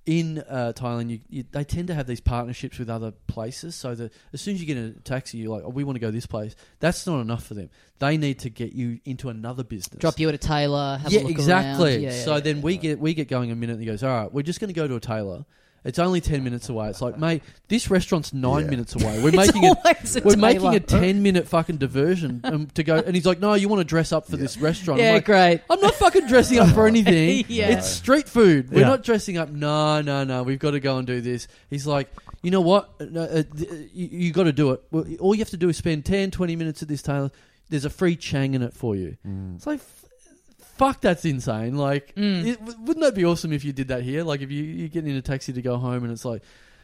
Speaker 3: in uh, Thailand, you, you, they tend to have these partnerships with other places, so that as soon as you get in a taxi, you're like, "Oh, we want to go this place." That's not enough for them. They need to get you into another business.
Speaker 1: Drop you at a tailor. Have a
Speaker 3: yeah,
Speaker 1: look
Speaker 3: exactly.
Speaker 1: around. Yeah, yeah,
Speaker 3: so
Speaker 1: yeah,
Speaker 3: then
Speaker 1: <laughs> yeah.
Speaker 3: we get we get going a minute, and he goes, "All right, we're just going to go to a tailor." It's only ten minutes away. It's like, mate, this restaurant's nine
Speaker 5: Yeah.
Speaker 3: minutes
Speaker 1: <laughs>
Speaker 3: away. We're
Speaker 1: It's
Speaker 3: making it.
Speaker 1: always a
Speaker 3: We're
Speaker 1: tailor.
Speaker 3: making a ten-minute fucking diversion um, to go, and he's like, "No, you want to dress up for this restaurant?" I'm
Speaker 1: Yeah,
Speaker 3: like,
Speaker 1: great.
Speaker 3: I'm not fucking dressing up
Speaker 1: <laughs>
Speaker 3: for anything.
Speaker 1: Yeah.
Speaker 3: It's street food. We're
Speaker 4: Yeah.
Speaker 3: not dressing up. No, no, no. We've got to go and do this. He's like, you know what? No, uh, th- uh, you, you got to do it. Well, all you have to do is spend 10, 20 minutes at this tailor. There's a free chang in it for you.
Speaker 5: Mm.
Speaker 3: It's like, f- fuck, that's insane. Like,
Speaker 1: Mm.
Speaker 3: it, w- wouldn't that be awesome if you did that here? Like, if you, you're getting in a taxi to go home and it's like,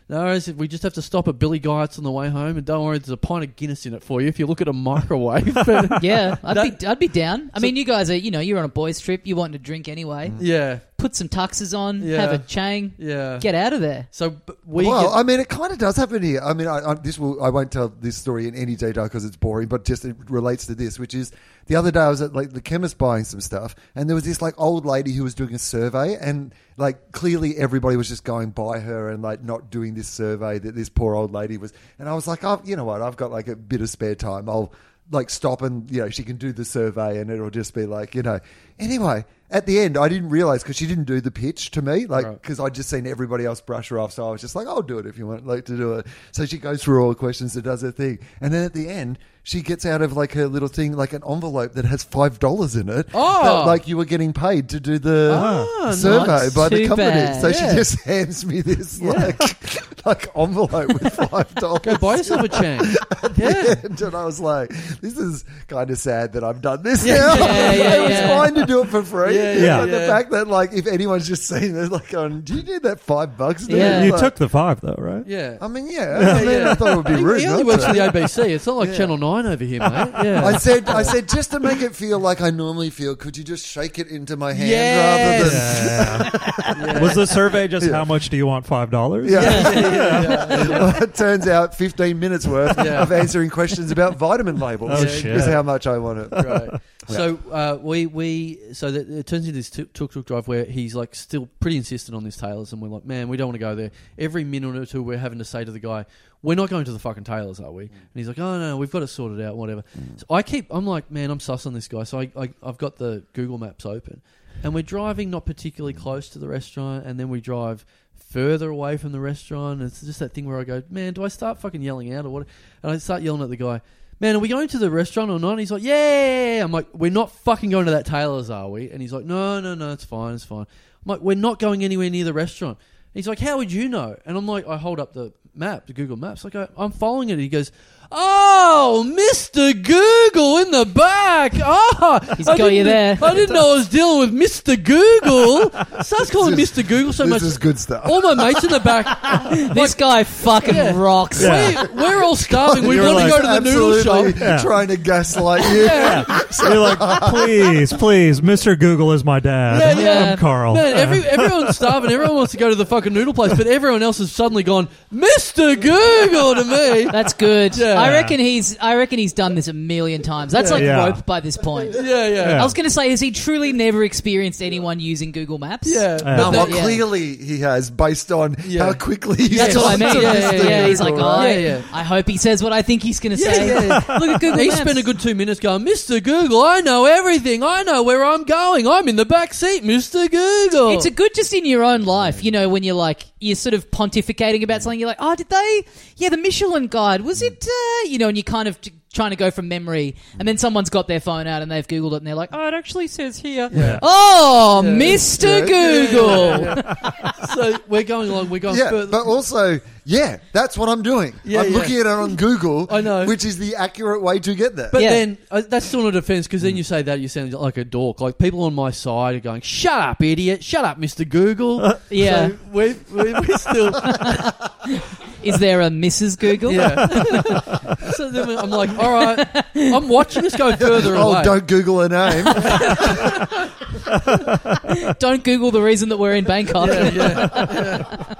Speaker 3: no, it's- we just have to stop at Billy Guyot's on the way home, and don't worry, there's a pint of Guinness in it for you if you look at
Speaker 1: <laughs>
Speaker 3: a microwave. But, <laughs>
Speaker 1: yeah, I'd
Speaker 3: That-
Speaker 1: be I'd be down. I
Speaker 3: So-
Speaker 1: mean, you guys are you know you're on a boys' trip. You want to drink anyway.
Speaker 3: yeah,
Speaker 1: Put some tuxes on.
Speaker 3: Yeah.
Speaker 1: Have a chang.
Speaker 3: yeah.
Speaker 1: Get out of
Speaker 3: <laughs>
Speaker 1: there.
Speaker 3: So b- we
Speaker 5: well,
Speaker 3: get-
Speaker 5: I mean, it kind of does happen here. I mean, I, I, this will I won't tell this story in any detail because it's boring, but just it relates to this, which is the other day I was at like the chemist buying some stuff, and there was this like old lady who was doing a survey, and like clearly everybody was just going by her and like not doing this survey that this poor old lady was, and I was like, oh, you know what, I've got like a bit of spare time, I'll like stop and you know she can do the survey and it'll just be like you know anyway at the end i didn't realize because she didn't do the pitch to me like
Speaker 3: Right.
Speaker 5: because I'd just seen everybody else brush her off. So I was just like, I'll do it if you want like, to do it. So she goes through all the questions and does her thing. And then at the end, she gets out of like her little thing, like an envelope that has $5 in it.
Speaker 3: Oh!
Speaker 5: That, like you were getting paid to do the
Speaker 3: Ah,
Speaker 5: survey
Speaker 1: nice.
Speaker 5: by the
Speaker 1: Too
Speaker 5: company.
Speaker 1: bad.
Speaker 5: So
Speaker 3: Yeah.
Speaker 5: she just hands me this like, <laughs> like envelope with $5.
Speaker 3: Go buy yourself a
Speaker 5: <laughs>
Speaker 3: chain. yeah.
Speaker 5: and I was like, this is kind of sad that I've done this
Speaker 3: Yeah,
Speaker 5: now.
Speaker 1: yeah,
Speaker 5: <laughs>
Speaker 1: yeah,
Speaker 5: it was
Speaker 1: yeah.
Speaker 5: fine to do it for free.
Speaker 3: Yeah,
Speaker 4: yeah,
Speaker 5: But
Speaker 3: yeah.
Speaker 5: the fact that, like, if anyone's just seen this, like, going, do you need that five bucks? dude?"
Speaker 1: Yeah.
Speaker 4: You
Speaker 5: Like,
Speaker 4: took the five though, right?
Speaker 3: Yeah. <laughs>
Speaker 5: I mean, yeah. I, mean, I thought it would be
Speaker 3: He-
Speaker 5: rude.
Speaker 3: He only
Speaker 5: not
Speaker 3: works
Speaker 5: to.
Speaker 3: for the ABC. It's not like
Speaker 5: Yeah.
Speaker 3: Channel 9 over here,
Speaker 5: <laughs>
Speaker 3: mate. Yeah.
Speaker 5: I said, I said, just to make it feel like I normally feel, could you just shake it into my hand rather than?
Speaker 4: Yeah. Was the survey just how much do you want? Five dollars?
Speaker 5: <laughs> Yeah.
Speaker 3: yeah, yeah, yeah.
Speaker 5: Well, <laughs> it turns out 15 minutes worth
Speaker 3: Yeah.
Speaker 5: of answering questions about vitamin labels
Speaker 4: Oh
Speaker 3: Yeah,
Speaker 5: is
Speaker 4: shit!
Speaker 5: how much I want it.
Speaker 3: <laughs> Right. So uh, we we so that it turns into this tuk tuk drive where he's like still pretty insistent on this tailors, and we're like, man, we don't want to go there. Every minute or two, we're having to say to the guy, we're not going to the fucking tailors, are we? And he's like, oh no, we've got it sorted out, whatever. So I keep, I'm like, man, I'm sus on this guy. So I, I I've got the Google Maps open, and we're driving not particularly close to the restaurant, and then we drive further away from the restaurant. And it's just that thing where I go, man, do I start fucking yelling out or what? And I start yelling at the guy, man, are we going to the restaurant or not? And he's like, yeah. I'm like, we're not fucking going to that tailor's, are we? And he's like, no, no, no, it's fine, it's fine. I'm like, we're not going anywhere near the restaurant. And he's like, how would you know? And I'm like, I hold up the map, the Google Maps. Like, I, I'm following it. He goes, oh, Mr. Google in the back. Oh,
Speaker 1: He's
Speaker 3: I
Speaker 1: got you
Speaker 3: didn't-
Speaker 1: there.
Speaker 3: I didn't know I was dealing with Mr. Google. Starts calling
Speaker 5: This
Speaker 3: Mr. Google so
Speaker 5: this
Speaker 3: much.
Speaker 5: is good stuff.
Speaker 3: All my mates in the back.
Speaker 1: this guy fucking
Speaker 3: Yeah.
Speaker 1: rocks.
Speaker 3: We, we're all starving. We
Speaker 4: You're
Speaker 3: want
Speaker 4: like,
Speaker 3: to go to the noodle
Speaker 5: Absolutely
Speaker 3: shop.
Speaker 4: Yeah.
Speaker 5: Trying to gaslight
Speaker 3: <laughs>
Speaker 5: you.
Speaker 4: You're like, please, please, Mr. Google is my dad.
Speaker 3: Yeah, yeah.
Speaker 4: I'm Carl.
Speaker 3: Man, every, everyone's starving. Everyone wants to go to the fucking noodle place, but everyone else has suddenly gone, Mr. Google to me.
Speaker 1: That's good.
Speaker 3: Yeah.
Speaker 1: I reckon he's. I reckon he's done this a million times. That's like
Speaker 4: Yeah.
Speaker 1: rope by this point.
Speaker 3: Yeah,
Speaker 1: I
Speaker 3: yeah.
Speaker 1: was going to say, has he truly never experienced anyone using Google Maps?
Speaker 3: Yeah.
Speaker 4: Yeah.
Speaker 5: No,
Speaker 3: But
Speaker 5: well,
Speaker 3: the-
Speaker 1: yeah.
Speaker 5: clearly he has, based on
Speaker 3: Yeah.
Speaker 5: how quickly he's
Speaker 1: That's what I mean.
Speaker 5: gone
Speaker 1: Yeah,
Speaker 5: to
Speaker 1: yeah,
Speaker 5: this
Speaker 1: yeah.
Speaker 5: thing.
Speaker 1: He's like, oh,
Speaker 3: Yeah, yeah.
Speaker 1: I hope he says what I think he's going to
Speaker 3: Yeah,
Speaker 1: say.
Speaker 3: yeah,
Speaker 1: <laughs> Look at Google
Speaker 3: he
Speaker 1: Maps.
Speaker 3: spent a good two minutes going, Mr. Google, I know everything. I know where I'm going. I'm in the back seat, Mr. Google.
Speaker 1: It's a good just in your own life, you know, when you're like you're sort of pontificating
Speaker 3: Mm.
Speaker 1: about something. You're like, oh, did they? Yeah, the Michelin Guide was it? Uh, you know, and you're kind of t- trying to go from memory,
Speaker 3: Mm.
Speaker 1: and then someone's got their phone out and they've googled it, and they're like, oh, it actually says here.
Speaker 4: Yeah.
Speaker 1: Oh,
Speaker 3: Yeah.
Speaker 1: Mr.
Speaker 5: Yeah.
Speaker 1: Google.
Speaker 3: so we're going along. We're going
Speaker 5: Yeah,
Speaker 3: further.
Speaker 5: but also, yeah, that's what I'm doing.
Speaker 3: Yeah,
Speaker 5: I'm
Speaker 3: yeah.
Speaker 5: looking at it on Google,
Speaker 3: I know.
Speaker 5: which is the accurate way to get there.
Speaker 3: But
Speaker 1: Yeah.
Speaker 3: then uh, that's still not a defense because then you say that you sound like a dork. Like people on my side are going, "Shut up, idiot! Shut up, Mister Google."
Speaker 1: <laughs> Yeah.
Speaker 3: so we we we're still
Speaker 1: Is there a Mrs. Google? <laughs>
Speaker 3: yeah. so then I'm like, "All right, I'm watching this go further
Speaker 5: oh,
Speaker 3: away."
Speaker 5: don't Google a name.
Speaker 3: <laughs>
Speaker 1: Don't Google the reason that we're in Bangkok.
Speaker 3: Yeah, yeah, yeah.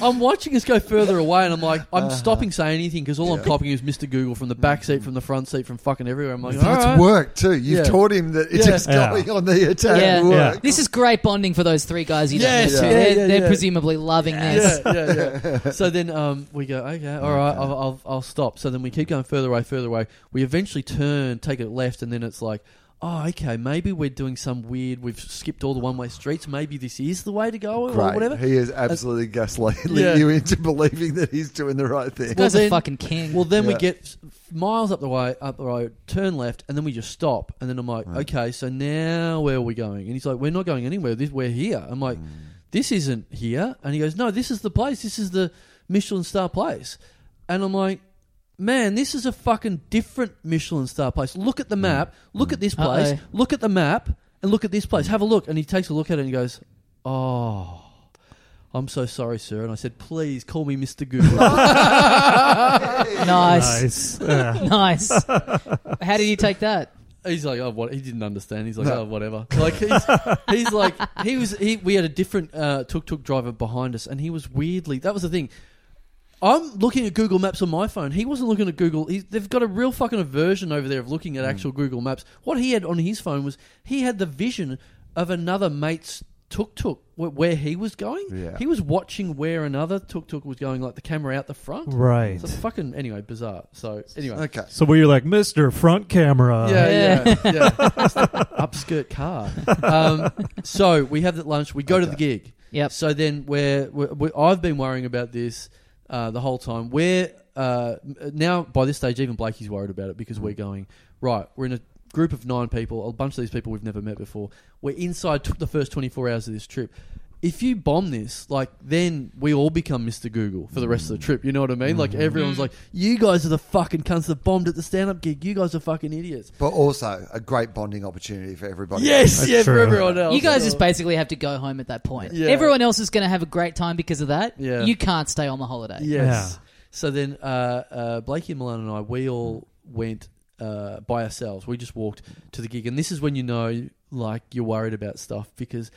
Speaker 3: I'm watching us go further away, and I'm like, I'm stopping saying anything because all I'm copying is Mr. Google from the back seat, from the front seat, from fucking everywhere. I'm like, all
Speaker 5: That's
Speaker 3: right.
Speaker 5: work too. You've
Speaker 3: Yeah.
Speaker 5: taught him that it's
Speaker 3: Yeah.
Speaker 5: just
Speaker 4: Yeah.
Speaker 5: going on the attack.
Speaker 1: Yeah.
Speaker 5: Work.
Speaker 4: Yeah.
Speaker 1: <laughs> This is great bonding for those three guys. You
Speaker 3: Yes,
Speaker 1: know,
Speaker 5: yeah,
Speaker 1: they're,
Speaker 3: yeah,
Speaker 1: they're
Speaker 3: yeah.
Speaker 1: presumably loving
Speaker 3: Yeah,
Speaker 1: this.
Speaker 3: yeah, yeah. so then um, we go, okay, all right, I'll, I'll, I'll stop. So then we keep going further away, further away. We eventually turn, take it left, and then it's like, oh, okay, maybe we're doing some weird, we've skipped all the one way streets. Maybe this is the way to go or
Speaker 5: Great.
Speaker 3: whatever.
Speaker 5: He is absolutely gaslighting
Speaker 3: Yeah.
Speaker 5: you into believing that he's doing the right thing.
Speaker 1: This guy's
Speaker 3: Well,
Speaker 1: a
Speaker 3: then-
Speaker 1: fucking king.
Speaker 3: Well, then we
Speaker 5: Yeah.
Speaker 3: get s- miles up the way, up the road, turn left, and then we just stop. And then I'm like, okay, so now where are we going? And he's like, we're not going anywhere. This, we're here. I'm like, this isn't here. And he goes, no, this is the place. This is the Michelin star place. And I'm like, man, this is a fucking different Michelin star place. Look at the map. Look at this place.
Speaker 1: Uh-oh.
Speaker 3: Look at the map. And look at this place. Have a look. And he takes a look at it and he goes, oh. I'm so sorry, sir. And I said, please call me Mr. Google. <laughs>
Speaker 1: nice.
Speaker 4: Nice.
Speaker 1: <laughs>
Speaker 4: Yeah.
Speaker 1: Nice. How did you take that?
Speaker 3: He's like, oh, what? He didn't understand. He's like, oh, whatever. Like, he's, he's like, he was. He, we had a different uh, tuk-tuk driver behind us, and he was weirdly. That was the thing. I'm looking at Google Maps on my phone. He wasn't looking at Google. He's, they've got a real fucking aversion over there of looking at actual Google Maps. What he had on his phone was he had the vision of another mate's tuk-tuk wh- where he was going.
Speaker 5: Yeah.
Speaker 3: He was watching where another tuk-tuk was going, like the camera out the front.
Speaker 4: Right.
Speaker 3: So fucking anyway, bizarre. So anyway,
Speaker 5: Okay.
Speaker 4: So were you like, Mister Front Camera?
Speaker 1: Yeah.
Speaker 3: yeah, yeah, yeah. It's the upskirt car. Um, so we have that lunch. We go to the gig.
Speaker 1: Yep.
Speaker 3: So then we're, we we I've been worrying about this uh, the whole time. We're uh, m- now by this stage, even Blakey's worried about it because we're going right. We're in a group of nine people. A bunch of these people we've never met before. We're inside t- the first twenty four hours of this trip. If you bomb this, like then we all become Mr. Google for the rest of the trip. You know what I mean? Like everyone's like, "You guys are the fucking cunts that bombed at the stand-up gig. You guys are fucking idiots."
Speaker 5: But also a great bonding opportunity for everybody.
Speaker 3: Yes,
Speaker 4: That's
Speaker 3: yeah,
Speaker 4: true.
Speaker 3: for everyone else.
Speaker 1: You guys
Speaker 3: Yeah.
Speaker 1: just basically have to go home at that point.
Speaker 3: Yeah.
Speaker 1: Everyone else is going to have a great time because of that.
Speaker 3: Yeah.
Speaker 1: You can't stay on the holiday. <laughs>
Speaker 3: Yes.
Speaker 4: Yeah.
Speaker 3: So then, uh, uh, Blakey and Milan and I, we all went uh, by ourselves. We just walked to the gig, and this is when you know, like, you're worried about stuff because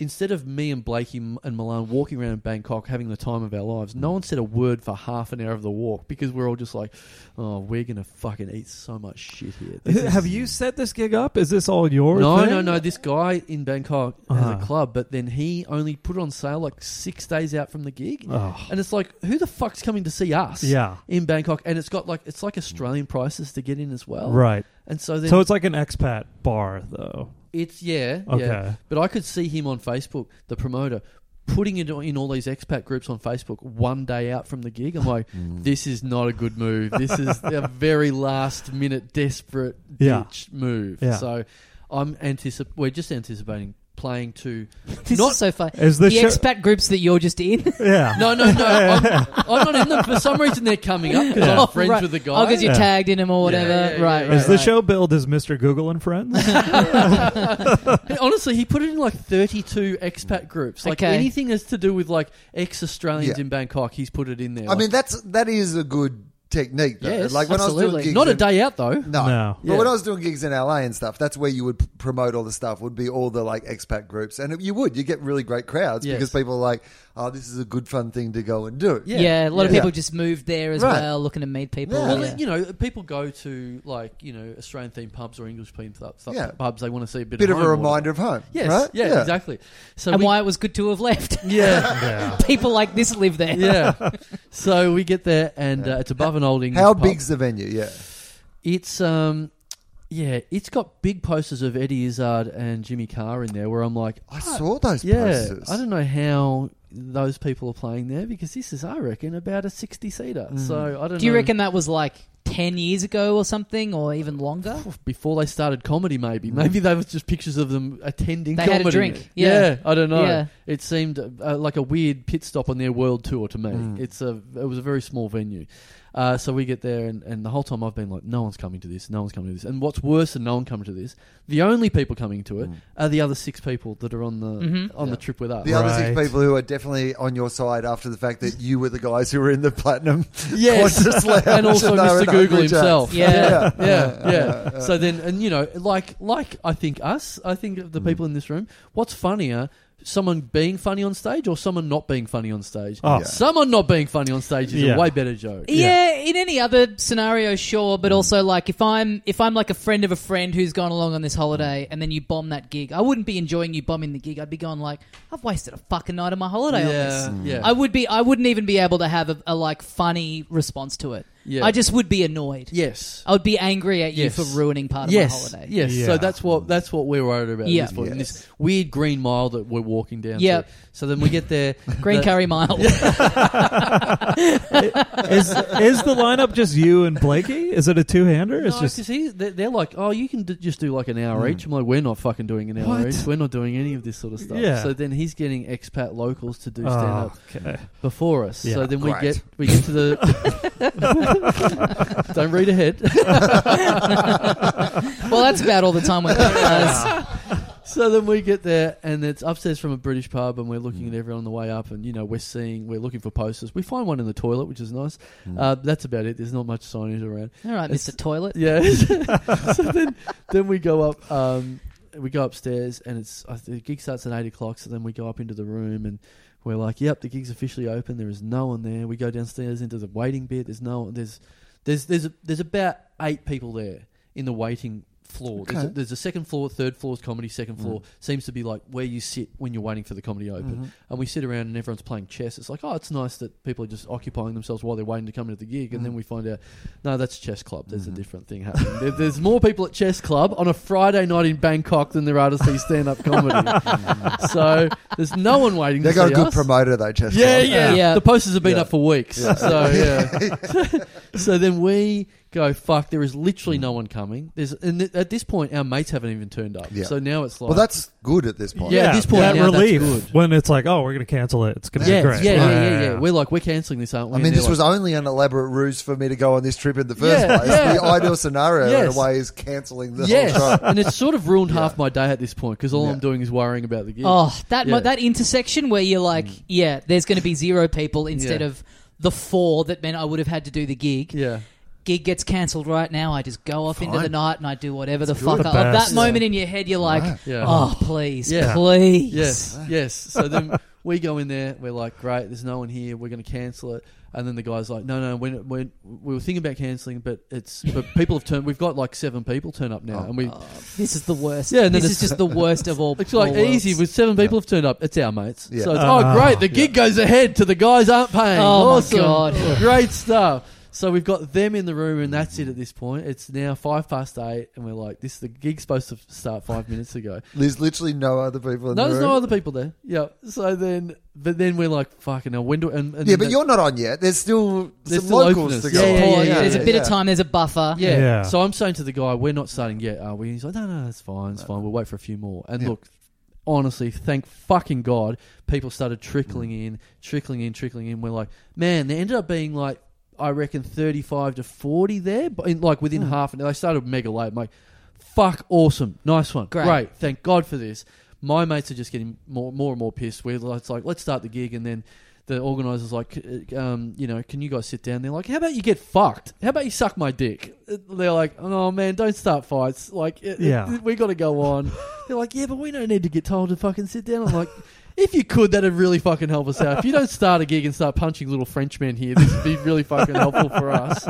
Speaker 3: instead of me and Blakey m- and Milan walking around Bangkok having the time of our lives, no one said a word for half an hour of the walk because we're all just like, oh, we're gonna fucking eat so much shit here. This is-
Speaker 4: <laughs> Have you set this gig up? Is this all yours?
Speaker 3: no, no, no. This guy in Bangkok has
Speaker 4: Uh-huh.
Speaker 3: a club, but then he only put it on sale like six days out from the gig.
Speaker 4: Oh.
Speaker 3: And it's like, who the fuck's coming to see us?
Speaker 4: Yeah.
Speaker 3: In Bangkok, and it's got like it's like Australian prices to get in as well.
Speaker 4: Right.
Speaker 3: And so then
Speaker 4: So it's like an expat bar, though.
Speaker 3: it's yeah, yeah.
Speaker 4: Okay.
Speaker 3: But I could see him on Facebook, the promoter, putting it in all these expat groups on Facebook one day out from the gig. I'm like, this is not a good move. This
Speaker 4: <laughs>
Speaker 3: is a very last minute, desperate
Speaker 4: Yeah.
Speaker 3: ditch move.
Speaker 4: Yeah.
Speaker 3: So I'm anticip- we're just anticipating playing to
Speaker 1: This
Speaker 3: not
Speaker 1: is so fun.
Speaker 4: Is
Speaker 1: the
Speaker 4: the show-
Speaker 1: expat groups that you're just in. <laughs> oh,
Speaker 4: Yeah.
Speaker 3: no, no,
Speaker 4: <laughs>
Speaker 3: no. I'm, I'm not in them. For some reason, they're coming up because
Speaker 1: Oh,
Speaker 3: I'm friends
Speaker 1: right.
Speaker 3: with the guy.
Speaker 1: Oh, because you
Speaker 4: Yeah.
Speaker 1: tagged in him or
Speaker 3: Yeah,
Speaker 1: whatever.
Speaker 3: yeah, yeah,
Speaker 1: right,
Speaker 3: yeah.
Speaker 1: right.
Speaker 4: Is the
Speaker 1: right.
Speaker 4: show billed as Mr. Google
Speaker 3: <laughs>
Speaker 4: and Friends?
Speaker 3: Hey, Honestly, he put it in like 32 expat groups. Like
Speaker 1: Okay.
Speaker 3: anything that's to do with like ex Australians
Speaker 5: Yeah.
Speaker 3: in Bangkok, he's put it in there.
Speaker 5: I mean, that's that is a good technique. Though.
Speaker 3: Yes,
Speaker 5: like when I was
Speaker 1: absolutely.
Speaker 5: doing gigs
Speaker 3: not a
Speaker 5: in-
Speaker 3: day out though.
Speaker 5: No.
Speaker 4: No.
Speaker 5: But when
Speaker 3: Yeah.
Speaker 5: I was doing gigs in LA and stuff, that's where you would p- promote all the stuff, would be all the like expat groups. And you would, you get really great crowds
Speaker 3: Yes.
Speaker 5: because people are like, oh, this is a good fun thing to go and do.
Speaker 1: yeah.
Speaker 3: Yeah.
Speaker 1: a lot of
Speaker 5: Yeah.
Speaker 1: people just moved there as
Speaker 5: Right.
Speaker 1: well, looking to meet people.
Speaker 5: Yeah.
Speaker 3: Well,
Speaker 1: yeah.
Speaker 3: you know, people go to like you know Australian themed pubs or English themed th- th-
Speaker 5: Yeah.
Speaker 3: pubs. They want to see a bit,
Speaker 5: Bit
Speaker 3: of,
Speaker 5: of a
Speaker 3: home water.
Speaker 5: reminder of home.
Speaker 3: Yes,
Speaker 5: Right?
Speaker 3: yeah, exactly. So
Speaker 1: and
Speaker 3: we-
Speaker 1: why it was good to have
Speaker 3: <laughs>
Speaker 1: left.
Speaker 3: Yeah,
Speaker 1: <laughs>
Speaker 4: yeah.
Speaker 1: people like this live there.
Speaker 3: yeah. so we get there, and uh, it's above an old English.
Speaker 5: How
Speaker 3: pub.
Speaker 5: big's the venue? Yeah.
Speaker 3: It's um, yeah, it's got big posters of Eddie Izzard and Jimmy Carr in there. Where I'm like,
Speaker 5: I saw those
Speaker 3: yeah,
Speaker 5: posters.
Speaker 3: I don't know how those people are playing there because this is, I reckon, about a sixty seater. So I don't.
Speaker 1: Do you
Speaker 3: know.
Speaker 1: reckon that was like ten years ago or something, or even longer?
Speaker 3: before they started comedy? Maybe, maybe they was just pictures of them attending.
Speaker 1: They had a
Speaker 3: comedy.
Speaker 1: drink, yeah.
Speaker 3: I don't know.
Speaker 1: Yeah.
Speaker 3: It seemed uh, like a weird pit stop on their world tour to me. It's a, it was a very small venue. Uh, so we get there, and, and the whole time I've been like, no one's coming to this, no one's coming to this. And what's worse than no one coming to this, the only people coming to it are the other six people that are on the
Speaker 1: Mhm.
Speaker 3: on the trip with us.
Speaker 5: The other six
Speaker 4: Right.
Speaker 5: people who are definitely on your side after the fact that you were the guys who were in the platinum.
Speaker 3: Yes.
Speaker 5: Qantas
Speaker 3: <laughs>
Speaker 5: lounge
Speaker 3: and also
Speaker 5: they were
Speaker 3: Mr.
Speaker 5: in
Speaker 3: Google
Speaker 5: Hungry Jack's.
Speaker 3: himself.
Speaker 1: Yeah.
Speaker 3: yeah, yeah. yeah. So then, and you know, like like I think us, I think of the people in this room. What's funnier, someone being funny on stage or someone not being funny on stage.
Speaker 4: Oh.
Speaker 5: Yeah.
Speaker 3: Someone not being funny on stage is
Speaker 4: Yeah.
Speaker 3: a way better joke.
Speaker 1: Yeah. in any other scenario, sure, but also like if I'm if I'm like a friend of a friend who's gone along on this holiday and then you bomb that gig, I wouldn't be enjoying you bombing the gig. I'd be going like, I've wasted a fucking night of my holiday on this.
Speaker 3: Yeah, yeah.
Speaker 1: I would be I wouldn't even be able to have a, a like funny response to it.
Speaker 3: Yeah.
Speaker 1: I just would be annoyed.
Speaker 3: yes.
Speaker 1: I would be angry at you
Speaker 3: Yes.
Speaker 1: for ruining part of
Speaker 3: yes.
Speaker 1: my holiday.
Speaker 3: Yes. So
Speaker 4: Yeah.
Speaker 3: that's what that's what we're worried about
Speaker 1: Yeah.
Speaker 3: at this point. in
Speaker 5: Yes.
Speaker 3: This weird green mile that we're walking down.
Speaker 1: Yeah.
Speaker 3: to. So then we get there.
Speaker 1: <laughs> Green
Speaker 3: the-
Speaker 1: curry
Speaker 3: <laughs>
Speaker 1: mile.
Speaker 4: is is the lineup just you and Blakey? Is it a two hander?
Speaker 3: No,
Speaker 4: It's just Hmm.
Speaker 3: because he's, they're, they're like, oh, you can d- just do like an hour each. I'm like, we're not fucking doing an hour
Speaker 4: What?
Speaker 3: each. We're not doing any of this sort of stuff.
Speaker 4: Yeah.
Speaker 3: So then he's getting expat locals to do stand
Speaker 4: oh,
Speaker 3: up
Speaker 4: <laughs> okay.
Speaker 3: before us.
Speaker 4: Yeah.
Speaker 3: So then we
Speaker 5: Great.
Speaker 3: get we get to
Speaker 4: <laughs>
Speaker 3: the. Don't read ahead.
Speaker 1: <laughs> well, that's about all the time when
Speaker 3: <laughs>
Speaker 1: does.
Speaker 3: So then we get there, and it's upstairs from a British pub, and we're
Speaker 4: Hmm.
Speaker 3: looking at everyone on the way up, and you know we're seeing, we're looking for posters. We find one in the toilet, which is nice.
Speaker 4: Hmm.
Speaker 3: Uh, that's about it. There's not much signage around.
Speaker 1: All right,
Speaker 3: It's-
Speaker 1: Mr. Toilet.
Speaker 3: Yeah. so then, then we go up. Um, we go upstairs, and it's I think the gig starts at eight o'clock. So then we go up into the room, and we're like, "Yep, the gig's officially open." There is no one there. We go downstairs into the waiting bit. There's no. There's there's there's there's about eight people there in the waiting floor. There's, a,
Speaker 5: Okay. Mm-hmm.
Speaker 3: there's a second floor, third floor's comedy. Second floor seems to be like where you sit when you're waiting for the comedy to open. And we sit around, and everyone's playing chess. It's like, oh, it's nice that people are just occupying themselves while they're waiting to come into the gig. And
Speaker 5: Mm-hmm.
Speaker 3: then we find out, no, that's chess club. There's a different thing happening. there, there's more people at chess club on a Friday night in Bangkok than there are to see stand up
Speaker 5: <laughs>
Speaker 3: comedy. so there's no one waiting.
Speaker 5: They
Speaker 3: to
Speaker 5: got a
Speaker 3: see
Speaker 5: good
Speaker 3: us.
Speaker 5: promoter though, Chester.
Speaker 3: Yeah, yeah,
Speaker 1: Yeah.
Speaker 3: The posters have been
Speaker 5: Yeah.
Speaker 3: up for weeks.
Speaker 5: Yeah. <laughs>
Speaker 3: So yeah. so then we go fuck. There is literally no one coming. There's and th- at this point our mates haven't even turned up.
Speaker 5: Yeah.
Speaker 3: So now it's like
Speaker 5: Well, that's good at this point.
Speaker 3: Yeah, at this point
Speaker 4: that
Speaker 3: now, that's
Speaker 4: relief
Speaker 3: good.
Speaker 4: when it's like, oh, we're gonna cancel it. It's gonna
Speaker 3: yeah,
Speaker 4: be great. Uh,
Speaker 3: yeah, yeah, yeah, yeah, We're like we're canceling this, aren't we?
Speaker 5: I
Speaker 3: And
Speaker 5: mean,
Speaker 3: they're
Speaker 5: this was
Speaker 3: like,
Speaker 5: only an elaborate ruse for me to go on this trip in the first
Speaker 3: Yeah,
Speaker 5: place.
Speaker 3: yeah.
Speaker 5: The ideal scenario,
Speaker 3: Yes.
Speaker 5: in a way, is canceling the
Speaker 3: yes,
Speaker 5: whole show.
Speaker 3: and it's sort of ruined
Speaker 5: <laughs> Yeah.
Speaker 3: half my day at this point because all
Speaker 5: Yeah.
Speaker 3: I'm doing is worrying about the gig.
Speaker 1: Oh, that mo
Speaker 3: Yeah. Mm.
Speaker 1: that intersection where you're like, yeah, there's going to be zero people instead
Speaker 3: Yeah.
Speaker 1: of the four that meant I would have had to do the gig.
Speaker 3: yeah.
Speaker 1: Gig gets cancelled right now. I just go off into the
Speaker 5: Fine.
Speaker 1: night and I do whatever the
Speaker 4: good.
Speaker 1: fuck.
Speaker 4: The
Speaker 1: I, of that
Speaker 4: best.
Speaker 1: moment in your head, you're like,
Speaker 5: Right.
Speaker 3: Yeah.
Speaker 1: oh, please,
Speaker 3: Yeah.
Speaker 1: please.
Speaker 3: Yes, yes. So
Speaker 1: <laughs>
Speaker 3: then we go in there. We're like, great. There's no one here. We're going to cancel it. And then the guy's like, no, no. When, when we were thinking about canceling, but it's but people have turned. We've got like seven people turn up now,
Speaker 5: Oh.
Speaker 3: and we.
Speaker 1: Oh, this is the worst.
Speaker 3: Yeah,
Speaker 1: Yeah,
Speaker 3: and then
Speaker 1: this is
Speaker 3: it's-
Speaker 1: just the worst of all.
Speaker 3: It's like
Speaker 1: all worlds.
Speaker 3: easy with seven people have turned up. It's our mates.
Speaker 5: Yeah.
Speaker 3: So it's,
Speaker 4: Ah.
Speaker 3: oh great, the gig goes ahead to the guys aren't paying.
Speaker 1: Oh, my
Speaker 3: awesome.
Speaker 1: God.
Speaker 3: <laughs> great stuff. So we've got them in the room, and that's it at this point. It's now five past eight, and we're like, this the gig's supposed to start five minutes ago.
Speaker 5: There's literally no other people in
Speaker 3: No,
Speaker 5: the
Speaker 3: there's
Speaker 5: room.
Speaker 3: no other people there. Yeah. So then, but then we're like, fucking hell, when do and, and
Speaker 5: yeah, but
Speaker 3: that-
Speaker 5: you're not on yet. There's still
Speaker 3: There's
Speaker 5: some
Speaker 3: still
Speaker 5: locals
Speaker 3: openness.
Speaker 5: to go
Speaker 3: <laughs> Yeah,
Speaker 5: on.
Speaker 3: yeah, yeah,
Speaker 1: There's a
Speaker 3: yeah,
Speaker 1: bit of time. There's a buffer.
Speaker 3: Yeah.
Speaker 4: Yeah.
Speaker 3: So I'm saying to the guy, we're not starting yet, are we? He's like, no, no, that's fine, it's fine. We'll wait for a few more. And
Speaker 5: Yeah.
Speaker 3: look, honestly, thank fucking God, people started trickling in, trickling in, trickling in. We're like, man, there ended up being like, I reckon 35 to 40 there, but in, like
Speaker 5: Hmm.
Speaker 3: within half an hour. They started mega late. I'm like, fuck, awesome, nice one,
Speaker 1: Great.
Speaker 3: great. Thank God for this. My mates are just getting more, more and more pissed. We're like, it's like, let's start the gig, and then the organizers like, uh, um, you know, can you guys sit down? They're like, how about you get fucked? How about you suck my dick? Uh, They're like, oh man, don't start fights. Like, it,
Speaker 4: Yeah.
Speaker 3: it- we got to go on. They're like, yeah, but we don't need to get told to fucking sit down. I'm like. If you could, that'd really fucking help us out. If you don't start a gig and start punching little Frenchmen here, this would be really fucking helpful for us.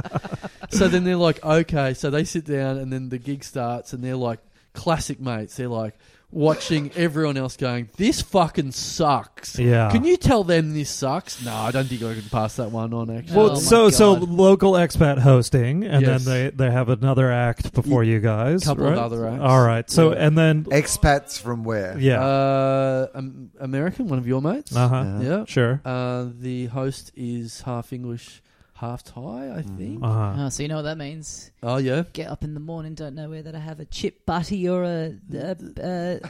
Speaker 3: So then they're like, okay. So they sit down, and then the gig starts, and they're like, classic mates. They're like watching everyone else going, this fucking sucks.
Speaker 4: Yeah.
Speaker 3: Can you tell them this sucks? No, I don't think I can pass that one on. Actually,
Speaker 1: Well, Oh my
Speaker 4: Well, so so
Speaker 1: God.
Speaker 4: local expat hosting, and
Speaker 3: Yes.
Speaker 4: then they, they have another act before you guys.
Speaker 3: Couple of
Speaker 4: right?
Speaker 3: other acts.
Speaker 4: All right. So
Speaker 3: Yeah.
Speaker 4: and then
Speaker 5: Expats from where?
Speaker 4: yeah,
Speaker 3: uh, um, American, one of your mates.
Speaker 4: uh huh,
Speaker 3: Yeah.
Speaker 4: sure,
Speaker 3: Uh, the host is half English, half Thai, I think.
Speaker 4: uh huh.
Speaker 1: Oh, so you know what that means.
Speaker 3: Oh yeah.
Speaker 1: Get up in the morning, don't know whether to have a chip butty or a a, a,
Speaker 3: <laughs>
Speaker 1: a,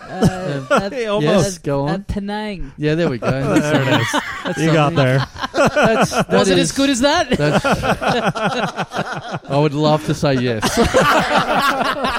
Speaker 1: a,
Speaker 4: Hey,
Speaker 1: a,
Speaker 3: Yes, go
Speaker 1: a
Speaker 3: on.
Speaker 1: Penang.
Speaker 3: Yeah, <laughs> there we go.
Speaker 4: There
Speaker 3: Uh, That's,
Speaker 4: it is. you got there.
Speaker 3: <laughs> that's, that
Speaker 1: Was it
Speaker 3: is-
Speaker 1: as good as that?
Speaker 3: <laughs> that's- I would love to say <laughs> yes.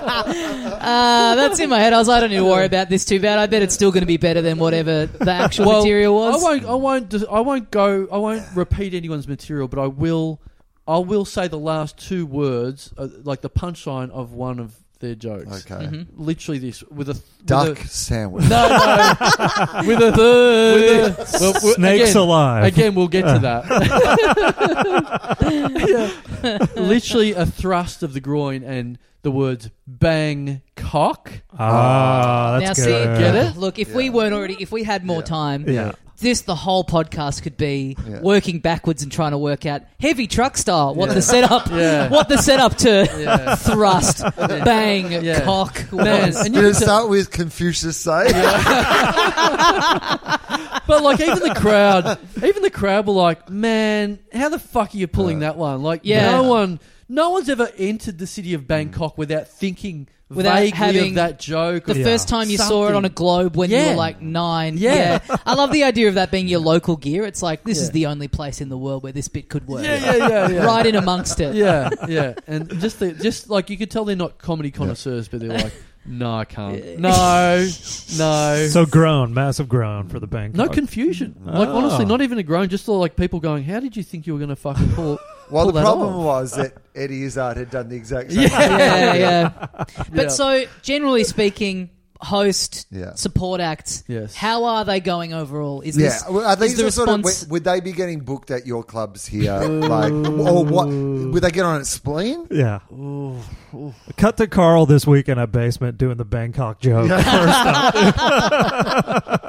Speaker 1: Uh, that's in my head. I was like, I don't need to worry about this too bad. I bet it's still going to be better than whatever
Speaker 3: <laughs>
Speaker 1: the actual
Speaker 3: Well,
Speaker 1: material was.
Speaker 3: I won't. I won't. dis- I won't go. I won't repeat anyone's material, but I will. I will say the last two words, uh, like the punchline of one of their jokes.
Speaker 5: Okay.
Speaker 1: Mhm.
Speaker 3: Literally this with a th- with
Speaker 5: Duck
Speaker 3: a-
Speaker 5: sandwich.
Speaker 3: no,
Speaker 1: <laughs>
Speaker 3: no, with a third. well, we-
Speaker 4: Snakes
Speaker 3: again,
Speaker 4: alive.
Speaker 3: Again, we'll get to
Speaker 1: <laughs>
Speaker 3: that. Yeah. Literally a thrust of the groin and the words bang cock.
Speaker 4: Ah, that's
Speaker 1: now
Speaker 4: good.
Speaker 1: see,
Speaker 3: Get it?
Speaker 1: Look, if we weren't already, if we had more
Speaker 5: Yeah.
Speaker 1: time,
Speaker 4: Yeah.
Speaker 1: this the whole podcast could be
Speaker 5: Yeah.
Speaker 1: working backwards and trying to work out heavy truck style what
Speaker 3: Yeah.
Speaker 1: the setup,
Speaker 3: <laughs> Yeah.
Speaker 1: what the setup to
Speaker 3: <laughs> Yeah.
Speaker 1: thrust, bang,
Speaker 3: Yeah.
Speaker 1: cock
Speaker 3: Man,
Speaker 1: was.
Speaker 3: and you
Speaker 5: Did
Speaker 3: can
Speaker 5: it start with Confucius say?
Speaker 3: But like even the crowd, even the crowd were like, "Man, how the fuck are you pulling that one?" Like,
Speaker 1: Yeah.
Speaker 3: no one, no one's ever entered the city of Bangkok without thinking
Speaker 1: Without
Speaker 3: vaguely
Speaker 1: having
Speaker 3: of that joke.
Speaker 1: The
Speaker 3: or-
Speaker 4: Yeah.
Speaker 1: first time you saw it
Speaker 3: Something.
Speaker 1: on a globe when you
Speaker 3: Yeah.
Speaker 1: were like nine.
Speaker 3: Yeah.
Speaker 1: I love the idea of that being your local gear. It's like, this
Speaker 3: Yeah.
Speaker 1: is the only place in the world where this bit could work.
Speaker 3: yeah, yeah, yeah, yeah.
Speaker 1: Right in amongst it.
Speaker 3: Yeah, yeah, and just the, just like you could tell they're not comedy connoisseurs, but they're like, "No, I can't. No, no."
Speaker 4: <laughs> So groan, massive groan for the bank.
Speaker 3: no confusion. Like
Speaker 4: Oh.
Speaker 3: honestly, not even a groan. Just all like people going, "How did you think you were going to fucking pull?"
Speaker 5: Well,
Speaker 3: pull
Speaker 5: the
Speaker 3: that
Speaker 5: problem
Speaker 3: off?
Speaker 5: was that Eddie Izzard had done the exact same
Speaker 3: Yeah. <laughs>
Speaker 5: thing.
Speaker 1: yeah, yeah. But
Speaker 3: Yeah.
Speaker 1: so, generally speaking, host,
Speaker 5: Yeah.
Speaker 1: support act,
Speaker 3: Yes.
Speaker 1: how are they going overall? Is
Speaker 5: Yeah,
Speaker 1: this
Speaker 5: well, are
Speaker 1: is
Speaker 5: these
Speaker 1: the
Speaker 5: the sort of,
Speaker 1: response-
Speaker 5: would- would they be getting booked at your clubs here? like, or what? Would they get on at spleen?
Speaker 4: Yeah. Cut to Carl this week in a basement doing the Bangkok joke.
Speaker 1: But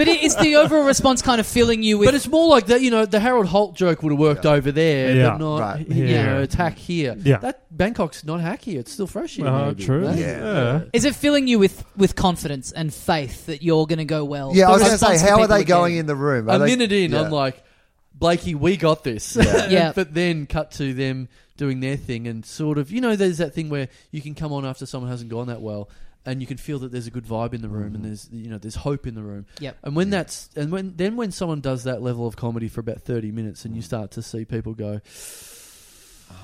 Speaker 1: it- is the overall response kind of filling you with?
Speaker 3: But it's more like that, you know, the Harold Holt joke would have worked over there,
Speaker 4: Yeah.
Speaker 3: but not,
Speaker 5: Right.
Speaker 3: you
Speaker 4: Yeah.
Speaker 3: know, it's hack here.
Speaker 4: Yeah.
Speaker 3: That Bangkok's not hacky, it's still fresh here.
Speaker 4: Uh,
Speaker 3: maybe,
Speaker 4: true.
Speaker 3: right?
Speaker 5: Yeah.
Speaker 1: is it filling you with with confidence and faith that you're going to go well? The
Speaker 5: Yeah, I was going to
Speaker 1: response
Speaker 5: say,
Speaker 1: that
Speaker 5: how are
Speaker 1: people
Speaker 5: they going
Speaker 1: getting.
Speaker 5: in the room? Are
Speaker 3: A
Speaker 5: they-
Speaker 3: minute in,
Speaker 5: Yeah.
Speaker 3: I'm like, Blakey, we got this. <laughs>
Speaker 1: Yeah.
Speaker 3: But then cut to them doing their thing and sort of, you know, there's that thing where you can come on after someone hasn't gone that well and you can feel that there's a good vibe in the room
Speaker 5: Mm-hmm.
Speaker 3: and there's, you know, there's hope in the room.
Speaker 1: Yep.
Speaker 3: And when that's, and when, then when someone does that level of comedy for about 30 minutes and you
Speaker 5: Mm.
Speaker 3: start to see people go,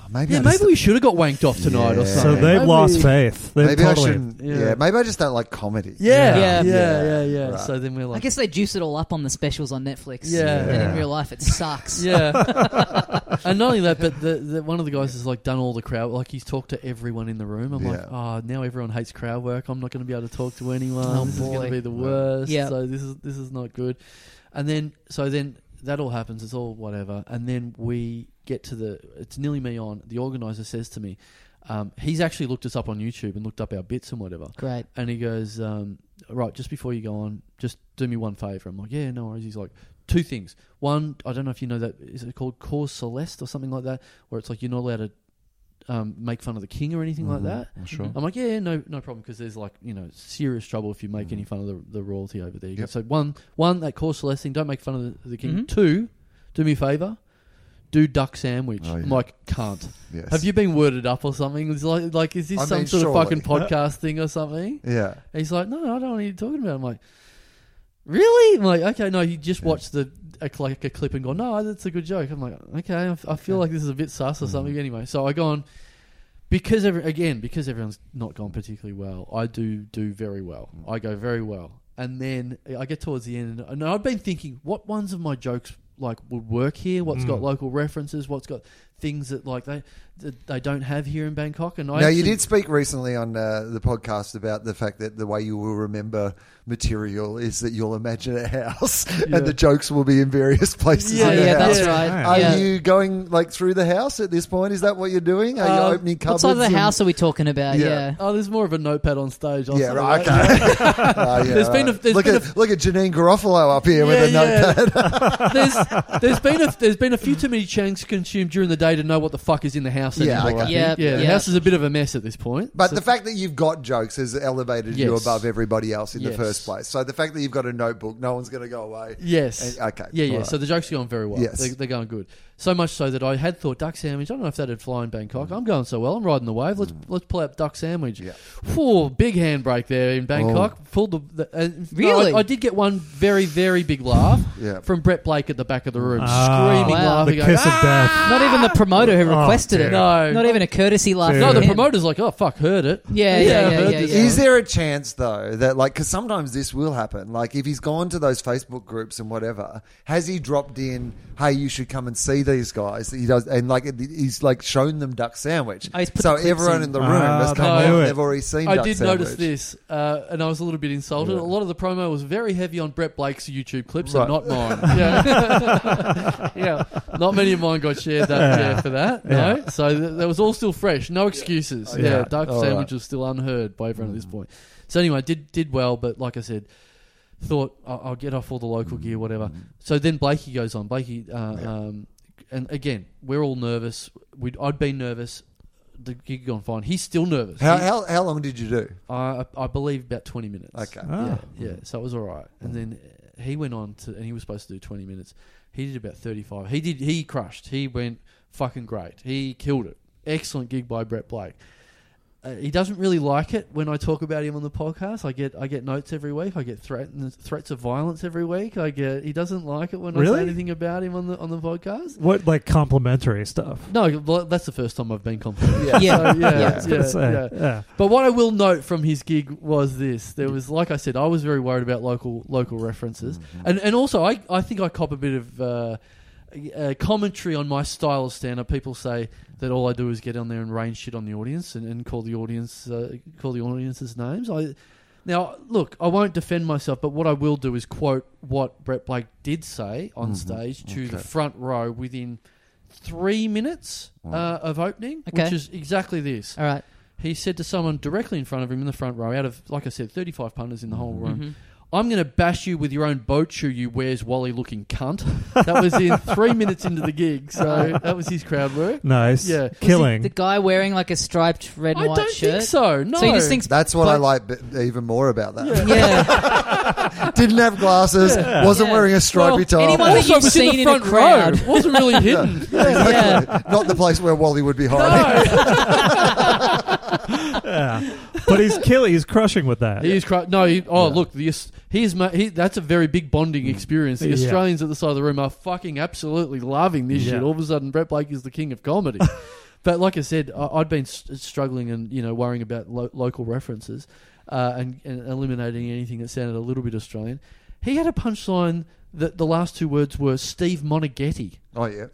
Speaker 5: maybe
Speaker 3: yeah,
Speaker 5: I
Speaker 3: maybe
Speaker 5: just-
Speaker 3: we should have got wanked off tonight or
Speaker 5: Yeah.
Speaker 3: something.
Speaker 4: So they've
Speaker 3: Maybe-
Speaker 4: lost faith. They've
Speaker 5: maybe
Speaker 4: totally.
Speaker 5: I shouldn't.
Speaker 3: Yeah.
Speaker 5: Yeah. maybe I just don't like comedy.
Speaker 3: Yeah,
Speaker 1: Yeah.
Speaker 3: yeah, yeah, yeah.
Speaker 5: Right.
Speaker 3: So then we're
Speaker 1: I
Speaker 3: like,
Speaker 1: guess they juice it all up on the specials on Netflix.
Speaker 3: Yeah.
Speaker 1: And in
Speaker 4: Yeah.
Speaker 1: real life, it sucks.
Speaker 3: yeah.
Speaker 1: <laughs>
Speaker 3: and not only that, but the, the one of the guys has like done all the crowd, like he's talked to everyone in the room. I'm like,
Speaker 5: Yeah.
Speaker 3: oh, now everyone hates crowd work. I'm not going to be able to talk to anyone.
Speaker 1: Oh,
Speaker 3: this is going
Speaker 1: boy.
Speaker 3: to be the worst.
Speaker 1: Yeah.
Speaker 3: So this is this is not good. And then so then that all happens. It's all whatever. And then we get to the. It's nearly me on. The organizer says to me. Um, he's actually looked us up on YouTube and looked up our bits and whatever.
Speaker 1: Great.
Speaker 3: And he goes, um, right, just before you go on, just do me one favor. I'm like, yeah, no worries. He's like, two things. One, I don't know if you know that is it called cause celeste or something like that, where it's like you're not allowed to um, make fun of the king or anything
Speaker 5: Mm-hmm.
Speaker 3: like that.
Speaker 5: Mm, sure.
Speaker 3: I'm like, yeah, no, no problem, because there's like you know serious trouble if you make any fun of the, the royalty over there. You go,
Speaker 5: Mm-hmm. Yep. Mm-hmm.
Speaker 3: So one, one that cause celeste thing, don't make fun of the, the king.
Speaker 1: Mhm.
Speaker 3: Two, do me a favor, do duck sandwich.
Speaker 5: Oh, yeah.
Speaker 3: I'm like, can't.
Speaker 5: Yes.
Speaker 3: Have you been worded up or something? It's like, like is this
Speaker 5: I
Speaker 3: some
Speaker 5: mean,
Speaker 3: sort
Speaker 5: surely.
Speaker 3: of
Speaker 5: <laughs>
Speaker 3: fucking podcast thing or something?
Speaker 5: Yeah.
Speaker 3: And he's like, no, I don't know what you're talking about. I'm like, really? I'm like, okay, no, you just
Speaker 5: Yeah.
Speaker 3: watched the a, cl- like a clip and gone, no, that's a good joke. I'm like, okay, I, f- I feel like this is a bit sus
Speaker 5: Mm-hmm.
Speaker 3: or something. Anyway, so I go on because every, again because everyone's not gone particularly well. I do do very well.
Speaker 5: Mm-hmm.
Speaker 3: I go very well, and then I get towards the end, and I've been thinking, what ones of my jokes like would work here? What's got
Speaker 4: Mm.
Speaker 3: local references? What's got things that like they that they don't have here in Bangkok? And I
Speaker 5: Now, you
Speaker 3: actually-
Speaker 5: did speak recently on uh, the podcast about the fact that the way you will remember material is that you'll imagine a house <laughs>
Speaker 3: Yeah.
Speaker 5: and the jokes will be in various places
Speaker 1: Oh,
Speaker 3: Yeah,
Speaker 5: in the
Speaker 1: yeah,
Speaker 5: house.
Speaker 1: that's
Speaker 3: yeah.
Speaker 1: right.
Speaker 5: Are
Speaker 1: yeah.
Speaker 5: you going like through the house at this point? Is that what you're doing? Are
Speaker 3: Um,
Speaker 5: you opening
Speaker 1: what
Speaker 5: cupboards?
Speaker 1: side of the
Speaker 5: and-
Speaker 1: house are we talking about?
Speaker 5: Yeah.
Speaker 1: Yeah.
Speaker 3: Oh, there's more of a notepad on stage. I'll
Speaker 5: Yeah,
Speaker 3: say
Speaker 5: right.
Speaker 3: that.
Speaker 5: Okay. <laughs> Uh, yeah,
Speaker 3: There's been a-
Speaker 5: right.
Speaker 3: there's
Speaker 5: look
Speaker 3: been
Speaker 5: at look at Janine Garofalo up here with a
Speaker 3: Yeah,
Speaker 5: notepad.
Speaker 3: yeah. <laughs> there's, <laughs> there's been a there's been a few too many chanks consumed during the day to know what the fuck is in the house
Speaker 5: Yeah,
Speaker 3: anymore. I
Speaker 5: okay.
Speaker 3: think.
Speaker 1: Yeah,
Speaker 3: yeah, the
Speaker 1: yeah.
Speaker 3: house is a bit of a mess at this point.
Speaker 5: But
Speaker 3: So-
Speaker 5: the fact that you've got jokes has elevated you
Speaker 3: Yes.
Speaker 5: above everybody else in the
Speaker 3: Yes.
Speaker 5: first place. So the fact that you've got a notebook, no one's going to go away.
Speaker 3: yes,
Speaker 5: And- eh, okay,
Speaker 3: yeah, yeah.
Speaker 5: alright.
Speaker 3: So the jokes are going very well.
Speaker 5: Yes.
Speaker 3: They, they're going good. So much so that I had thought duck sandwich. I don't know if that'd fly in Bangkok. I'm going so well. I'm riding the wave. Let's let's pull out duck sandwich.
Speaker 5: Mm. Yeah. Oh.
Speaker 3: Whew, big handbrake there in Bangkok. Pulled the, the uh, no,
Speaker 1: Really?
Speaker 3: I, I did get one very very big laugh
Speaker 5: Yeah.
Speaker 3: from Brett Blake at the back of the room,
Speaker 4: Ah,
Speaker 3: screaming,
Speaker 1: Wow.
Speaker 4: The
Speaker 3: laughing. going,
Speaker 4: kiss of
Speaker 1: <laughs>
Speaker 4: death.
Speaker 1: Not even the promoter who
Speaker 4: Oh,
Speaker 1: requested it.
Speaker 4: dear.
Speaker 3: No.
Speaker 1: Not even a courtesy laugh.
Speaker 4: Dude.
Speaker 3: No,
Speaker 1: from
Speaker 3: the
Speaker 1: him.
Speaker 3: promoter's like, oh fuck, heard it. <laughs>
Speaker 1: Yeah, yeah,
Speaker 3: I
Speaker 1: yeah,
Speaker 3: heard
Speaker 1: yeah,
Speaker 3: this.
Speaker 1: yeah.
Speaker 5: Is there a chance though that like because sometimes this will happen? Like if he's gone to those Facebook groups and whatever, has he dropped in? Hey, you should come and see the these guys. He does, and like he's like shown them duck sandwich.
Speaker 1: Oh, he's put
Speaker 5: so
Speaker 1: the clips
Speaker 5: everyone
Speaker 1: in.
Speaker 5: in the room
Speaker 4: Ah,
Speaker 5: has
Speaker 4: they
Speaker 5: come
Speaker 3: knew
Speaker 5: out.
Speaker 4: it.
Speaker 5: and They've already seen.
Speaker 3: I
Speaker 5: duck
Speaker 3: did
Speaker 5: sandwich.
Speaker 3: notice this, uh, and I was a little bit insulted.
Speaker 5: Yeah.
Speaker 3: A lot of the promo was very heavy on Brett Blake's YouTube clips
Speaker 5: Right.
Speaker 3: and not
Speaker 5: <laughs>
Speaker 3: mine. Yeah. <laughs> yeah, not many of mine got shared that
Speaker 4: Yeah.
Speaker 3: yeah, for that. No, so th- that was all still fresh, no excuses.
Speaker 4: Yeah.
Speaker 3: Yeah, Dark
Speaker 5: All
Speaker 3: Sandwich
Speaker 5: right. Mm.
Speaker 3: was still unheard by everyone at this point. So anyway, did did well, but like I said. Thought I'll, I'll get off all the local gear, whatever. So then Blakey goes on. Blakey, uh,
Speaker 5: Mm. Yeah.
Speaker 3: um, and again, we're all nervous. We'd, I'd been nervous. The gig gone fine. He's still nervous.
Speaker 5: How,
Speaker 3: He-
Speaker 5: how how long did you do?
Speaker 3: I I believe about twenty minutes.
Speaker 5: Okay. Hmm.
Speaker 4: Ah.
Speaker 3: Yeah, yeah. So it was all right. And then uh, he went on to, and he was supposed to do twenty minutes. He did about thirty-five. He did. He crushed. He went fucking great. He killed it. Excellent gig by Brett Blake. Uh, he doesn't really like it when I talk about him on the podcast. I get I get notes every week. I get threat, threats of violence every week. I get he doesn't like it when I
Speaker 4: Really?
Speaker 3: say anything about him on the on the podcast.
Speaker 4: What like complimentary stuff?
Speaker 3: No, well, that's the first time I've been complimented.
Speaker 1: <laughs> Yeah.
Speaker 5: Yeah.
Speaker 3: So, yeah,
Speaker 5: Yeah. I
Speaker 4: I was
Speaker 3: yeah,
Speaker 4: gonna say,
Speaker 3: yeah.
Speaker 4: yeah.
Speaker 3: But what I will note from his gig was this: there was, like I said, I was very worried about local local references, and and also I I think I cop a bit of. Uh, uh, commentary on my style of stand-up. People say that all I do is get on there and rain shit on the audience and, and call the audience uh, call the audience's names. I now look, I won't defend myself, but what I will do is quote what Brett Blake did say on
Speaker 5: Mhm.
Speaker 3: stage to the
Speaker 5: Okay.
Speaker 3: front row within three minutes uh, of opening,
Speaker 1: Okay.
Speaker 3: which is exactly this
Speaker 1: All right.
Speaker 3: he said to someone directly in front of him in the front row, out of, like I said, 35 punters in the whole room,
Speaker 1: Mhm.
Speaker 3: I'm going to bash you with your own boat shoe, you where's Wally looking cunt. That was in three minutes into the gig, so that was his crowd work.
Speaker 4: Nice.
Speaker 3: Yeah. Was it
Speaker 4: Killing.
Speaker 1: The guy wearing like a striped red
Speaker 3: I
Speaker 1: and white
Speaker 3: don't
Speaker 1: shirt.
Speaker 3: think so, no.
Speaker 1: So he just thinks.
Speaker 5: That's what
Speaker 1: But-
Speaker 5: I like b- even more about that.
Speaker 1: <laughs>
Speaker 3: <laughs>
Speaker 1: yeah.
Speaker 5: Didn't have glasses. Wasn't
Speaker 1: Yeah.
Speaker 5: wearing a stripy
Speaker 1: Well,
Speaker 5: top.
Speaker 1: anyone that
Speaker 3: Oh. Also,
Speaker 1: you've
Speaker 3: it was
Speaker 1: seen
Speaker 3: in
Speaker 1: in
Speaker 3: the
Speaker 1: a
Speaker 3: front
Speaker 1: crowd.
Speaker 3: row. wasn't really hidden.
Speaker 1: <laughs>
Speaker 5: <laughs> Exactly. Not the place where Wally would be hiding.
Speaker 4: yeah. But he's killing. He's crushing with that.
Speaker 3: He is cry- no. He, oh, look, the, Aus- he is. Ma- he, that's a very big bonding experience. The
Speaker 4: Mm. Yeah.
Speaker 3: Australians at the side of the room are fucking absolutely loving this
Speaker 4: Yeah.
Speaker 3: shit. All of a sudden, Brett Blake is the king of
Speaker 4: <laughs>
Speaker 3: comedy. but like I said, I, I'd been st- struggling and you know worrying about lo- local references uh, and, and eliminating anything that sounded a little bit Australian. He had a punchline that the last two words were Steve Monaghetti.
Speaker 5: Oh yeah.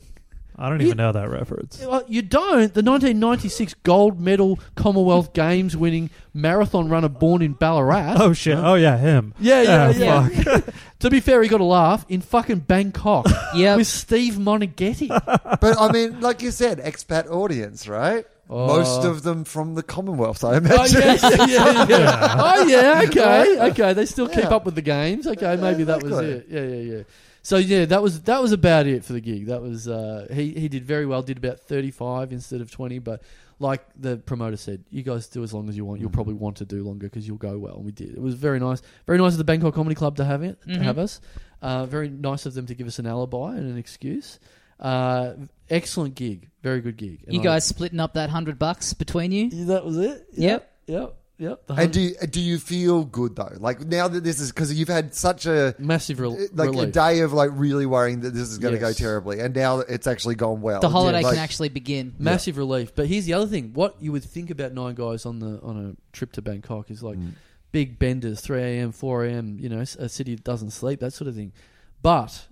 Speaker 4: I don't
Speaker 3: He-
Speaker 4: even know that reference.
Speaker 3: Well, You don't. The 1996 gold medal Commonwealth Games winning marathon runner born in Ballarat.
Speaker 4: Oh shit. Oh yeah, him.
Speaker 3: Yeah, yeah,
Speaker 4: Oh,
Speaker 3: yeah. <laughs> to be fair, he got a laugh in fucking <laughs> Bangkok
Speaker 1: Yeah.
Speaker 3: with Steve Monaghetti.
Speaker 5: But I mean, like you said, expat audience, right?
Speaker 1: Uh,
Speaker 5: Most of them from the Commonwealth,
Speaker 1: <laughs>
Speaker 5: I imagine.
Speaker 3: Oh, yeah, yeah, yeah. Oh yeah, okay, okay. They still keep
Speaker 5: Yeah.
Speaker 3: up with the games. Okay, maybe that was
Speaker 5: Exactly.
Speaker 3: it. Yeah, yeah, yeah. So yeah, that was that was about it for the gig. That was uh, he he did very well. Did about thirty five instead of twenty, but like the promoter said, you guys do as long as you want. You'll probably want to do longer because you'll go well. And we did. It was very nice. Very nice of the Bangkok Comedy Club to have it
Speaker 1: Mhm.
Speaker 3: to have us. Uh, very nice of them to give us an alibi and an excuse. Uh, excellent gig. Very good gig. And
Speaker 1: You
Speaker 3: I-
Speaker 1: guys splitting up that hundred bucks between you.
Speaker 3: Yeah, that was it.
Speaker 1: Yep.
Speaker 3: Yep. Yep. The
Speaker 5: And do you, do you feel good though? Like now that this is because you've had such a
Speaker 3: massive rel-
Speaker 5: like a
Speaker 3: relief.
Speaker 5: day of like really worrying that this is going to
Speaker 3: Yes.
Speaker 5: go terribly, and now it's actually gone well.
Speaker 1: The holiday
Speaker 5: Like,
Speaker 1: can actually begin.
Speaker 3: massive relief. But here's the other thing: what you would think about nine guys on the on a trip to Bangkok is like
Speaker 5: Mm,
Speaker 3: big benders, three a.m., four a.m. You know, s- a city that doesn't sleep, that sort of thing. But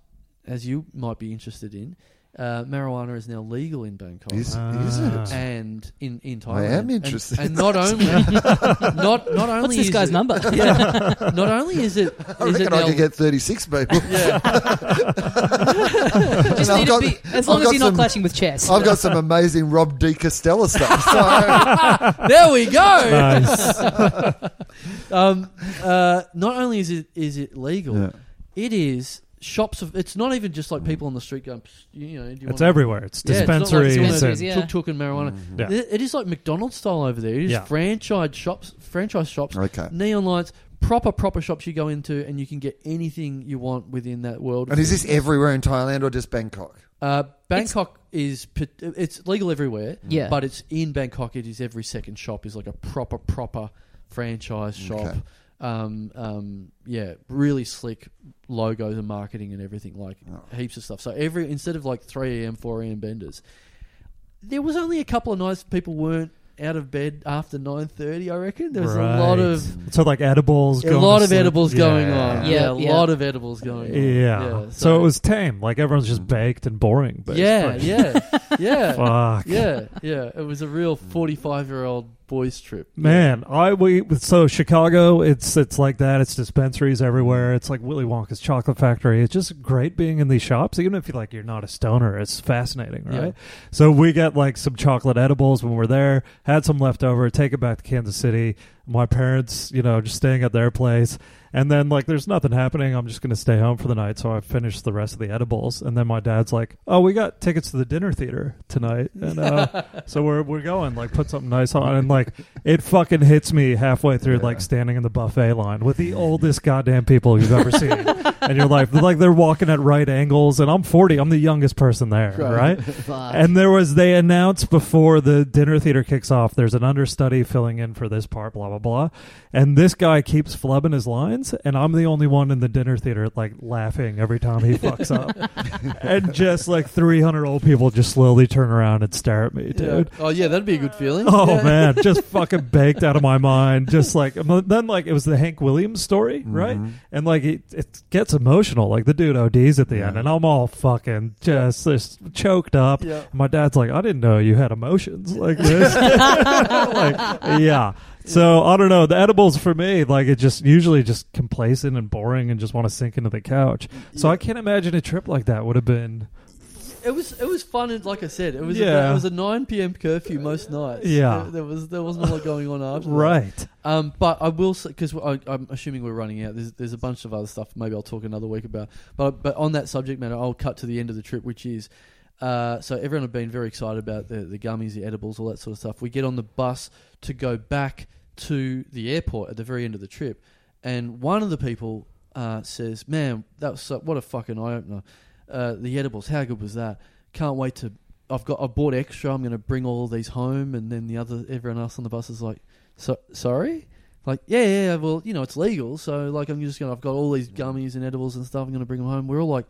Speaker 3: as you might be interested in, uh, marijuana is now legal in Bangkok.
Speaker 5: Is, is
Speaker 1: Ah.
Speaker 5: it?
Speaker 3: and in in Thailand,
Speaker 5: I am
Speaker 3: And-
Speaker 5: interested
Speaker 3: And, not
Speaker 5: <laughs>
Speaker 3: only, not not only
Speaker 1: What's this
Speaker 3: is
Speaker 1: guy's
Speaker 3: it-
Speaker 1: number? <laughs>
Speaker 3: Yeah, not only is it,
Speaker 5: <laughs> I
Speaker 3: is it
Speaker 5: reckon I
Speaker 3: now-
Speaker 5: could get
Speaker 1: <laughs>
Speaker 5: thirty-six people.
Speaker 3: <laughs> yeah,
Speaker 1: Just
Speaker 5: I've
Speaker 1: need
Speaker 5: got-
Speaker 1: to be, as
Speaker 5: I've
Speaker 1: long as
Speaker 5: got
Speaker 1: you're not
Speaker 5: some-
Speaker 1: clashing with
Speaker 5: <laughs>
Speaker 1: chess.
Speaker 5: I've got some amazing Rob DiCostello stuff.
Speaker 1: <laughs>
Speaker 5: So,
Speaker 3: there we go.
Speaker 4: Nice.
Speaker 3: um, uh, not only is it is it legal,
Speaker 5: Yeah.
Speaker 3: it is shops of. It's not even just like people on the street going. "Psst, You know, do you
Speaker 4: Mm. It's
Speaker 3: want-"
Speaker 4: everywhere. It's
Speaker 3: Yeah, it's not like
Speaker 4: dispensaries.
Speaker 3: you want a
Speaker 1: Dispensaries,
Speaker 4: and- Mm-hmm.
Speaker 1: yeah.
Speaker 3: Tuk tuk and marijuana.
Speaker 4: Yeah.
Speaker 3: It- it is like McDonald's style over there. It is
Speaker 4: Yeah.
Speaker 3: franchise shops, franchise shops,
Speaker 5: okay.
Speaker 3: neon lights, proper proper shops you go into, and you can get anything you want within that world.
Speaker 5: And is this everywhere in Thailand or just Bangkok?
Speaker 3: Uh, Bangkok is pat- it's legal everywhere,
Speaker 1: Yeah.
Speaker 3: But it's in Bangkok. It is every second shop is like a proper proper franchise shop.
Speaker 5: Okay.
Speaker 3: Um, um, yeah, really slick logos and marketing and everything, like heaps of stuff. So every instead of like three am, four am benders, there was only a couple of nights people weren't out of bed after nine thirty. I reckon there was a lot of
Speaker 4: so like edibles.
Speaker 3: a
Speaker 4: going
Speaker 3: lot
Speaker 4: to
Speaker 3: of
Speaker 4: sleep.
Speaker 3: edibles
Speaker 4: Yeah.
Speaker 3: going on. Yeah,
Speaker 1: Yeah,
Speaker 3: a
Speaker 1: yeah.
Speaker 3: lot of edibles going on.
Speaker 4: Yeah. so. it was tame. Like everyone's just baked and boring. But
Speaker 3: Yeah, yeah, <laughs> yeah,
Speaker 4: <laughs> Fuck.
Speaker 3: yeah, yeah. It was a real forty-five-year-old boys' trip.
Speaker 4: Man, I we so Chicago, it's it's like that. It's dispensaries everywhere. It's like Willy Wonka's chocolate factory. It's just great being in these shops, even if you like you're not a stoner. It's fascinating,
Speaker 3: Yeah.
Speaker 4: right? So we got like some chocolate edibles when we are there. Had some left over. Take it back to Kansas City. My parents, you know, just staying at their place. And then like there's nothing happening. I'm just gonna stay home for the night. So I finished the rest of the edibles. And then my dad's like, "Oh, we got tickets to the dinner theater tonight." And uh, so we're we're going like put something nice on and like it fucking hits me halfway through like standing in the buffet line with the oldest goddamn people you've ever seen in your life. Like they're walking at right angles and I'm 40, I'm the youngest person there, right?
Speaker 3: Uh,
Speaker 1: Fuck.
Speaker 4: And there was they announced before the dinner theater kicks off. There's an understudy filling in for this part, blah blah blah, and this guy keeps flubbing his lines, and I'm the only one in the dinner theater like laughing every time he fucks up,
Speaker 3: <laughs>
Speaker 4: and just like 300 old people just slowly turn around and stare at me,
Speaker 3: Yeah.
Speaker 4: dude.
Speaker 3: Oh yeah, that'd be a good feeling.
Speaker 4: Oh
Speaker 3: Yeah.
Speaker 4: man, just fucking baked out of my mind. Just like then, like it was the Hank Williams story,
Speaker 3: Mm-hmm.
Speaker 4: right? And like it, it gets emotional. Like the dude ODs at the end, and I'm all fucking just, just choked
Speaker 3: <laughs>
Speaker 4: up.
Speaker 3: Yeah.
Speaker 4: And my dad's like, I didn't know you had emotions like this. <laughs> like, yeah. So I don't know. The edibles for me, like it just usually just complacent and boring, and just want to sink into the couch. So I can't imagine a trip like that would have been.
Speaker 3: It was it was fun. And like I said, it was a,
Speaker 4: Yeah.
Speaker 3: it was a nine p.m. curfew most nights.
Speaker 4: Yeah.
Speaker 3: there, there was there wasn't a lot going on after. that.
Speaker 4: Right.
Speaker 3: Um, but I will say because I'm assuming we're running out. There's there's a bunch of other stuff. Maybe I'll talk another week about. But but on that subject matter, I'll cut to the end of the trip, which is. Uh, so everyone had been very excited about the, the gummies, the edibles, all that sort of stuff. We get on the bus to go back to the airport at the very end of the trip, and one of the people uh, says, "Man, that was so, what a fucking eye opener! Uh, the edibles, how good was that? Can't wait to. I've got. I bought extra. I'm going to bring all these home." And then the other, everyone else on the bus is like, "So sorry." Like yeah, yeah, yeah, well, you know, it's legal, so like I'm just gonna. I've got all these gummies and edibles and stuff. I'm gonna bring them home. We're all like,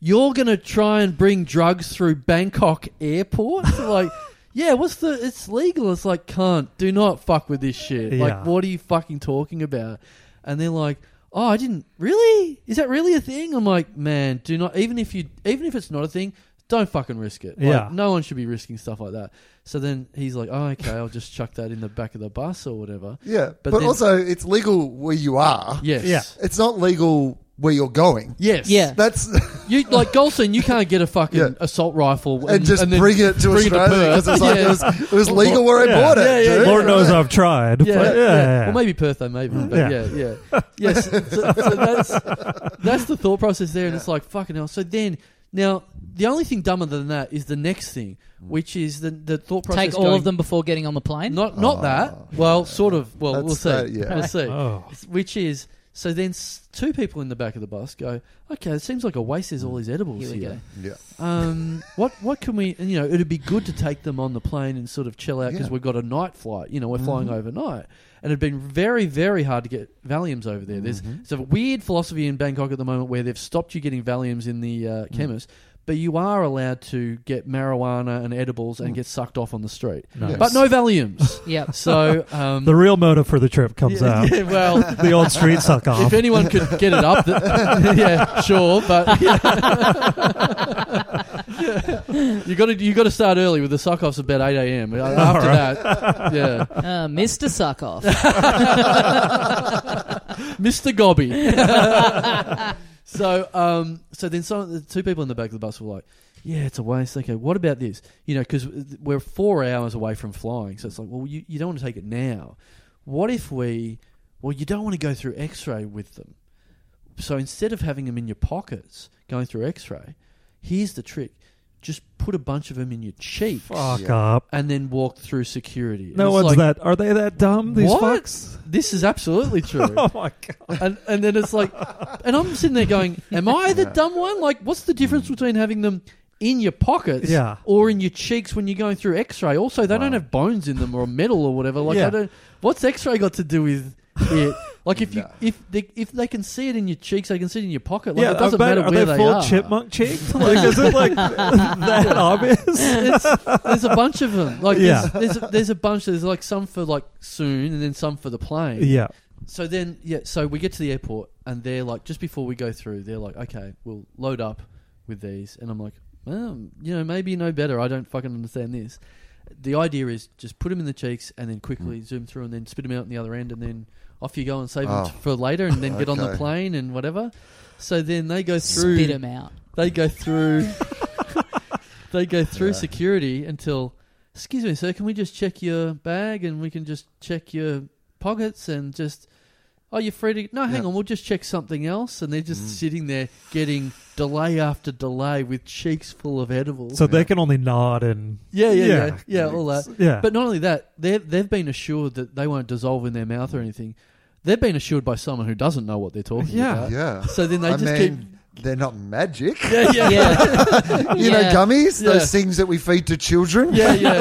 Speaker 3: "You're gonna try and bring drugs through Bangkok airport?" <laughs> like, yeah, what's the? It's legal. It's like, can't. Do not fuck with this shit.
Speaker 4: Yeah.
Speaker 3: Like, what are you fucking talking about? And they're like, "Oh, I didn't really. Is that really a thing?" I'm like, "Man, do not. Even if you, even if it's not a thing, don't fucking risk it. Like,
Speaker 4: Yeah.
Speaker 3: no one should be risking stuff like that." So then he's like, "Oh, okay, I'll just chuck that in the back of the bus or whatever."
Speaker 5: Yeah,
Speaker 3: But
Speaker 5: but,
Speaker 3: then-
Speaker 5: also it's legal where you are.
Speaker 3: Yes.
Speaker 4: Yeah.
Speaker 5: It's not legal where you're going.
Speaker 3: Yes.
Speaker 1: Yeah.
Speaker 5: That's
Speaker 3: You like Goldstein? You can't get a fucking
Speaker 5: Yeah.
Speaker 3: assault rifle
Speaker 5: <laughs> and just
Speaker 3: then
Speaker 5: bring it to
Speaker 3: bring
Speaker 5: Australia
Speaker 3: Perth.
Speaker 5: because it's like
Speaker 3: yeah.
Speaker 5: it, was, it was legal where I
Speaker 4: Yeah.
Speaker 5: bought it.
Speaker 3: Yeah, yeah,
Speaker 5: dude.
Speaker 4: Lord knows I've tried.
Speaker 3: Yeah,
Speaker 4: but
Speaker 3: yeah.
Speaker 4: yeah.
Speaker 3: Well, maybe Perth, though, maybe. But yeah,
Speaker 4: Yeah.
Speaker 3: yeah. Yes. So, so that's, that's the thought process there, and it's like, fucking hell. So then, now, the only thing dumber than that is the next thing, which is the, the thought process.
Speaker 1: Take all
Speaker 3: going-
Speaker 1: of them before getting on the plane.
Speaker 3: Not, not
Speaker 5: Oh,
Speaker 3: that. Well, sort of. Well,
Speaker 5: That's
Speaker 3: we'll see.
Speaker 5: that, yeah.
Speaker 3: We'll see.
Speaker 4: Oh.
Speaker 3: Which is. So then, s- two people in the back of the bus go, "Okay, it seems like a waste. There's all these edibles
Speaker 1: Here we go.
Speaker 5: Yeah.
Speaker 3: um, what what can we? You know, it'd be good to take them on the plane and sort of chill out because
Speaker 5: Yeah.
Speaker 3: we've got a night flight. You know, we're flying
Speaker 4: Mm-hmm.
Speaker 3: overnight, and it'd been very very hard to get Valiums over there. There's
Speaker 5: Mm-hmm.
Speaker 4: Mm-hmm.
Speaker 3: it's a weird philosophy in Bangkok at the moment where they've stopped you getting Valiums in the uh,
Speaker 4: Mm.
Speaker 3: chemist, but you are allowed to get marijuana and edibles
Speaker 4: Mm.
Speaker 3: and get sucked off on the street,
Speaker 4: Nice.
Speaker 3: but no Valiums. <laughs>
Speaker 1: Yep.
Speaker 4: <laughs>
Speaker 3: so um,
Speaker 4: The real motive for the trip comes
Speaker 3: yeah,
Speaker 4: out.
Speaker 3: yeah, well,
Speaker 4: the old street
Speaker 3: <laughs>
Speaker 4: suck
Speaker 3: if
Speaker 4: off.
Speaker 3: anyone could get it up, th- <laughs> yeah, sure, but <laughs> you got to you got to start early with the sock offs about eight a.m. After that, yeah,
Speaker 1: Uh, Mr.
Speaker 3: <laughs>
Speaker 1: Suckoff.
Speaker 3: Mr. Gobby. <laughs> so, um, so then some the two people in the back of the bus were like, "Yeah, it's a waste." Okay, what about this? You know, because we're four hours away from flying, so it's like, well, you, you don't want to take it now. What if we? Well, you don't want to go through X-ray with them. So instead of having them in your pockets going through X-ray, here's the trick: just put a bunch of them in your cheeks.
Speaker 4: Fuck
Speaker 5: Yeah.
Speaker 4: up.
Speaker 3: And then walk through security. And
Speaker 4: No
Speaker 3: it's
Speaker 4: one's
Speaker 3: like,
Speaker 4: that. Are they that dumb? These
Speaker 3: What?
Speaker 4: fucks.
Speaker 3: This is absolutely true
Speaker 4: <laughs> Oh my god.
Speaker 3: and and then it's like, and I'm sitting there going, "Am I the dumb one? Like, what's the difference between having them in your pockets,
Speaker 4: Yeah.
Speaker 3: or in your cheeks when you're going through X-ray? Also, they don't have bones in them or metal or whatever. Like,
Speaker 4: Yeah.
Speaker 3: I don't. What's X-ray got to do with it? Like if you
Speaker 5: No.
Speaker 3: if they if they can see it in your cheeks, they can see it in your pocket. Like
Speaker 4: yeah,
Speaker 3: it doesn't
Speaker 4: but
Speaker 3: matter
Speaker 4: are
Speaker 3: where
Speaker 4: they full
Speaker 3: are. <laughs>
Speaker 4: chipmunk cheeked? Like, is it like <laughs> that
Speaker 3: <laughs>
Speaker 4: obvious?
Speaker 3: There's, there's a bunch of them. Like
Speaker 4: Yeah.
Speaker 3: there's, there's a, there's a bunch. There's like some for like soon, and then some for the plane.
Speaker 4: Yeah,
Speaker 3: So then, yeah, so we get to the airport, and they're like, just before we go through, they're like, okay, we'll load up with these. And I'm like, well, you know, maybe you know better. I don't fucking understand this. The idea is just put them in the cheeks and then quickly zoom through and then spit them out in the other end, and then off you go and save
Speaker 5: Mm. Oh.
Speaker 3: them for later and then get on the
Speaker 5: Okay.
Speaker 3: plane and whatever. So then they go through.
Speaker 1: Spit them
Speaker 3: <laughs>
Speaker 1: out.
Speaker 3: They go
Speaker 4: <laughs>
Speaker 3: through. they go through
Speaker 5: Yeah.
Speaker 3: security until. Excuse me, sir. Can we just check your bag and we can just check your pockets and just. Oh, you're free to. No, hang
Speaker 5: Yeah.
Speaker 3: on. We'll just check something else. And they're just
Speaker 5: Mm.
Speaker 3: sitting there getting delay after delay with cheeks full of edibles.
Speaker 4: so they can only nod and
Speaker 3: yeah, yeah, yeah, yeah,
Speaker 4: Yeah.
Speaker 3: all that.
Speaker 4: yeah.
Speaker 3: But not only that, they've they've been assured that they won't dissolve in their mouth or
Speaker 5: Mm.
Speaker 3: anything. They've been assured by someone who doesn't know what they're talking
Speaker 4: Yeah.
Speaker 3: about.
Speaker 5: Yeah.
Speaker 3: So then they
Speaker 5: I
Speaker 3: just keep.
Speaker 5: mean, they're not magic.
Speaker 3: <laughs> Yeah,
Speaker 5: <laughs>
Speaker 3: yeah, yeah,
Speaker 5: You know,
Speaker 1: Yeah.
Speaker 5: gummies,
Speaker 3: Yeah.
Speaker 5: those things that we feed to children.
Speaker 3: yeah, yeah,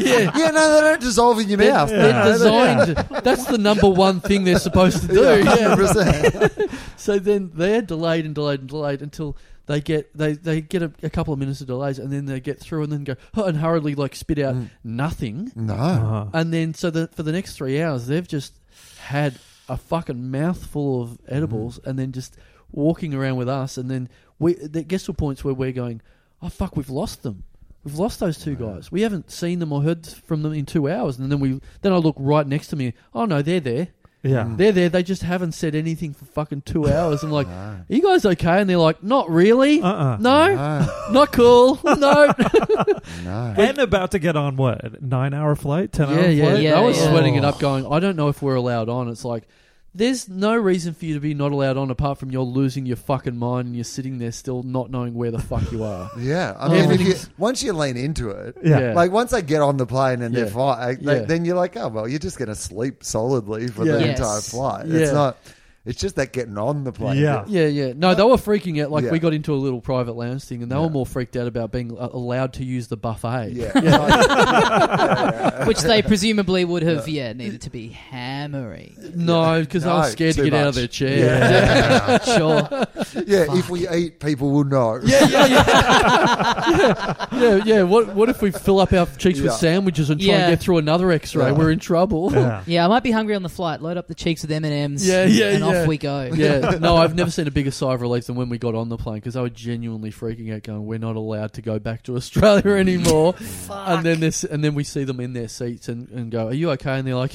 Speaker 3: yeah.
Speaker 5: Yeah, no, they don't dissolve in your
Speaker 3: They're,
Speaker 5: mouth.
Speaker 3: they're
Speaker 4: Yeah.
Speaker 3: designed. <laughs> That's the number one thing they're supposed to do.
Speaker 5: Yeah,
Speaker 3: yeah.
Speaker 5: 100%.
Speaker 3: So then they're delayed and delayed and delayed until they get they, they get a, a couple of minutes of delays and then they get through and then go "Huh," and hurriedly like spit out
Speaker 5: Mm.
Speaker 3: nothing.
Speaker 5: <laughs> No.
Speaker 4: Uh-huh.
Speaker 3: And then so that for the next three hours they've just had a fucking mouthful of edibles and then just walking around with us and then we it gets to points where we're going, oh fuck, we've lost them. We've lost those two guys. We haven't seen them or heard from them in two hours. And then we then I look right next to me. Oh no, they're there.
Speaker 4: yeah.
Speaker 3: They're there. They just haven't said anything for fucking two hours. I'm like, are you guys okay? And they're like, not really.
Speaker 4: Uh uh
Speaker 3: no,
Speaker 5: No.
Speaker 3: not cool. no.
Speaker 5: No.
Speaker 4: And about to get on what a nine hour flight, ten
Speaker 3: yeah,
Speaker 4: hour
Speaker 3: yeah,
Speaker 4: flight.
Speaker 1: Yeah,
Speaker 3: I was
Speaker 1: yeah.
Speaker 3: sweating it up, going, I don't know if we're allowed on. It's like, there's no reason for you to be not allowed on apart from you're losing your fucking mind and you're sitting there still not knowing where the fuck you are.
Speaker 5: Yeah. I mean, if you,
Speaker 3: Everything's-
Speaker 5: once you lean into it,
Speaker 4: Yeah.
Speaker 3: Yeah.
Speaker 5: Like once they get on the plane and they're
Speaker 3: Yeah.
Speaker 5: fine, they,
Speaker 3: Yeah.
Speaker 5: then you're like, oh well, you're just going to sleep solidly for
Speaker 3: Yeah.
Speaker 5: the
Speaker 1: Yes.
Speaker 5: entire flight.
Speaker 3: Yeah.
Speaker 5: It's not. It's just that getting on the plane.
Speaker 4: Yeah.
Speaker 3: <laughs> Yeah, yeah. No, they were freaking out. Like,
Speaker 5: Yeah.
Speaker 3: we got into a little private lounge thing and they
Speaker 5: Yeah.
Speaker 3: were more freaked out about being uh, allowed to use the buffet. <laughs>
Speaker 5: Yeah. Yeah.
Speaker 1: Which they presumably would have, yeah, needed to be hammering.
Speaker 3: No, because they
Speaker 5: No,
Speaker 3: were scared to
Speaker 5: too
Speaker 3: get out of
Speaker 5: much.
Speaker 3: their chair. <laughs>
Speaker 5: Yeah.
Speaker 1: Sure.
Speaker 5: Yeah, If we eat, people will know.
Speaker 3: Yeah, yeah, yeah. yeah, yeah, yeah. What, what if we fill up our cheeks with
Speaker 5: Yeah.
Speaker 3: sandwiches and try
Speaker 1: Yeah.
Speaker 3: and get through another X-ray?
Speaker 5: Yeah.
Speaker 3: We're in trouble. <laughs> Yeah.
Speaker 4: Yeah.
Speaker 1: Yeah, I might be hungry on the flight. Load up the cheeks with M and M's.
Speaker 3: Yeah, yeah,
Speaker 1: and
Speaker 3: yeah.
Speaker 1: off we go. <laughs>
Speaker 3: <laughs> no, I've never seen a bigger sigh of relief than when we got on the plane because they were genuinely freaking out, going, "We're not allowed to go back to Australia <laughs> anymore." and then this, and then we see them in their seats and, and go, "Are you okay?" And they're like,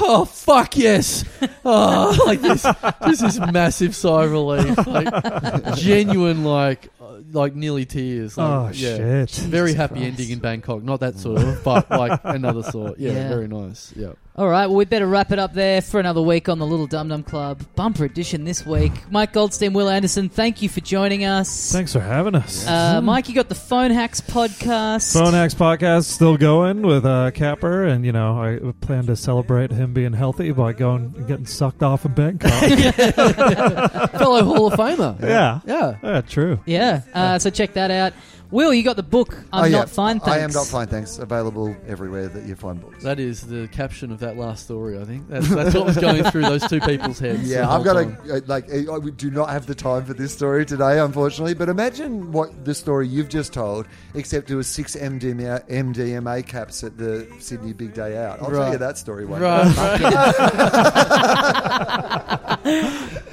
Speaker 3: "Oh fuck yes!" Oh, like this, this is massive sigh of relief, like genuine, like uh, like nearly tears. Like,
Speaker 4: Oh
Speaker 3: yeah.
Speaker 4: shit.
Speaker 3: very
Speaker 1: Jesus
Speaker 3: happy
Speaker 1: Christ.
Speaker 3: ending in Bangkok. Not that sort of, but like another sort. Yeah,
Speaker 1: Yeah.
Speaker 3: very nice. Yeah.
Speaker 1: All right, well, we better wrap it up there for another week on the Little Dum Dum Club bumper edition this week. Mike Goldstein, Will Anderson, thank you for joining us.
Speaker 4: Thanks for having us.
Speaker 1: Uh, Mike, you got the Phone Hacks podcast.
Speaker 4: Phone Hacks podcast still going with uh, Capper, and you know I plan to celebrate him being healthy by going and getting sucked off
Speaker 3: <laughs>
Speaker 4: in Bangkok.
Speaker 3: Fellow Hall of Famer.
Speaker 4: yeah,
Speaker 3: Yeah.
Speaker 4: yeah, true.
Speaker 1: Yeah, uh, so check that out. Will, you got the book, I'm
Speaker 5: Oh, yeah.
Speaker 1: Not Fine, Thanks.
Speaker 5: I am not fine. Thanks. Available everywhere that you find books.
Speaker 3: That is the caption of that last story, I think. That's, that's what was going through those two people's heads. the
Speaker 5: Yeah,
Speaker 3: whole
Speaker 5: I've got
Speaker 3: time.
Speaker 5: to like. eh, I I- we do not have the time for this story today, unfortunately. But imagine what the story you've just told, except it was six MDMA, MDMA caps at the Sydney Big Day Out. I'll
Speaker 3: Right.
Speaker 5: tell you that story one. day.
Speaker 3: Right, right.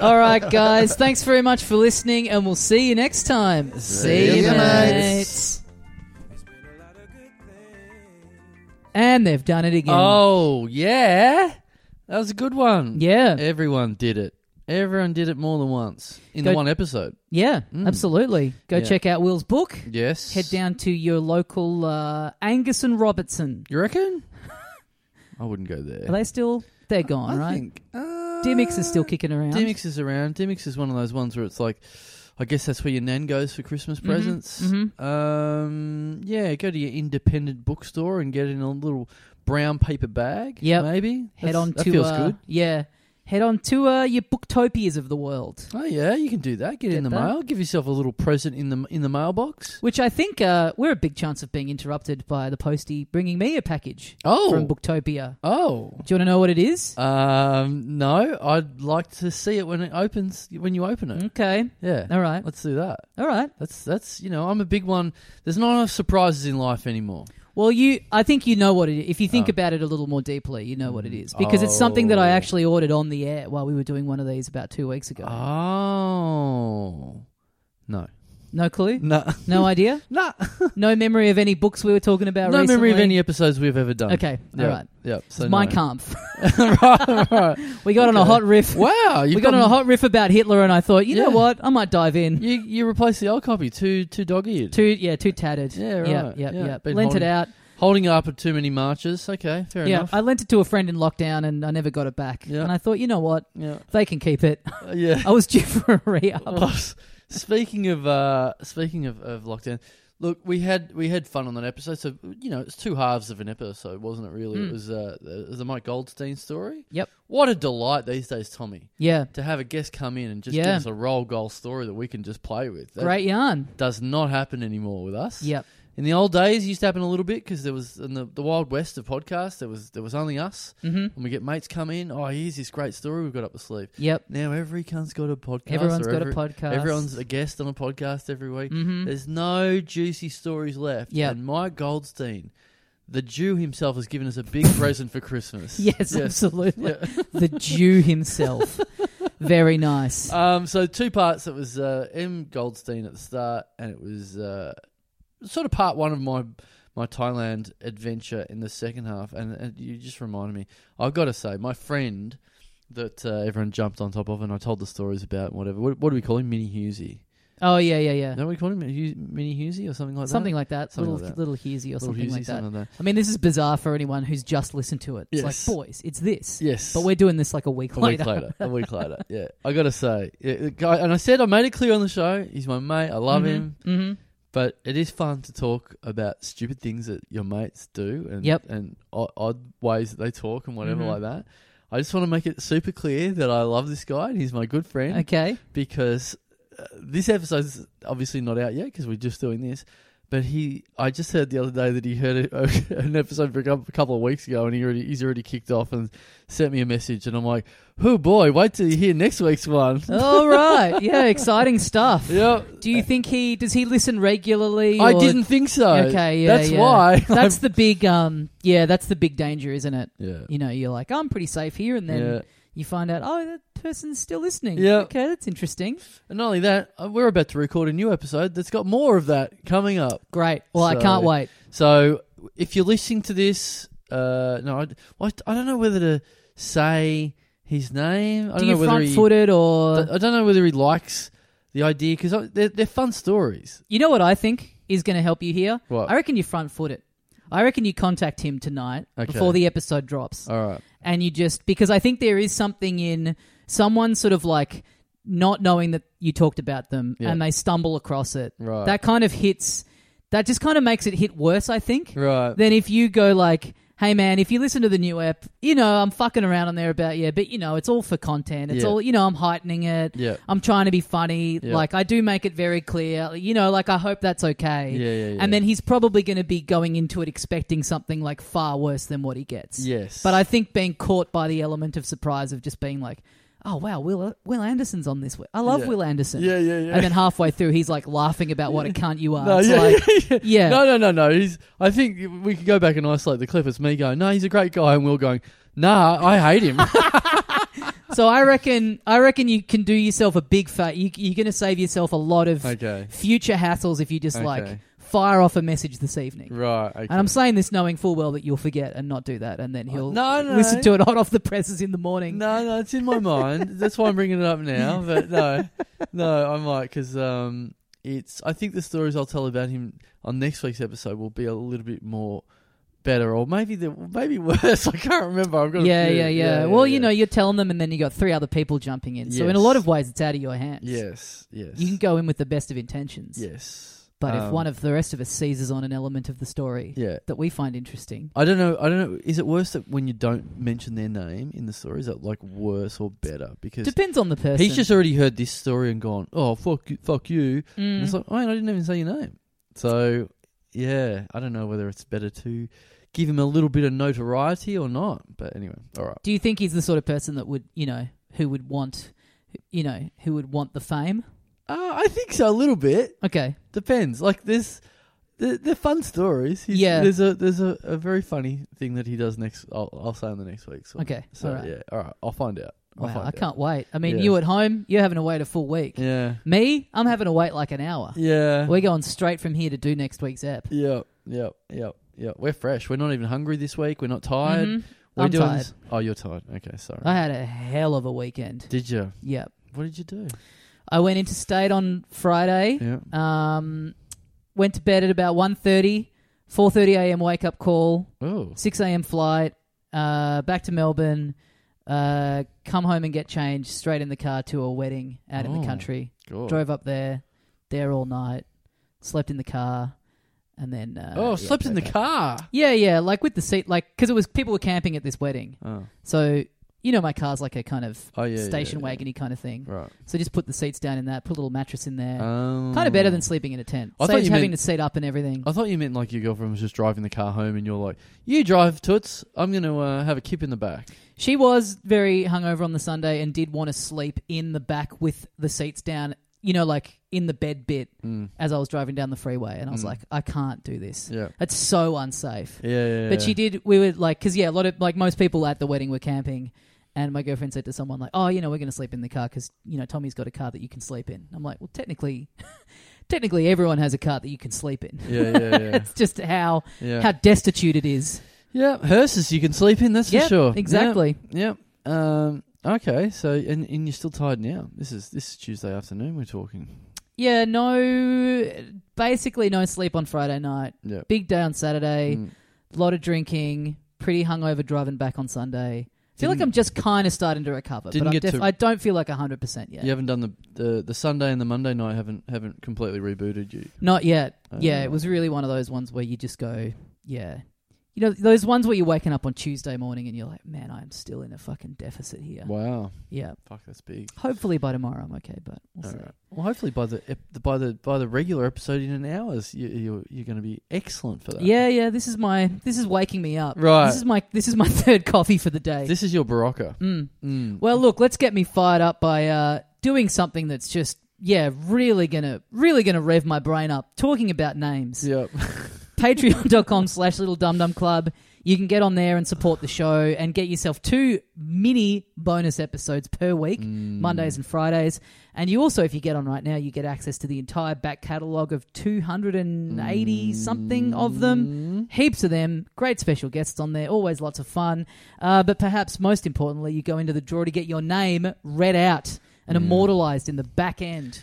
Speaker 1: <laughs> All right, guys, thanks very much for listening, and we'll see you next time.
Speaker 5: See
Speaker 1: you,
Speaker 5: ya,
Speaker 1: mates. And they've done it again.
Speaker 3: Oh, yeah. That was a good one.
Speaker 1: Yeah.
Speaker 3: Everyone did it. Everyone did it more than once in
Speaker 1: Go-
Speaker 3: the one episode.
Speaker 1: Yeah,
Speaker 3: Mm.
Speaker 1: absolutely. Go
Speaker 3: Yeah.
Speaker 1: check out Will's book.
Speaker 3: Yes.
Speaker 1: Head down to your local uh, Angus and Robertson.
Speaker 3: You reckon? I wouldn't go there.
Speaker 1: Are they still? They're gone,
Speaker 3: I
Speaker 1: right?
Speaker 3: think, uh,
Speaker 1: DMX is still kicking around.
Speaker 3: DMX is around. DMX is one of those ones where it's like, I guess that's where your nan goes for Christmas
Speaker 1: Mhm,
Speaker 3: presents.
Speaker 1: mhm.
Speaker 3: Um, yeah, go to your independent bookstore and get it in a little brown paper bag.
Speaker 1: Yep.
Speaker 3: maybe
Speaker 1: Head
Speaker 3: That's-
Speaker 1: on
Speaker 3: that
Speaker 1: to
Speaker 3: feels
Speaker 1: uh,
Speaker 3: good.
Speaker 1: yeah. head on to uh, your booktopias of the world,
Speaker 3: Oh yeah, you can do that. Get,
Speaker 1: Get
Speaker 3: in the
Speaker 1: that.
Speaker 3: mail. Give yourself a little present in the in the mailbox.
Speaker 1: which I think uh, we're a big chance of being interrupted by the postie bringing me a package
Speaker 3: Oh,
Speaker 1: from Booktopia.
Speaker 3: oh.
Speaker 1: Do you want to know what it is?
Speaker 3: Um, no, I'd like to see it when it opens. When you open it,
Speaker 1: Okay.
Speaker 3: yeah.
Speaker 1: Mm-hmm. All right.
Speaker 3: Let's do that.
Speaker 1: All right.
Speaker 3: That's that's you know I'm a big one. There's not enough surprises in life anymore.
Speaker 1: Well, you, I think you know what it. If you think
Speaker 3: Oh.
Speaker 1: about it a little more deeply, you know what it is because it's something that I
Speaker 3: Oh.
Speaker 1: actually ordered on the air while we were doing one of these about two weeks ago.
Speaker 3: Ah. Oh
Speaker 1: <laughs>
Speaker 3: no,
Speaker 1: no clue,
Speaker 3: no, <laughs>
Speaker 1: no idea,
Speaker 3: no,
Speaker 1: no memory of any books we were talking
Speaker 3: no
Speaker 1: about.
Speaker 3: memory of
Speaker 1: recently?
Speaker 3: any episodes we've ever done.
Speaker 1: Okay,
Speaker 3: Yeah,
Speaker 1: all right.
Speaker 3: Yeah. So
Speaker 1: It's my
Speaker 3: no.
Speaker 1: Kampf.
Speaker 3: <laughs> right, right.
Speaker 1: <laughs> We got on a
Speaker 3: Okay.
Speaker 1: hot riff.
Speaker 3: Wow, you
Speaker 1: we got, on a hot riff about Hitler, and I thought, you know
Speaker 3: Yeah.
Speaker 1: what, I might dive in.
Speaker 3: You you replace the old copy. Too too dog eared.
Speaker 1: Too, yeah, too tattered.
Speaker 3: Yeah, right.
Speaker 1: Yep, yep,
Speaker 3: Yeah,
Speaker 1: yep.
Speaker 3: been
Speaker 1: Lent it
Speaker 3: holding-
Speaker 1: out.
Speaker 3: Holding up at too many marches. Okay, fair
Speaker 1: yeah,
Speaker 3: enough.
Speaker 1: I lent it to a friend in lockdown, and I never got it back.
Speaker 3: Yeah.
Speaker 1: And I thought, you know what,
Speaker 3: yeah.
Speaker 1: they can keep it. <laughs>
Speaker 3: Uh, yeah. <laughs>
Speaker 1: I was due for a re-up.
Speaker 3: Well, speaking of uh, speaking of, of lockdown, look, we had we had fun on that episode. So you know, it's two halves of an episode, wasn't it? Really,
Speaker 1: Mm.
Speaker 3: it was uh, it was the Mike Goldstein story.
Speaker 1: Yep.
Speaker 3: What a delight these days, Tommy,
Speaker 1: Yeah,
Speaker 3: to have a guest come in and just give
Speaker 1: Yeah.
Speaker 3: us a roll goal story that we can just play with. That
Speaker 1: great yarn.
Speaker 3: Does not happen anymore with us.
Speaker 1: Yep.
Speaker 3: In the old days, it used to happen a little bit because there was in the, the wild west of podcasts, there was there was only us,
Speaker 1: hmm
Speaker 3: and we get mates come in. Oh, here's this great story we've got up the sleeve.
Speaker 1: Yep.
Speaker 3: Now every cunt's got a podcast.
Speaker 1: Everyone's
Speaker 3: or
Speaker 1: got
Speaker 3: every-
Speaker 1: a podcast.
Speaker 3: Everyone's uh, a guest on a podcast every week.
Speaker 1: hmm
Speaker 3: There's no juicy stories left.
Speaker 1: Yeah.
Speaker 3: And Mike Goldstein, the Jew himself, has given us a big present for
Speaker 1: <laughs>
Speaker 3: Christmas.
Speaker 1: Yes, absolutely.
Speaker 3: Yeah.
Speaker 1: the Jew
Speaker 3: <laughs>
Speaker 1: himself. Very nice.
Speaker 3: Um, so two parts. It was uh, M Goldstein at the start, and it was uh, sort of part one of my my Thailand adventure in the second half. And, and you just reminded me. I've got to say, my friend that uh, everyone jumped on top of, and I told the stories about and whatever. What, what do we call him? Mini Husey.
Speaker 1: oh yeah, yeah, yeah.
Speaker 3: Don't we call him Hu- Mini Husey or something like
Speaker 1: something
Speaker 3: that?
Speaker 1: like that.
Speaker 3: Something
Speaker 1: little
Speaker 3: like that.
Speaker 1: little Husey or
Speaker 3: Little
Speaker 1: something
Speaker 3: Husey,
Speaker 1: like that.
Speaker 3: something like
Speaker 1: I mean, this is bizarre for anyone who's just listened to it. It's
Speaker 3: Yes.
Speaker 1: like, boys, it's this.
Speaker 3: Yes.
Speaker 1: But we're doing this like <laughs> a week
Speaker 3: a week
Speaker 1: later.
Speaker 3: <laughs> later.
Speaker 1: <laughs>
Speaker 3: A week later. Yeah, I gotta say, yeah, the guy, and I said I made it clear on the show. He's my mate. I love him.
Speaker 1: hmm
Speaker 3: But it is fun to talk about stupid things that your mates do and
Speaker 1: Yep.
Speaker 3: and o- odd ways that they talk and whatever
Speaker 1: Mhm.
Speaker 3: like that. I just want to make it super clear that I love this guy and he's my good friend
Speaker 1: Okay.
Speaker 3: because uh, this episode's obviously not out yet because we're just doing this. But he, I just heard the other day that he heard a, <laughs> an episode for a cou- a couple of weeks ago, and he already he's already kicked off and sent me a message, and I'm like, "Oh boy, wait till you hear next
Speaker 1: <laughs>
Speaker 3: week's one."
Speaker 1: All right. Yeah. Exciting stuff.
Speaker 3: yeah,
Speaker 1: Do you think he does? He listen regularly?
Speaker 3: I
Speaker 1: or-
Speaker 3: didn't think so.
Speaker 1: Okay. Yeah.
Speaker 3: that's
Speaker 1: yeah.
Speaker 3: why.
Speaker 1: <laughs>
Speaker 3: <laughs>
Speaker 1: That's the big. Um. Yeah. That's the big danger, isn't it?
Speaker 3: yeah,
Speaker 1: You know, you're like, I'm pretty safe here, and then
Speaker 3: yeah.
Speaker 1: you find out, oh, that person's still listening.
Speaker 3: Yeah.
Speaker 1: Okay, that's interesting.
Speaker 3: And not only that, uh, we're about to record a new episode that's got more of that coming up.
Speaker 1: Great. Well, I
Speaker 3: So-
Speaker 1: can't wait.
Speaker 3: So if you're listening to this, uh, no, I, well, I don't know whether to say his name.
Speaker 1: Do
Speaker 3: I don't
Speaker 1: you
Speaker 3: know whether
Speaker 1: front
Speaker 3: he, uh
Speaker 1: foot it or.
Speaker 3: I don't know whether he likes the idea because they're, they're fun stories.
Speaker 1: you know what I think is going to help you here?
Speaker 3: What?
Speaker 1: I reckon you front foot it. I reckon you contact him tonight
Speaker 3: Okay. Oh.
Speaker 1: before the episode drops.
Speaker 3: All right.
Speaker 1: and you just because I think there is something in someone sort of like not knowing that you talked about them
Speaker 3: Yeah.
Speaker 1: and they stumble across it.
Speaker 3: Right.
Speaker 1: That kind of hits. That just kind of makes it hit worse, I think.
Speaker 3: Right.
Speaker 1: Than if you go like, "Hey man, if you listen to the new app, you know I'm fucking around on there about yeah, but you know it's all for content. It's
Speaker 3: Yeah.
Speaker 1: all you know I'm heightening it.
Speaker 3: Yeah.
Speaker 1: I'm trying to be funny.
Speaker 3: Yeah.
Speaker 1: Like I do make it very clear. You know, like I hope that's okay.
Speaker 3: Yeah, yeah, yeah.
Speaker 1: And then he's probably going to be going into it expecting something like far worse than what he gets.
Speaker 3: Yes.
Speaker 1: But I think being caught by the element of surprise of just being like, "Oh wow, Will Will Anderson's on this. Way. I love
Speaker 3: Yeah.
Speaker 1: Will Anderson."
Speaker 3: Yeah, yeah, yeah.
Speaker 1: And then halfway through, he's like laughing about what a cunt you are.
Speaker 3: No,
Speaker 1: it's
Speaker 3: yeah,
Speaker 1: like, yeah,
Speaker 3: No, no, no, no. He's. I think we could go back and isolate the clip. It's me going, no, he's a great guy, and Will going, nah, I
Speaker 1: <laughs>
Speaker 3: hate him.
Speaker 1: So I reckon, I reckon you can do yourself a big fat. You, you're going to save yourself a lot of
Speaker 3: okay.
Speaker 1: future hassles if you just like
Speaker 3: Okay.
Speaker 1: fire off a message this evening.
Speaker 3: Right. Okay.
Speaker 1: And I'm saying this knowing full well that you'll forget and not do that, and then he'll
Speaker 3: Uh, No, no.
Speaker 1: listen to it hot off the presses in the morning.
Speaker 3: No, no, it's in my mind. That's why I'm bringing it up now.
Speaker 1: <laughs>
Speaker 3: But no, no, I'm like because um, it's. I think the stories I'll tell about him on next week's episode will be a little bit more better, or maybe the maybe <laughs> worse. I can't remember. I've got a
Speaker 1: Yeah,
Speaker 3: few.
Speaker 1: yeah, yeah, Well, you
Speaker 3: yeah.
Speaker 1: know, you're telling them, and then you got three other people jumping in. So in a
Speaker 3: Yes.
Speaker 1: lot of ways, it's out of your hands.
Speaker 3: Yes, yes,
Speaker 1: You can go in with the best of intentions.
Speaker 3: yes.
Speaker 1: But if
Speaker 3: Um,
Speaker 1: one of the rest of us seizes on an element of the story
Speaker 3: Yeah.
Speaker 1: that we find interesting,
Speaker 3: I don't know. I don't know. Is it worse that when you don't mention their name in the story? Is that like worse or better? Because
Speaker 1: depends on the person.
Speaker 3: he's just already heard this story and gone, "Oh fuck, you, fuck you." And
Speaker 1: Mm.
Speaker 3: it's like, "Oh, I didn't even say your name." So yeah, I don't know whether it's better to give him a little bit of notoriety or not. But anyway, all right.
Speaker 1: Do you think he's the sort of person that would, you know, who would want, you know, who would want the fame?
Speaker 3: Uh, I think so a little bit.
Speaker 1: Okay.
Speaker 3: Depends. Like this, they're, they're fun stories. He's,
Speaker 1: Yeah.
Speaker 3: There's a there's a, a very funny thing that he does next. I'll, I'll say in the next week. So,
Speaker 1: Okay.
Speaker 3: So
Speaker 1: all right.
Speaker 3: yeah. All right. I'll find out. I'll
Speaker 1: Wow,
Speaker 3: find
Speaker 1: I
Speaker 3: out.
Speaker 1: can't wait. I mean,
Speaker 3: Yeah.
Speaker 1: you at home, you're having to wait a full week.
Speaker 3: Yeah.
Speaker 1: Me, I'm having to wait like an hour.
Speaker 3: Yeah.
Speaker 1: We're going straight from here to do next week's app.
Speaker 3: Yep, yep, yep, yep. We're fresh. We're not even hungry this week. We're not tired.
Speaker 1: Mhm.
Speaker 3: We're
Speaker 1: I'm
Speaker 3: doing
Speaker 1: tired.
Speaker 3: this- Oh, you're tired. Okay, sorry.
Speaker 1: I had a hell of a weekend.
Speaker 3: Did you?
Speaker 1: Yep.
Speaker 3: What did you do?
Speaker 1: I went into state on Friday.
Speaker 3: Yeah.
Speaker 1: Um, went to bed at about 1.30, 4.30 a.m. wake up call,
Speaker 3: Oh.
Speaker 1: 6 a.m. flight, uh, back to Melbourne, uh, come home and get changed, straight in the car to a wedding out in
Speaker 3: Oh.
Speaker 1: the country.
Speaker 3: God.
Speaker 1: Drove up there, there all night, slept in the car, and then... Uh,
Speaker 3: oh, slept in the car.
Speaker 1: Yeah, yeah, like with the seat, like, because it was, people were camping at this wedding.
Speaker 3: Oh,
Speaker 1: So, you know, my car's like a kind of
Speaker 3: oh yeah. yeah,
Speaker 1: station
Speaker 3: yeah,
Speaker 1: wagony kind of thing.
Speaker 3: Right.
Speaker 1: So just put the seats down in that, put a little mattress in there.
Speaker 3: Um,
Speaker 1: Kind of better than sleeping in a tent.
Speaker 3: I thought
Speaker 1: Saves
Speaker 3: you
Speaker 1: having
Speaker 3: meant-
Speaker 1: to seat up and everything.
Speaker 3: I thought you meant like your girlfriend was just driving the car home, and you're like, "You drive, toots. I'm gonna uh, have a kip in the back."
Speaker 1: She was very hungover on the Sunday and did want to sleep in the back with the seats down, you know, like in the bed bit
Speaker 3: Mm.
Speaker 1: as I was driving down the freeway. And I was
Speaker 3: Mm.
Speaker 1: like, I can't do this.
Speaker 3: Yeah.
Speaker 1: That's so unsafe.
Speaker 3: Yeah. yeah,
Speaker 1: But
Speaker 3: yeah.
Speaker 1: she did, we were like, because yeah, a lot of, like most people at the wedding were camping. And my girlfriend said to someone, like, oh, you know, we're going to sleep in the car because, you know, Tommy's got a car that you can sleep in. I'm like, well, technically, <laughs> technically everyone has a car that you can sleep in.
Speaker 3: Yeah, yeah, yeah.
Speaker 1: <laughs> it's just how,
Speaker 3: Yeah.
Speaker 1: how destitute it is.
Speaker 3: yeah. Hearses you can sleep in. That's
Speaker 1: Yeah,
Speaker 3: for sure. Yeah.
Speaker 1: Exactly.
Speaker 3: Yep. Um, okay. So, and, and you're still tired now. This is this is Tuesday afternoon. We're talking.
Speaker 1: Yeah, no, basically no sleep on Friday night.
Speaker 3: Yep.
Speaker 1: Big day on Saturday,
Speaker 3: Mm.
Speaker 1: a lot of drinking, pretty hungover driving back on Sunday. I feel like
Speaker 3: Didn't-
Speaker 1: I'm just kind of starting to recover,
Speaker 3: Didn't
Speaker 1: but I'm
Speaker 3: get
Speaker 1: def-
Speaker 3: to-
Speaker 1: I don't feel like 100% yet.
Speaker 3: You haven't done the, the the Sunday and the Monday night. Haven't haven't completely rebooted you.
Speaker 1: Not yet.
Speaker 3: Oh.
Speaker 1: yeah, it was really one of those ones where you just go, yeah. You know, those ones where you're waking up on Tuesday morning and you're like, man, I'm still in a fucking deficit here.
Speaker 3: Wow.
Speaker 1: Yeah.
Speaker 3: Fuck, that's big.
Speaker 1: Hopefully by tomorrow I'm okay, but we'll
Speaker 3: All
Speaker 1: see.
Speaker 3: right. Well, hopefully by the ep- the- by the by the regular episode in an hour's you, you're you're going to be excellent for that.
Speaker 1: Yeah, yeah, this is my this is waking me up.
Speaker 3: Right.
Speaker 1: This is my this is my <laughs> third coffee for the day.
Speaker 3: This is your Barocca.
Speaker 1: mm.
Speaker 3: Mm.
Speaker 1: Well, look, let's get me fired up by uh, doing something that's just yeah, really gonna really gonna rev my brain up. Talking about names,
Speaker 3: Yep.
Speaker 1: patreon.com slash little dum dum club. You can get on there and support the show and get yourself two mini bonus episodes per week,
Speaker 3: Mm.
Speaker 1: Mondays and Fridays. And you also, if you get on right now, you get access to the entire back catalogue of 280 something of them
Speaker 3: Mm.
Speaker 1: heaps of them. Great special guests on there. Always lots of fun. Uh, but perhaps most importantly, you go into the draw to get your name read out and
Speaker 3: Yeah.
Speaker 1: immortalized in the back end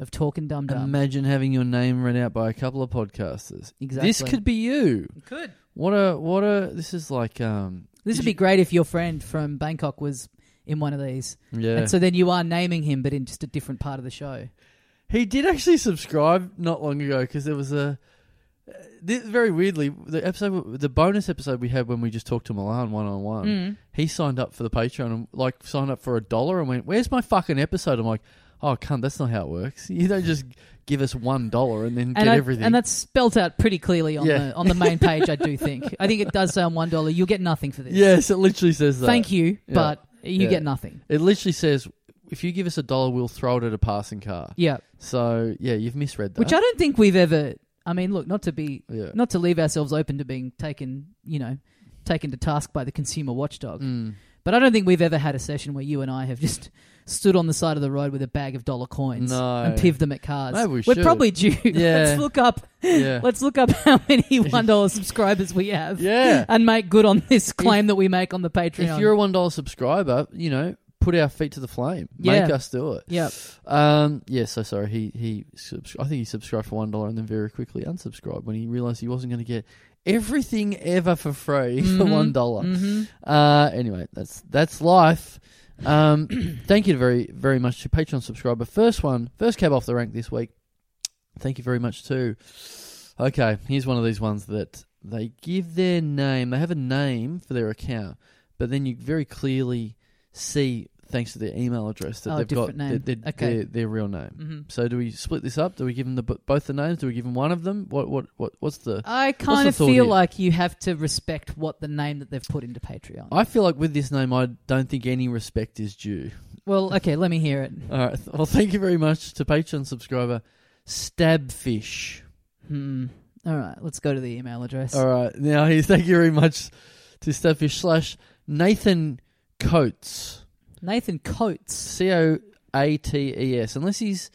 Speaker 1: of Talking Dum Dum.
Speaker 3: Mm. Imagine having your name read out by a couple of podcasters.
Speaker 1: Exactly.
Speaker 3: This could be you.
Speaker 1: could.
Speaker 3: What a what a. This is like um.
Speaker 1: This
Speaker 3: did
Speaker 1: would be
Speaker 3: you-
Speaker 1: great if your friend from Bangkok was in one of these.
Speaker 3: Yeah.
Speaker 1: And so then you are naming him, but in just a different part of the show.
Speaker 3: He did actually subscribe not long ago because there was a. uh, This, very weirdly, the episode, the bonus episode we had when we just talked to Milan one on one,
Speaker 1: Mm.
Speaker 3: he signed up for the Patreon and like signed up for a dollar and went, "Where's my fucking episode?" I'm like, "Oh, cunt, that's not how it works. <laughs> You don't just give us one dollar and then
Speaker 1: And,
Speaker 3: get
Speaker 1: I-
Speaker 3: everything."
Speaker 1: and that's spelt out pretty clearly on,
Speaker 3: Yeah.
Speaker 1: the, on the main page, I
Speaker 3: <laughs>
Speaker 1: do think. I think it does say on $1, you'll get nothing for this.
Speaker 3: yes, it literally says that.
Speaker 1: Thank you,
Speaker 3: Yeah.
Speaker 1: but you
Speaker 3: Yeah.
Speaker 1: get nothing.
Speaker 3: It literally says, "If you give us a dollar, we'll throw it at a passing car."
Speaker 1: Yeah.
Speaker 3: So yeah, you've misread that.
Speaker 1: Which I don't think we've ever. I mean, look, not to be,
Speaker 3: yeah.
Speaker 1: not to leave ourselves open to being taken, you know, taken to task by the consumer watchdog. <laughs>
Speaker 3: Mm.
Speaker 1: But I don't think we've ever had a session where you and I have just stood on the side of the road with a bag of dollar coins
Speaker 3: No.
Speaker 1: and pived them at cars.
Speaker 3: Maybe we
Speaker 1: are
Speaker 3: should.
Speaker 1: probably due. <laughs>
Speaker 3: Yeah.
Speaker 1: let's look up.
Speaker 3: Yeah.
Speaker 1: Let's look up how
Speaker 3: <laughs>
Speaker 1: many one dollar subscribers we have.
Speaker 3: Yeah.
Speaker 1: And make good on this claim that we make on the Patreon.
Speaker 3: <laughs> If you're a one dollar subscriber, you know, put our feet to the flame. Make
Speaker 1: Yeah.
Speaker 3: us do it. <laughs>
Speaker 1: Yep.
Speaker 3: Um. Yeah. So sorry. He he. Subs- I think he subscribed for one dollar and then very quickly unsubscribed when he realized he wasn't going to get everything ever for free <laughs> for
Speaker 1: Mhm.
Speaker 3: one dollar.
Speaker 1: hmm
Speaker 3: Uh. Anyway, that's that's life. <clears throat> Um. thank you very very much to Patreon subscriber first one first cab off the rank this week. Thank you very much too. Okay, here's one of these ones that they give their name. They have a name for their account, but then you very clearly see, thanks to their email address, that
Speaker 1: Oh,
Speaker 3: they've got
Speaker 1: different name.
Speaker 3: Their, their,
Speaker 1: Okay.
Speaker 3: their, their real name.
Speaker 1: hmm
Speaker 3: So do we split this up? Do we give them the, b- both the names? Do we give them one of them? What what what what's the?
Speaker 1: I kind
Speaker 3: the
Speaker 1: of
Speaker 3: thought
Speaker 1: feel
Speaker 3: here?
Speaker 1: like you have to respect what the name that they've put into Patreon.
Speaker 3: I feel like with this name, I don't think any respect is due.
Speaker 1: well, okay, let me hear it.
Speaker 3: All right. th- Well, thank you very much to Patreon subscriber Stabfish.
Speaker 1: Hmm. All right, let's go to the email address.
Speaker 3: All right. Now, <laughs> here's thank you very much to Stabfish slash Nathan Coates.
Speaker 1: Nathan Coates.
Speaker 3: C O A T E S. Unless he's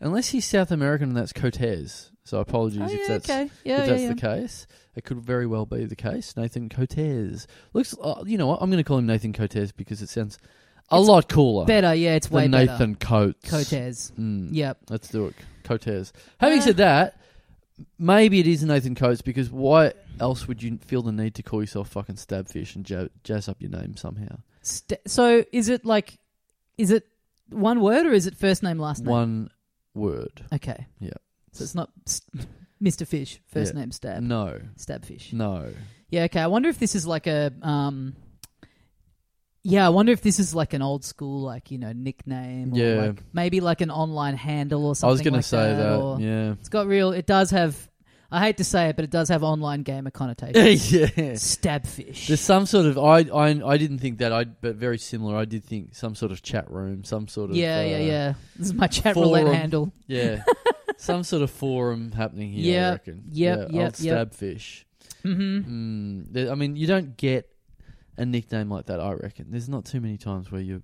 Speaker 3: unless he's South American and that's Cotes. So apologies
Speaker 1: Oh,
Speaker 3: if
Speaker 1: yeah,
Speaker 3: that's
Speaker 1: okay. Yeah,
Speaker 3: if
Speaker 1: yeah,
Speaker 3: that's
Speaker 1: yeah.
Speaker 3: the case. It could very well be the case. Nathan Cotes looks. Uh, you know what? I'm going to call him Nathan Cotes because it sounds a
Speaker 1: It's
Speaker 3: lot cooler
Speaker 1: Better, yeah, it's way
Speaker 3: than
Speaker 1: better.
Speaker 3: Nathan Coates.
Speaker 1: Cotes.
Speaker 3: Mm.
Speaker 1: Yep.
Speaker 3: Let's do it. Cotes. Having
Speaker 1: Uh,
Speaker 3: said that, maybe it is Nathan Coates because why else would you feel the need to call yourself fucking Stabfish and ja- jazz up your name somehow?
Speaker 1: St- so is it like, is it one word or is it first name, last name?
Speaker 3: One word.
Speaker 1: Okay.
Speaker 3: Yeah.
Speaker 1: So it's not s- <laughs> Mr. Fish, first
Speaker 3: Yeah.
Speaker 1: name Stab.
Speaker 3: No.
Speaker 1: Stab Fish.
Speaker 3: No.
Speaker 1: Yeah, okay. I wonder if this is like a um Yeah, I wonder if this is like an old school like, you know, nickname or
Speaker 3: Yeah.
Speaker 1: like maybe like an online handle or something
Speaker 3: I was going
Speaker 1: like
Speaker 3: to say that.
Speaker 1: or-
Speaker 3: Yeah.
Speaker 1: It's got real it does have I hate to say it, but it does have online gamer
Speaker 3: <laughs>
Speaker 1: connotations.
Speaker 3: yeah.
Speaker 1: Stabfish.
Speaker 3: There's some sort of I, I I didn't think that I but very similar. I did think some sort of chat room, some sort of
Speaker 1: yeah,
Speaker 3: uh,
Speaker 1: yeah, yeah. This is my chat roulette
Speaker 3: forum.
Speaker 1: handle.
Speaker 3: yeah,
Speaker 1: <laughs>
Speaker 3: some sort of forum happening here.
Speaker 1: Yep,
Speaker 3: I reckon.
Speaker 1: yep,
Speaker 3: yeah,
Speaker 1: yep,
Speaker 3: old
Speaker 1: yep.
Speaker 3: stabfish.
Speaker 1: Mm-hmm.
Speaker 3: Mm, there- I mean, you don't get a nickname like that. I reckon there's not too many times where you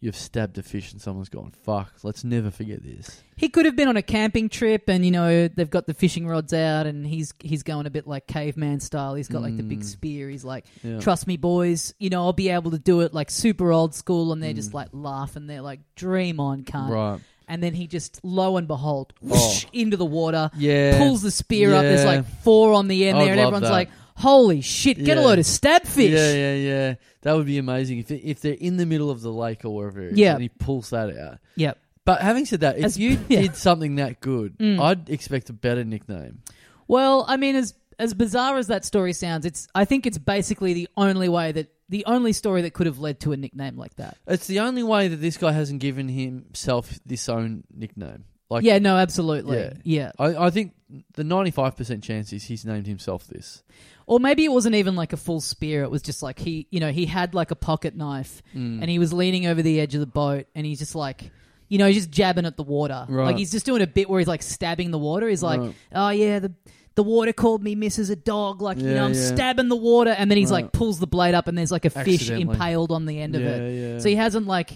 Speaker 3: you've stabbed a fish and someone's gone fuck. Let's never forget this.
Speaker 1: He could have been on a camping trip, and you know they've got the fishing rods out, and he's he's going a bit like caveman style. He's got like the big
Speaker 3: Mm.
Speaker 1: spear. He's like,
Speaker 3: Yeah.
Speaker 1: trust me, boys, you know I'll be able to do it like super old school, and they're just
Speaker 3: Mm.
Speaker 1: like laughing. They're like, dream on, cunt.
Speaker 3: Right.
Speaker 1: And then he just lo and behold,
Speaker 3: Oh.
Speaker 1: whoosh, into the water,
Speaker 3: Yeah.
Speaker 1: pulls the spear up. There's
Speaker 3: Yeah.
Speaker 1: like four on the end
Speaker 3: I would
Speaker 1: there, and
Speaker 3: love
Speaker 1: everyone's
Speaker 3: that.
Speaker 1: like, holy shit, get a
Speaker 3: Yeah.
Speaker 1: load of stab fish.
Speaker 3: Yeah, yeah, yeah. That would be amazing if if they're in the middle of the lake or wherever. it is,
Speaker 1: Yeah.
Speaker 3: and he pulls that out.
Speaker 1: Yep.
Speaker 3: But having said that, if
Speaker 1: As-
Speaker 3: you
Speaker 1: <laughs> yeah.
Speaker 3: did something that good,
Speaker 1: Mm.
Speaker 3: I'd expect a better nickname.
Speaker 1: Well, I mean, as as bizarre as that story sounds, it's I think it's basically the only way that the only story that could have led to a nickname like that.
Speaker 3: It's the only way that this guy hasn't given himself this own nickname. Like,
Speaker 1: yeah, no, absolutely. Yeah.
Speaker 3: Yeah. I, I think the ninety-five percent chance is he's named himself this.
Speaker 1: Or maybe it wasn't even like a full spear. It was just like he, you know, he had like a pocket knife
Speaker 3: Mm.
Speaker 1: and he was leaning over the edge of the boat and he's just like, you know, he's just jabbing at the water.
Speaker 3: Right.
Speaker 1: Like he's just doing a bit where he's like stabbing the water. He's like,
Speaker 3: Right.
Speaker 1: oh yeah, the the water called me Mrs. a dog. Like, you
Speaker 3: Yeah,
Speaker 1: know, I'm
Speaker 3: yeah.
Speaker 1: stabbing the water. And then he's
Speaker 3: Right.
Speaker 1: like pulls the blade up and there's like a fish
Speaker 3: Accidentally.
Speaker 1: impaled on the end of
Speaker 3: yeah,
Speaker 1: it.
Speaker 3: yeah.
Speaker 1: So he hasn't like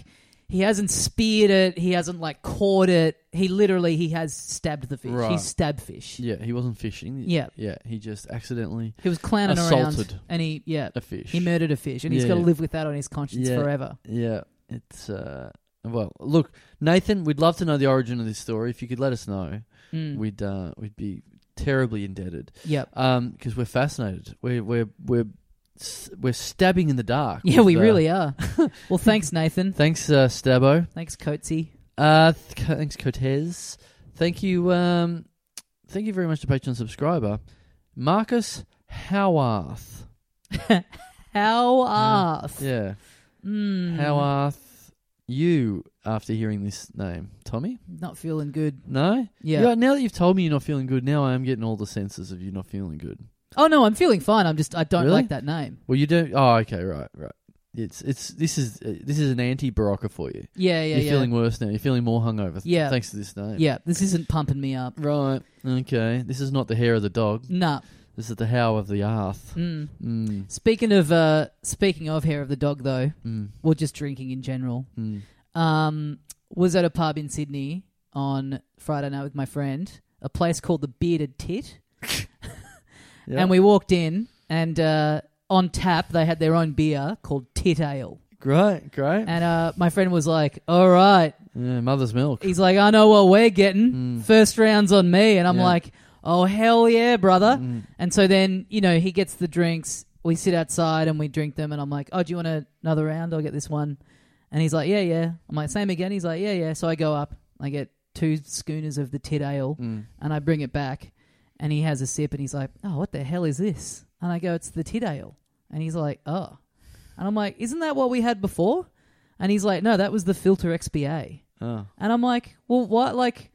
Speaker 1: he hasn't speared it. He hasn't like caught it. He literally he has stabbed the fish.
Speaker 3: Right.
Speaker 1: He's stabbed fish.
Speaker 3: yeah, he wasn't fishing.
Speaker 1: Yeah.
Speaker 3: yeah. He just accidentally
Speaker 1: He was clowning
Speaker 3: Assaulted.
Speaker 1: around and he yeah
Speaker 3: a fish.
Speaker 1: he murdered a fish and he's
Speaker 3: Yeah,
Speaker 1: got to
Speaker 3: yeah.
Speaker 1: live with that on his conscience
Speaker 3: Yeah.
Speaker 1: forever.
Speaker 3: Yeah, it's uh, well, look, Nathan, we'd love to know the origin of this story. If you could let us know,
Speaker 1: Mm.
Speaker 3: we'd uh, we'd be terribly indebted
Speaker 1: yep.
Speaker 3: because we're fascinated. We're we're we're s- we're stabbing in the dark.
Speaker 1: Yeah,
Speaker 3: with,
Speaker 1: we
Speaker 3: uh,
Speaker 1: really
Speaker 3: <laughs>
Speaker 1: are. well, thanks Nathan.
Speaker 3: Thanks, uh, Stabbo.
Speaker 1: Thanks Coatsy.
Speaker 3: Uh, th- thanks, Cortez. Thank you. Um, thank you very much to Patreon subscriber Marcus Howarth.
Speaker 1: How
Speaker 3: Yeah.
Speaker 1: are?
Speaker 3: Yeah,
Speaker 1: Mm.
Speaker 3: Howarth. You after hearing this name, Tommy?
Speaker 1: Not feeling good.
Speaker 3: No.
Speaker 1: Yeah.
Speaker 3: Yeah, now that you've told me you're not feeling good, now I am getting all the senses of you not feeling good.
Speaker 1: Oh no, I'm feeling fine. I'm just I don't
Speaker 3: Really?
Speaker 1: like that name.
Speaker 3: Well, you don't. Oh, okay, right, right. It's it's this is uh, this is an anti Barocca for you.
Speaker 1: Yeah, yeah,
Speaker 3: you're
Speaker 1: yeah.
Speaker 3: feeling worse now. You're feeling more hungover. th-
Speaker 1: Yeah.
Speaker 3: thanks to this name.
Speaker 1: yeah, this isn't pumping me up.
Speaker 3: Right. Okay. This is not the hair of the dog.
Speaker 1: Nah.
Speaker 3: This is the how of the arth.
Speaker 1: Mm.
Speaker 3: Mm.
Speaker 1: Speaking of uh, speaking of hair of the dog though,
Speaker 3: Mm.
Speaker 1: or just drinking in general,
Speaker 3: Mm.
Speaker 1: um, was at a pub in Sydney on Friday night with my friend, a place called the Bearded Tit,
Speaker 3: Yeah.
Speaker 1: and we walked in and uh, on tap they had their own beer called Tit Ale,
Speaker 3: great, great.
Speaker 1: and uh, my friend was like, "All right,"
Speaker 3: yeah, mother's milk.
Speaker 1: he's like, "I know what we're getting.
Speaker 3: Mm.
Speaker 1: First round's on me," and I'm
Speaker 3: Yeah.
Speaker 1: like, "Oh hell yeah, brother!"
Speaker 3: Mm.
Speaker 1: And so then, you know, he gets the drinks. We sit outside and we drink them. And I'm like, oh, do you want a- another round? I'll get this one. And he's like, yeah, yeah. I'm like, same again. He's like, yeah, yeah. So I go up. I get two two schooners of the tid ale,
Speaker 3: Mm.
Speaker 1: and I bring it back, and he has a sip, and he's like, "Oh, what the hell is this?" And I go, "It's the tid ale," and he's like, "Oh," and I'm like, "Isn't that what we had before?" And he's like, "No, that was the filter XBA."
Speaker 3: Oh.
Speaker 1: And I'm like, well, why? Like,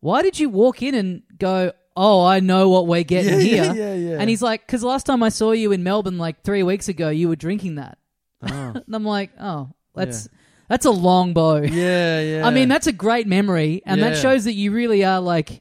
Speaker 1: why did you walk in and go? Oh, I know what we're getting here.
Speaker 3: <laughs> yeah, yeah.
Speaker 1: And he's like, because last time I saw you in Melbourne, like three weeks ago, you were drinking that.
Speaker 3: Oh.
Speaker 1: And I'm like, oh, that's that's a long bow. <laughs>
Speaker 3: yeah, yeah.
Speaker 1: I mean, that's a great memory, and that
Speaker 3: Yeah.
Speaker 1: shows that you really are like.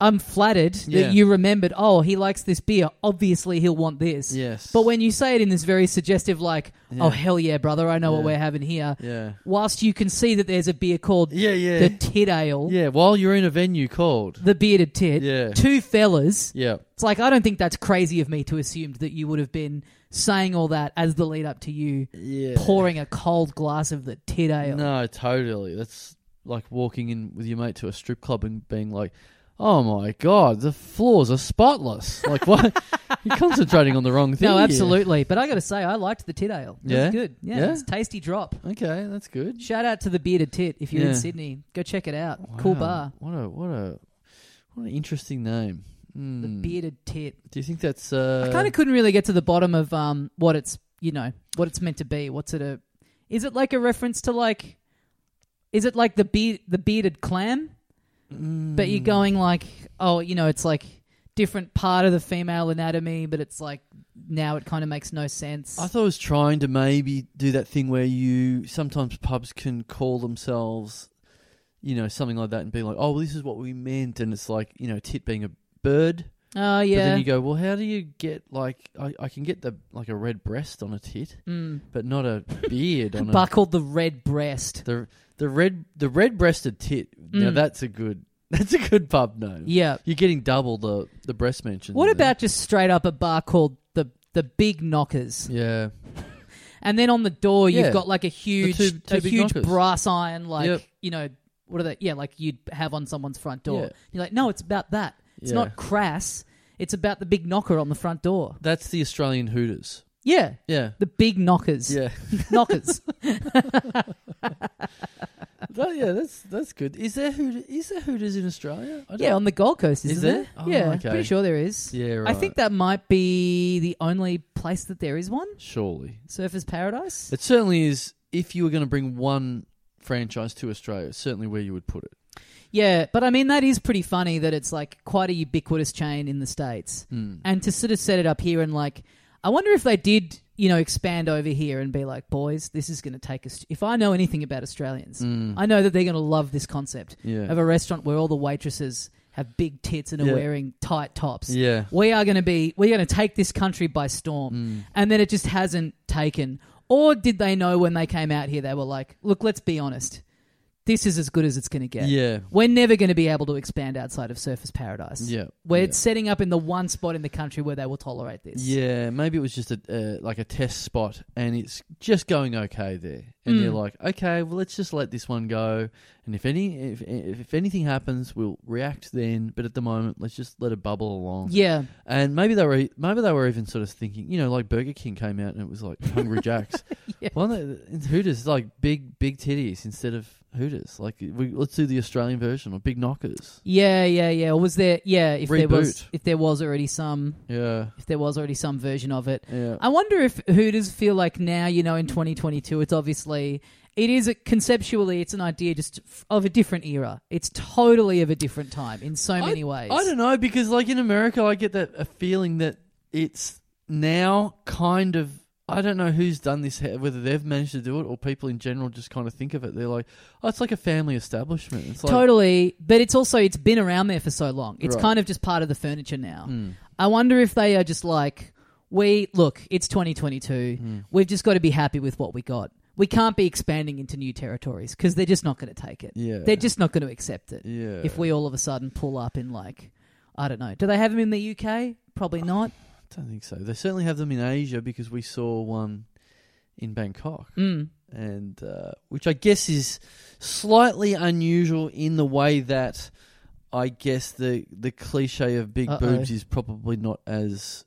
Speaker 1: I'm flattered
Speaker 3: Yeah.
Speaker 1: that you remembered. Oh, he likes this beer. Obviously, he'll want this.
Speaker 3: yes.
Speaker 1: But when you say it in this very suggestive, like,
Speaker 3: Yeah.
Speaker 1: "Oh hell yeah, brother, I know what
Speaker 3: Yeah.
Speaker 1: we're having here,"
Speaker 3: yeah,
Speaker 1: whilst you can see that there's a beer called
Speaker 3: yeah, yeah,
Speaker 1: the tit ale,
Speaker 3: yeah. While you're in a venue called,
Speaker 1: the bearded tit,
Speaker 3: Yeah.
Speaker 1: two fellas.
Speaker 3: yeah,
Speaker 1: It's like I don't think that's crazy of me to assume that you would have been saying all that as the lead up to you
Speaker 3: yeah.
Speaker 1: pouring a cold glass of the tit ale.
Speaker 3: No, totally. That's like walking in with your mate to a strip club and being like, "Oh my god, the floors are spotless."
Speaker 1: <laughs>
Speaker 3: Like, what? you're concentrating on the wrong thing.
Speaker 1: No,
Speaker 3: here.
Speaker 1: absolutely. But I got to say, I liked the tit ale. It
Speaker 3: Yeah?
Speaker 1: was good. Yeah,
Speaker 3: Yeah?
Speaker 1: it's a tasty drop.
Speaker 3: Okay, that's good.
Speaker 1: Shout out to the bearded tit if you're
Speaker 3: Yeah.
Speaker 1: in Sydney. Go check it out. Cool
Speaker 3: Wow.
Speaker 1: bar.
Speaker 3: What a what a what an interesting name. Hmm.
Speaker 1: The bearded tit.
Speaker 3: Do you think that's? Uh,
Speaker 1: I kind of couldn't really get to the bottom of um what it's you know what it's meant to be. What's it a? Is it like a reference to like? Is it like the be- the bearded clam?
Speaker 3: hmm.
Speaker 1: But
Speaker 3: Mm.
Speaker 1: you're going like oh you know it's like different part of the female anatomy, but it's like now it kind of makes no sense.
Speaker 3: I thought I was trying to maybe do that thing where you sometimes pubs can call themselves, you know, something like that, and be like, "Oh, well, this is what we meant," and it's like, you know, tit being a bird.
Speaker 1: oh
Speaker 3: But
Speaker 1: yeah.
Speaker 3: then you go, well, how do you get like I, I can get the like a red breast on a tit,
Speaker 1: Mm.
Speaker 3: but not a beard
Speaker 1: <laughs>
Speaker 3: on a
Speaker 1: Buckled the red breast.
Speaker 3: the the red the red breasted tit. Now
Speaker 1: Mm.
Speaker 3: that's a good <laughs> that's a good pub name.
Speaker 1: Yeah.
Speaker 3: You're getting double the the breast mention.
Speaker 1: What about just straight up a bar called the the big knockers?
Speaker 3: yeah?
Speaker 1: And then on the door, you've
Speaker 3: Yeah.
Speaker 1: got like a huge,
Speaker 3: two- two
Speaker 1: a
Speaker 3: big
Speaker 1: huge
Speaker 3: knockers.
Speaker 1: brass iron, like
Speaker 3: Yep.
Speaker 1: you know, what are they? Yeah, like you'd have on someone's front door.
Speaker 3: Yeah.
Speaker 1: You're like, no, it's about that. It's
Speaker 3: Yeah.
Speaker 1: not crass. It's about the big knocker on the front door.
Speaker 3: That's the Australian Hooters.
Speaker 1: Yeah, <laughs>
Speaker 3: Yeah,
Speaker 1: the big knockers.
Speaker 3: yeah, <laughs>
Speaker 1: knockers.
Speaker 3: That- yeah. That's that's good. Is there Hooters, is there Hooters in Australia? I don't-
Speaker 1: yeah, on the Gold Coast,
Speaker 3: Is
Speaker 1: isn't
Speaker 3: there?
Speaker 1: there?
Speaker 3: Oh,
Speaker 1: yeah,
Speaker 3: okay.
Speaker 1: pretty sure there is.
Speaker 3: <laughs> yeah.
Speaker 1: I
Speaker 3: Right.
Speaker 1: think that might be the only place that there is one.
Speaker 3: surely
Speaker 1: Surfers Paradise.
Speaker 3: it certainly is. If you were going to bring one franchise to Australia, it's certainly where you would put it.
Speaker 1: Yeah, but I mean that is pretty funny that it's like quite a ubiquitous chain in the states,
Speaker 3: Hmm.
Speaker 1: mm. and to sort of set it up here and like, I wonder if they did, you know, expand over here and be like, boys, this is going to take us. If I know anything about Australians, I know that they're going to love this concept
Speaker 3: Mm. Hmm. Yeah.
Speaker 1: of a restaurant where all the waitresses have big tits and are
Speaker 3: Yeah.
Speaker 1: wearing tight tops. <laughs>
Speaker 3: Yeah. Hmm.
Speaker 1: We are going to be, we're going to take this country by storm. And then it just hasn't taken. Or did they know when they came out here, they were like, look, let's be honest. This is as good as it's going to get.
Speaker 3: Yeah.
Speaker 1: We're never going to be able to expand outside of Surface Paradise.
Speaker 3: Yeah.
Speaker 1: We're
Speaker 3: Yeah.
Speaker 1: setting up in the one spot in the country where they will tolerate this.
Speaker 3: Yeah, maybe it was just a uh, like a test spot, and it's just going okay there. And they're
Speaker 1: Mm.
Speaker 3: like, okay, well, let's just let this one go, and if any if if anything happens, we'll react then. But at the moment, let's just let it bubble along.
Speaker 1: Yeah. <laughs>
Speaker 3: And maybe they were e- maybe they were even sort of thinking, you know, like Burger King came out and it was like
Speaker 1: <laughs>
Speaker 3: Hungry Jacks.
Speaker 1: Yeah.
Speaker 3: Well, no, it's Hooters like big big titties instead of Hooters. Like we, let's do the Australian version or big knockers.
Speaker 1: Yeah, yeah, yeah. Or was there yeah, if there was
Speaker 3: Reboot.
Speaker 1: if there was already some
Speaker 3: Yeah,
Speaker 1: if there was already some version of it.
Speaker 3: yeah.
Speaker 1: I wonder if Hooters feel like now, you know, in 2022, it's obviously it is a, conceptually it's an idea just f- of a different era. It's totally of a different time in so many ways.
Speaker 3: I don't know because like in America, I get that a feeling that it's now kind of. I don't know who's done this, he- whether they've managed to do it or people in general just kind of think of it. They're like, oh, it's like a family establishment. It's like,
Speaker 1: totally, but it's also it's been around there for so long. It's
Speaker 3: Right. Mm.
Speaker 1: kind of just part of the furniture now.
Speaker 3: "Hmm,
Speaker 1: I wonder if they are just like we look. It's 2022.
Speaker 3: hmm,
Speaker 1: We've just got to be happy with what we got. We can't be expanding into new territories because they're just not going to take it.
Speaker 3: Yeah.
Speaker 1: They're just not going to accept it.
Speaker 3: Yeah.
Speaker 1: If we all of a sudden pull up in like, I don't know. Do they have them in the UK? Probably not.
Speaker 3: I don't think so. They certainly have them in Asia because we saw one in Bangkok,
Speaker 1: Mm.
Speaker 3: and uh, which I guess is slightly unusual in the way that I guess the the cliche of big
Speaker 1: Uh-oh.
Speaker 3: boobs is probably not as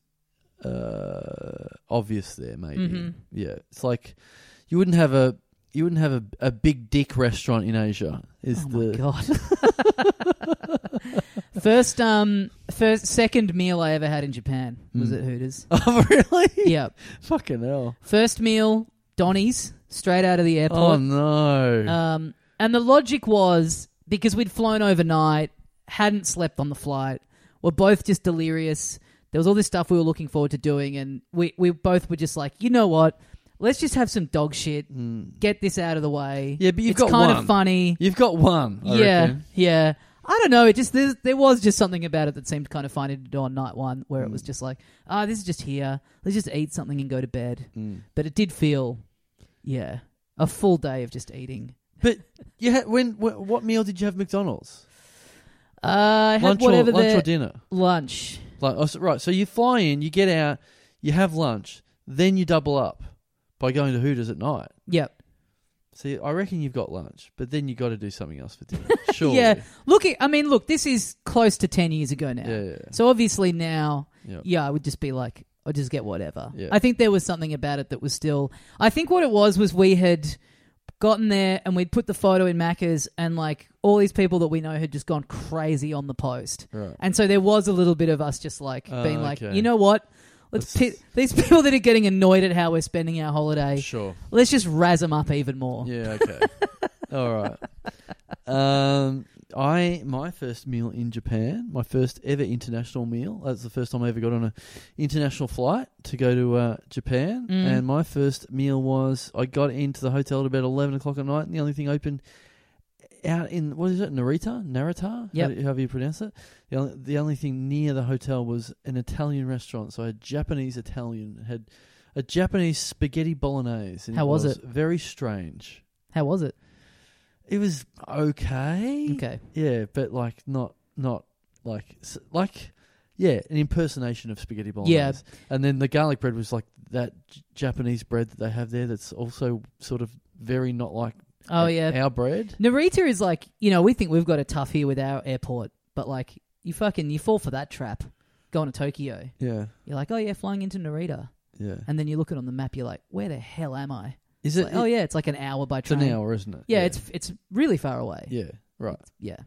Speaker 3: uh, obvious there. Maybe
Speaker 1: Mhm.
Speaker 3: yeah, it's like you wouldn't have a you wouldn't have a, a big dick restaurant in Asia. Is
Speaker 1: oh
Speaker 3: the
Speaker 1: my god. <laughs> first um first second meal I ever had in Japan was
Speaker 3: Mm.
Speaker 1: at Hooters.
Speaker 3: <laughs> oh really?
Speaker 1: yep.
Speaker 3: <laughs> Fucking hell!
Speaker 1: First meal Donny's straight out of the
Speaker 3: Oh
Speaker 1: airport.
Speaker 3: no!
Speaker 1: Um and the logic was because we'd flown overnight, hadn't slept on the flight, were both just delirious. There was all this stuff we were looking forward to doing and we we both were just like, "You know what? Let's just have some dog shit.
Speaker 3: Mm.
Speaker 1: Get this out of the way."
Speaker 3: Yeah, but you've
Speaker 1: it's
Speaker 3: got
Speaker 1: kind
Speaker 3: one.
Speaker 1: of funny.
Speaker 3: You've got one. I
Speaker 1: yeah,
Speaker 3: reckon.
Speaker 1: yeah. I don't know. It just there, there was just something about it that seemed kind of funny to do on night one, where it was
Speaker 3: Hmm.
Speaker 1: just like, ah, this is just here. Let's just eat something and go to bed.
Speaker 3: Mm.
Speaker 1: But it did feel, yeah, a full day of just eating.
Speaker 3: But you had when, wh- what meal did you have at McDonald's?
Speaker 1: Uh, I had
Speaker 3: lunch
Speaker 1: whatever
Speaker 3: or lunch
Speaker 1: their-
Speaker 3: or dinner?
Speaker 1: lunch.
Speaker 3: Like oh, so- right, so you fly in, you get out, you have lunch, then you double up by going to Hooters at night.
Speaker 1: Yep.
Speaker 3: See, I reckon you've got lunch, but then you got to do something else
Speaker 1: <laughs>
Speaker 3: for dinner. Sure.
Speaker 1: Yeah. Look, I mean, look, this is close to ten years ago now.
Speaker 3: Yeah. Yeah. yeah.
Speaker 1: So obviously now
Speaker 3: Yep.
Speaker 1: yeah, I would just be like, I'll just get whatever.
Speaker 3: Yeah.
Speaker 1: I think there was something about it that was still. I think what it was was we had gotten there and we'd put the photo in Macca's and like all these people that we know had just gone crazy on the post.
Speaker 3: Right.
Speaker 1: And so there was a little bit of us just like
Speaker 3: Ah,
Speaker 1: being like,
Speaker 3: okay.
Speaker 1: you know what? Let's pi-
Speaker 3: Let's-
Speaker 1: these <laughs> people that are getting annoyed at how we're spending our holiday.
Speaker 3: Sure.
Speaker 1: Let's just razz them up even more.
Speaker 3: Yeah. Okay. All right. Um, I my first meal in Japan, my first ever international meal. That's the first time I ever got on a international flight to go to uh, Japan.
Speaker 1: Mm.
Speaker 3: And my first meal was I got into the hotel at about eleven o'clock at night, and the only thing open out in what is it, Narita, Narita,
Speaker 1: Yep.
Speaker 3: How do- however you pronounce it. The only, the only thing near the hotel was an Italian restaurant. So I had Japanese Italian had. A Japanese spaghetti bolognese. and
Speaker 1: How was
Speaker 3: it? Very strange.
Speaker 1: How was it?
Speaker 3: It was okay.
Speaker 1: Okay.
Speaker 3: Yeah, but like not not like s- like yeah, an impersonation of spaghetti bolognese.
Speaker 1: Yeah.
Speaker 3: And then the garlic bread was like that J- Japanese bread that they have there that's also sort of very not like
Speaker 1: Oh
Speaker 3: our-
Speaker 1: yeah.
Speaker 3: our bread.
Speaker 1: Narita is like, you know, we think we've got a tough here with our airport, but like, you fucking, you fall for that trap going to Tokyo.
Speaker 3: Yeah.
Speaker 1: You're like, oh yeah, flying into Narita.
Speaker 3: Yeah.
Speaker 1: And then you look at it on the map, you're like, where the hell am I?
Speaker 3: Is
Speaker 1: It's like,
Speaker 3: it
Speaker 1: oh yeah, it's like an hour by
Speaker 3: it's an
Speaker 1: train.
Speaker 3: hour, isn't it?
Speaker 1: Yeah, it's it's really far away.
Speaker 3: Yeah, right.
Speaker 1: Yeah.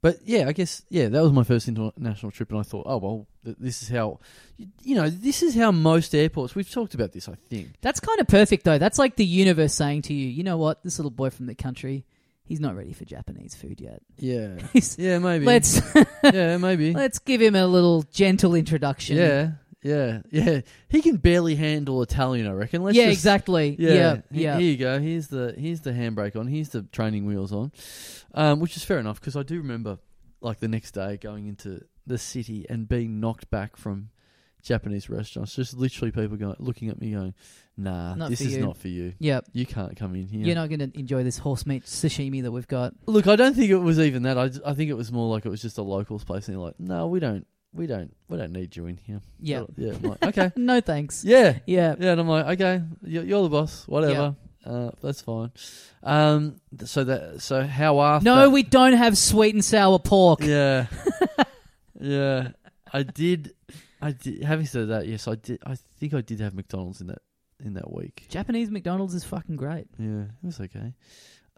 Speaker 3: But yeah, I guess yeah, that was my first international trip, and I thought, oh well, th- this is how, you- you know, this is how most airports. We've talked about this, I think.
Speaker 1: That's kind of perfect though. That's like the universe saying to you, you know what? This little boy from the country, he's not ready for Japanese food yet. <laughs>
Speaker 3: Yeah,
Speaker 1: He's-
Speaker 3: yeah, maybe.
Speaker 1: let's
Speaker 3: yeah, maybe.
Speaker 1: <laughs> let's give him a little gentle introduction.
Speaker 3: Yeah, yeah, yeah. He can barely handle Italian, I reckon. Let's
Speaker 1: yeah,
Speaker 3: just-
Speaker 1: exactly. Yeah, yeah.
Speaker 3: He- Here you go. Here's the here's the handbrake on. Here's the training wheels on, um, which is fair enough because I do remember, like the next day, going into the city and being knocked back from Japanese restaurants. Just literally people going looking at me going, "Nah,
Speaker 1: Not
Speaker 3: this
Speaker 1: for
Speaker 3: is
Speaker 1: you."
Speaker 3: not for you.
Speaker 1: Yep.
Speaker 3: You can't come in here."
Speaker 1: You're not going to enjoy this horse meat sashimi that we've got.
Speaker 3: Look, I don't think it was even that. I, I think it was more like it was just a locals place, and they're like, "No, we don't, we don't, we don't need you in here."
Speaker 1: Yeah.
Speaker 3: yeah. I'm like, okay.
Speaker 1: <laughs>
Speaker 3: <laughs>
Speaker 1: No thanks.
Speaker 3: Yeah,
Speaker 1: Yeah.
Speaker 3: Yeah, and I'm like, okay, you're, you're the boss, whatever. Uh, that's fine. Um, th- so that so how after?
Speaker 1: No, we don't have sweet and sour pork.
Speaker 3: Yeah,
Speaker 1: <laughs>
Speaker 3: yeah. I did. I did. Having said that, yes, I did. I think I did have McDonald's in that in that week.
Speaker 1: Japanese McDonald's is fucking great.
Speaker 3: Yeah, it was okay.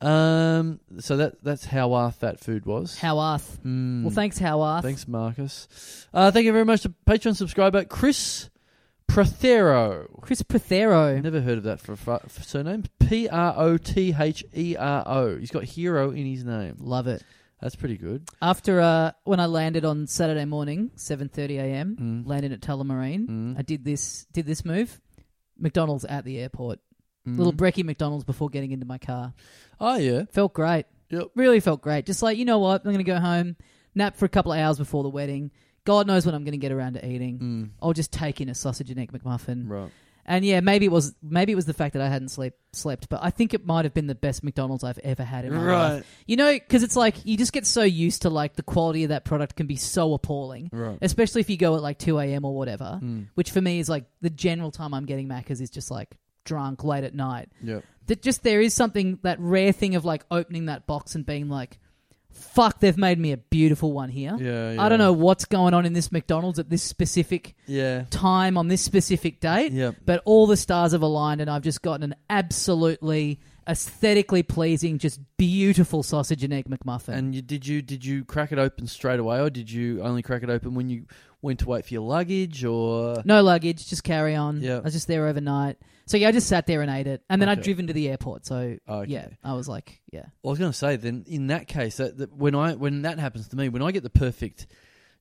Speaker 3: Um, so that that's how our fat food was.
Speaker 1: Howarth.
Speaker 3: Mm.
Speaker 1: Well, thanks, Howarth.
Speaker 3: Thanks, Marcus. Uh, thank you very much to Patreon subscriber Chris Prothero.
Speaker 1: Chris Prothero.
Speaker 3: Never heard of that for, for, for surname. P R O T H E R O. He's got hero in his name.
Speaker 1: Love it.
Speaker 3: That's pretty good.
Speaker 1: After uh, when I landed on Saturday morning, seven thirty a.m.,
Speaker 3: Mm.
Speaker 1: landed at Tullamarine.
Speaker 3: Mm.
Speaker 1: I did this. Did this move. McDonald's at the airport.
Speaker 3: Mm.
Speaker 1: Little brekkie McDonald's before getting into my car.
Speaker 3: oh yeah.
Speaker 1: Felt great.
Speaker 3: Yep.
Speaker 1: Really felt great. Just like you know what, I'm going to go home, nap for a couple of hours before the wedding. God knows when I'm going to get around to eating.
Speaker 3: Mm.
Speaker 1: I'll just take in a sausage and egg McMuffin.
Speaker 3: Right.
Speaker 1: And yeah, maybe it was maybe it was the fact that I hadn't sleep, slept, but I think it might have been the best McDonald's I've ever had in my life.
Speaker 3: Right.
Speaker 1: You know, because it's like you just get so used to like the quality of that product can be so appalling,
Speaker 3: Right.
Speaker 1: especially if you go at like two a.m. or whatever,
Speaker 3: Mm.
Speaker 1: which for me is like the general time I'm getting Macca's is just like drunk late at night.
Speaker 3: Yep.
Speaker 1: That just there is something that rare thing of like opening that box and being like, "Fuck, they've made me a beautiful one here."
Speaker 3: Yeah,
Speaker 1: I don't
Speaker 3: yeah.
Speaker 1: know what's going on in this McDonald's at this specific
Speaker 3: Yeah.
Speaker 1: time on this specific date
Speaker 3: Yep.
Speaker 1: but all the stars have aligned and I've just gotten an absolutely aesthetically pleasing, just beautiful sausage and egg McMuffin.
Speaker 3: And you, did you did you crack it open straight away, or did you only crack it open when you went to wait for your luggage, or
Speaker 1: no luggage, just carry on.
Speaker 3: Yeah.
Speaker 1: I was just there overnight. So yeah, I just sat there and ate it, and then I'd
Speaker 3: Okay.
Speaker 1: driven to the airport. So
Speaker 3: Okay.
Speaker 1: yeah, I was like, yeah,
Speaker 3: I was going to say then in that case that, that when I when that happens to me, when I get the perfect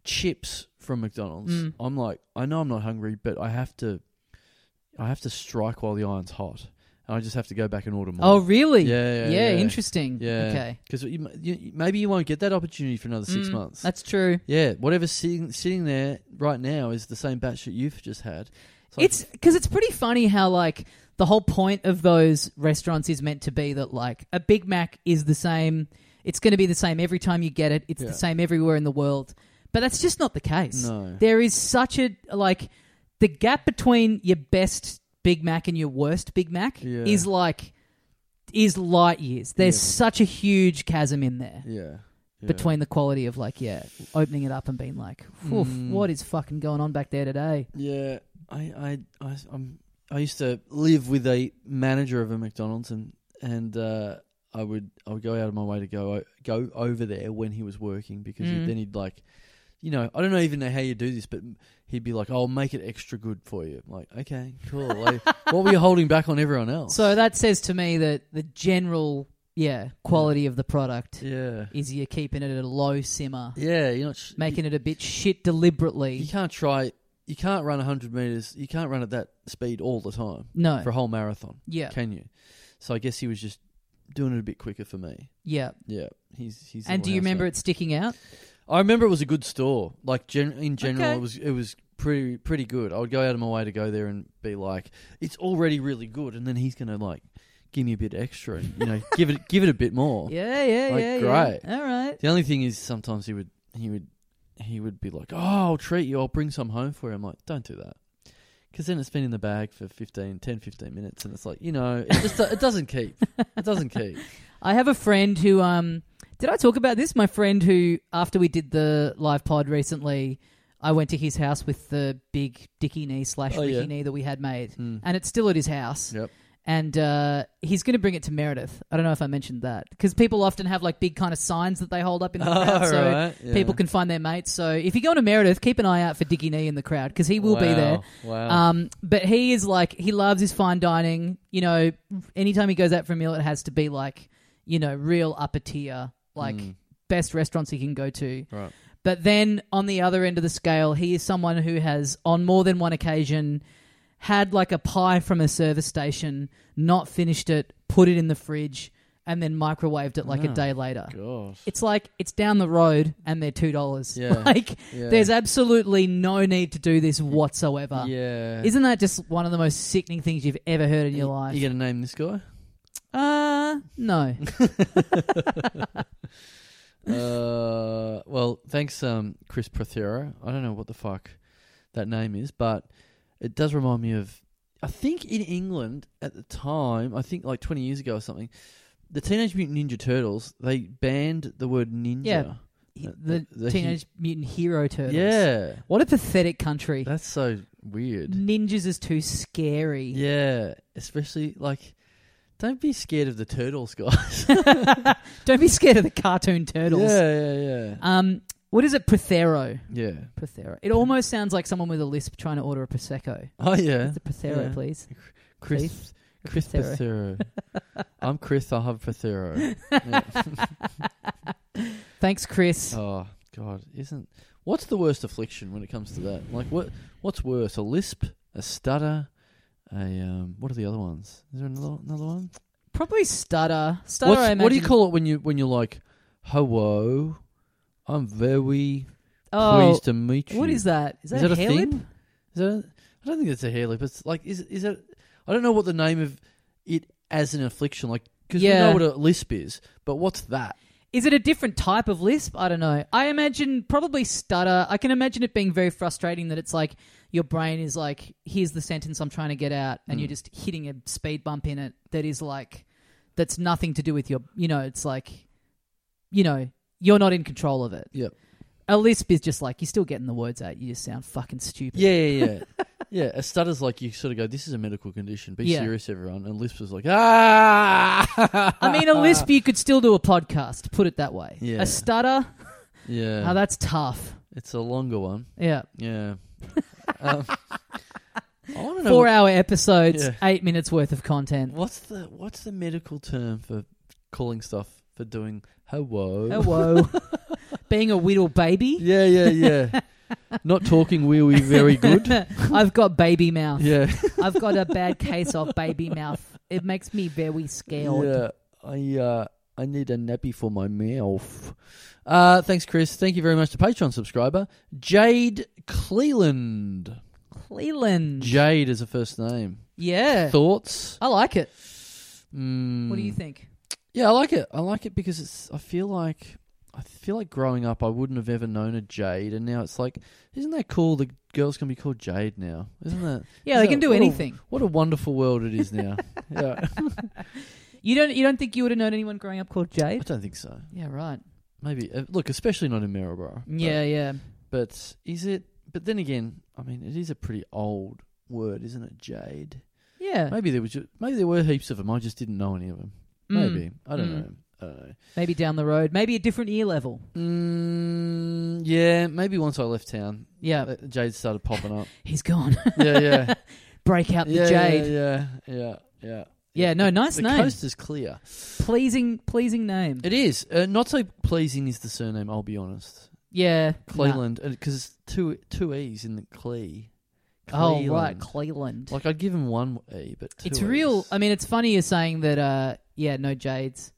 Speaker 3: chips from McDonald's,
Speaker 1: Mm.
Speaker 3: I'm like, I know I'm not hungry, but I have to, I have to strike while the iron's hot, and I just have to go back and order more.
Speaker 1: Oh, really?
Speaker 3: Yeah, yeah, yeah.
Speaker 1: interesting.
Speaker 3: Yeah.
Speaker 1: Okay.
Speaker 3: because you, you, maybe you won't get that opportunity for another six
Speaker 1: Mm,
Speaker 3: months.
Speaker 1: That's true.
Speaker 3: yeah, whatever's sitting sitting there right now is the same batch that you've just had. like-
Speaker 1: It's because it's pretty funny how like the whole point of those restaurants is meant to be that like a Big Mac is the same. It's going to be the same every time you get it. It's
Speaker 3: Yeah.
Speaker 1: the same everywhere in the world. But that's just not the case.
Speaker 3: No.
Speaker 1: There is such a like the gap between your best Big Mac and your worst Big Mac
Speaker 3: Yeah.
Speaker 1: is like is light years. There's
Speaker 3: Yeah.
Speaker 1: such a huge chasm in there.
Speaker 3: yeah, yeah.
Speaker 1: between the quality of like yeah opening it up and being like "Oof,
Speaker 3: Mm.
Speaker 1: what is fucking going on back there today
Speaker 3: Yeah, I, I, I, I'm, I used to live with a manager of a McDonald's, and and uh, I would I would go out of my way to go o- go over there when he was working because he-
Speaker 1: Mm.
Speaker 3: then he'd like, you know, I don't know even know how you do this, but he'd be like, "Oh, "I'll make it extra good for you." I'm like, okay, cool.
Speaker 1: <laughs>
Speaker 3: Like, what were you holding back on everyone else?
Speaker 1: so that says to me that the general yeah quality of the product
Speaker 3: yeah,
Speaker 1: is you're keeping it at a low simmer
Speaker 3: yeah, you're not sh-
Speaker 1: making it a bit shit
Speaker 3: You,
Speaker 1: deliberately
Speaker 3: you can't try. You can't run hundred meters. You can't run at that speed all the time
Speaker 1: no
Speaker 3: for a whole marathon,
Speaker 1: yeah
Speaker 3: can you? So I guess he was just doing it a bit quicker for me.
Speaker 1: yeah
Speaker 3: Yeah, he's he's.
Speaker 1: and
Speaker 3: the
Speaker 1: do you
Speaker 3: house
Speaker 1: remember
Speaker 3: mate.
Speaker 1: it sticking out
Speaker 3: I remember it was a good store. Like gen- in general,
Speaker 1: Okay.
Speaker 3: it was it was pretty pretty good. I would go out of my way to go there and be like, it's already really good, and then he's gonna like give me a bit extra, and you
Speaker 1: <laughs>
Speaker 3: know, give it give it a bit more.
Speaker 1: yeah yeah
Speaker 3: Like,
Speaker 1: yeah
Speaker 3: great.
Speaker 1: yeah. all right
Speaker 3: The only thing is sometimes he would he would he would be like, oh, I'll treat you. I'll bring some home for you. I'm like, don't do that. Because then it's been in the bag for 15, 10, 15 minutes, and it's like, you know, it just it doesn't keep. <laughs> It
Speaker 1: <laughs>
Speaker 3: doesn't keep.
Speaker 1: I have a friend who um did I talk about this? My friend who after we did the live pod recently, I went to his house with the big Dicky knee slash
Speaker 3: Oh,
Speaker 1: Ricky
Speaker 3: yeah.
Speaker 1: knee that we had made.
Speaker 3: Mm.
Speaker 1: And it's still at his house.
Speaker 3: Yep.
Speaker 1: And uh, he's going to bring it to Meredith. I don't know if I mentioned that because people often have like big kind of signs that they hold
Speaker 3: <laughs>
Speaker 1: up in the crowd, so
Speaker 3: Alright, Oh, yeah.
Speaker 1: people can find their mates. So if you go to Meredith, keep an eye out for Dicky Knee in the crowd because he will be there.
Speaker 3: Wow. Wow.
Speaker 1: Um, but he is like he loves his fine dining. You know, anytime he goes out for a meal, it has to be like you know real upper tier, like
Speaker 3: Mm.
Speaker 1: best restaurants he can go to.
Speaker 3: Right.
Speaker 1: But then on the other end of the scale, he is someone who has on more than one occasion had like a pie from a service station, not finished it, put it in the fridge, and then microwaved it like a
Speaker 3: Oh,
Speaker 1: day later.
Speaker 3: Gosh.
Speaker 1: It's like it's down the road and they're two dollars.
Speaker 3: Yeah.
Speaker 1: <laughs> Like
Speaker 3: Yeah.
Speaker 1: there's absolutely no need to do this whatsoever.
Speaker 3: Yeah.
Speaker 1: Isn't that just one of the most sickening things you've ever heard in your
Speaker 3: You-
Speaker 1: life?
Speaker 3: You gonna name
Speaker 1: <laughs>
Speaker 3: this guy?
Speaker 1: uh,
Speaker 3: <laughs>
Speaker 1: no.
Speaker 3: uh, well, thanks, um, Chris Prothero. I don't know what the fuck that name is, but it does remind me of. I think in England at the time, I think like twenty years ago or something, the Teenage Mutant Ninja Turtles they banned the word ninja.
Speaker 1: Yeah,
Speaker 3: Uh,
Speaker 1: the
Speaker 3: <laughs> the- the-
Speaker 1: Teenage Mutant Hero Turtles.
Speaker 3: Yeah,
Speaker 1: What a pathetic country.
Speaker 3: that's so weird.
Speaker 1: Ninjas is too scary.
Speaker 3: Yeah, especially like, don't be scared of the turtles, guys.
Speaker 1: Don't be scared of the cartoon <laughs> turtles.
Speaker 3: Yeah, yeah, yeah.
Speaker 1: Um, what is it? Prothero.
Speaker 3: yeah.
Speaker 1: Prothero. It almost sounds like someone with a lisp trying to order a prosecco.
Speaker 3: Oh yeah.
Speaker 1: It's a Prothero,
Speaker 3: Yeah. <laughs>
Speaker 1: please. <laughs>
Speaker 3: Chris
Speaker 1: Please.
Speaker 3: Chris
Speaker 1: Prothero.
Speaker 3: Prothero.
Speaker 1: <laughs>
Speaker 3: I'm Chris. I'll have Prothero.
Speaker 1: Thanks, Chris.
Speaker 3: Oh God, isn't what's the worst affliction when it comes to that? Like what what's worse, a lisp, a stutter, a um, what are the other ones? Is there another another one?
Speaker 1: Probably stutter. Stutter. I
Speaker 3: What's, what do you
Speaker 1: imagine-
Speaker 3: call it when you when you're like, hello, I'm very
Speaker 1: Oh,
Speaker 3: pleased to meet you.
Speaker 1: what is that? Is
Speaker 3: Is
Speaker 1: that,
Speaker 3: that a
Speaker 1: hair
Speaker 3: thing?
Speaker 1: lip?
Speaker 3: Is that a- I don't think that's a hair lip. It's like is is that I don't know what the name of it as an affliction like because
Speaker 1: Yeah.
Speaker 3: we know what a lisp is, but what's that?
Speaker 1: Is it a different type of lisp? I don't know. I imagine probably stutter. I can imagine it being very frustrating that it's like your brain is like, here's the sentence I'm trying to get out, and
Speaker 3: Mm.
Speaker 1: you're just hitting a speed bump in it that is like, that's nothing to do with your, you know, it's like, you know, you're not in control of it.
Speaker 3: Yep.
Speaker 1: A lisp is just like, you're still getting the words out. You just sound fucking stupid.
Speaker 3: Yeah, yeah, yeah. <laughs> Yeah, a stutter's like you sort of go, "This is a medical condition. Be
Speaker 1: Yeah.
Speaker 3: serious, everyone." And lisp was like, "Ah."
Speaker 1: I mean, a
Speaker 3: <laughs>
Speaker 1: lisp you could still do a podcast. Put it that way.
Speaker 3: Yeah.
Speaker 1: A stutter.
Speaker 3: Yeah,
Speaker 1: Oh, that's tough.
Speaker 3: it's a longer one.
Speaker 1: Yeah. <laughs>
Speaker 3: Yeah. um, I want to know
Speaker 1: Four hour episodes,
Speaker 3: Yeah.
Speaker 1: eight minutes worth of content.
Speaker 3: what's the what's the medical term for calling stuff for doing hello.
Speaker 1: Hello. <laughs> Being a whittle baby.
Speaker 3: Oh, Yeah, yeah, yeah. <laughs> Not talking wee wee very
Speaker 1: <laughs>
Speaker 3: good.
Speaker 1: I've got baby mouth.
Speaker 3: Yeah,
Speaker 1: I've got a bad case of baby mouth. It makes me very scared.
Speaker 3: yeah. I uh, I need a nappy for my mouth. Uh, thanks, Chris. Thank you very much to Patreon subscriber Jade Cleland.
Speaker 1: Cleland.
Speaker 3: Jade is a first name.
Speaker 1: Mm. yeah.
Speaker 3: Thoughts?
Speaker 1: I like it.
Speaker 3: Mm.
Speaker 1: What do you think?
Speaker 3: Yeah, I like it. I like it because it's. I feel like. I feel like growing up, I wouldn't have ever known a Jade, and now it's like, isn't that cool? The girls can be called Jade now, isn't that?
Speaker 1: Yeah,
Speaker 3: Is
Speaker 1: they
Speaker 3: that-
Speaker 1: can do
Speaker 3: what a-
Speaker 1: anything.
Speaker 3: What a wonderful world it
Speaker 1: <laughs>
Speaker 3: is now. yeah,
Speaker 1: You don't you don't think you would have known anyone growing up called
Speaker 3: I
Speaker 1: Jade?
Speaker 3: don't think so.
Speaker 1: Yeah, right.
Speaker 3: Maybe uh, look, especially not in Maryborough. but-
Speaker 1: Yeah, yeah.
Speaker 3: but is it? But then again, I mean, it is a pretty old word, isn't it? Jade.
Speaker 1: Yeah.
Speaker 3: Maybe there was. Just, maybe there were heaps of them. I just didn't know any of them.
Speaker 1: Mm.
Speaker 3: Maybe I don't
Speaker 1: Mm.
Speaker 3: know. I don't know.
Speaker 1: Maybe down the road. Maybe a different year level.
Speaker 3: Mm, yeah, maybe once I left town,
Speaker 1: Yeah.
Speaker 3: uh, Jade started popping
Speaker 1: <laughs>
Speaker 3: up.
Speaker 1: He's gone.
Speaker 3: yeah, yeah,
Speaker 1: Break out the
Speaker 3: yeah,
Speaker 1: Jade.
Speaker 3: Yeah, yeah, yeah. yeah.
Speaker 1: Yeah, no, nice
Speaker 3: the
Speaker 1: name.
Speaker 3: coast is clear.
Speaker 1: Pleasing pleasing name.
Speaker 3: It is uh, not so pleasing. Is the surname? I'll be honest.
Speaker 1: yeah. Nah.
Speaker 3: Cleland, because it's two two e's in the Clee.
Speaker 1: Oh right,
Speaker 3: Cleland.
Speaker 1: Cleland.
Speaker 3: Like I'd give him one e, but two
Speaker 1: it's
Speaker 3: E's.
Speaker 1: real. I mean, it's funny you're saying that. Uh, yeah, no Jades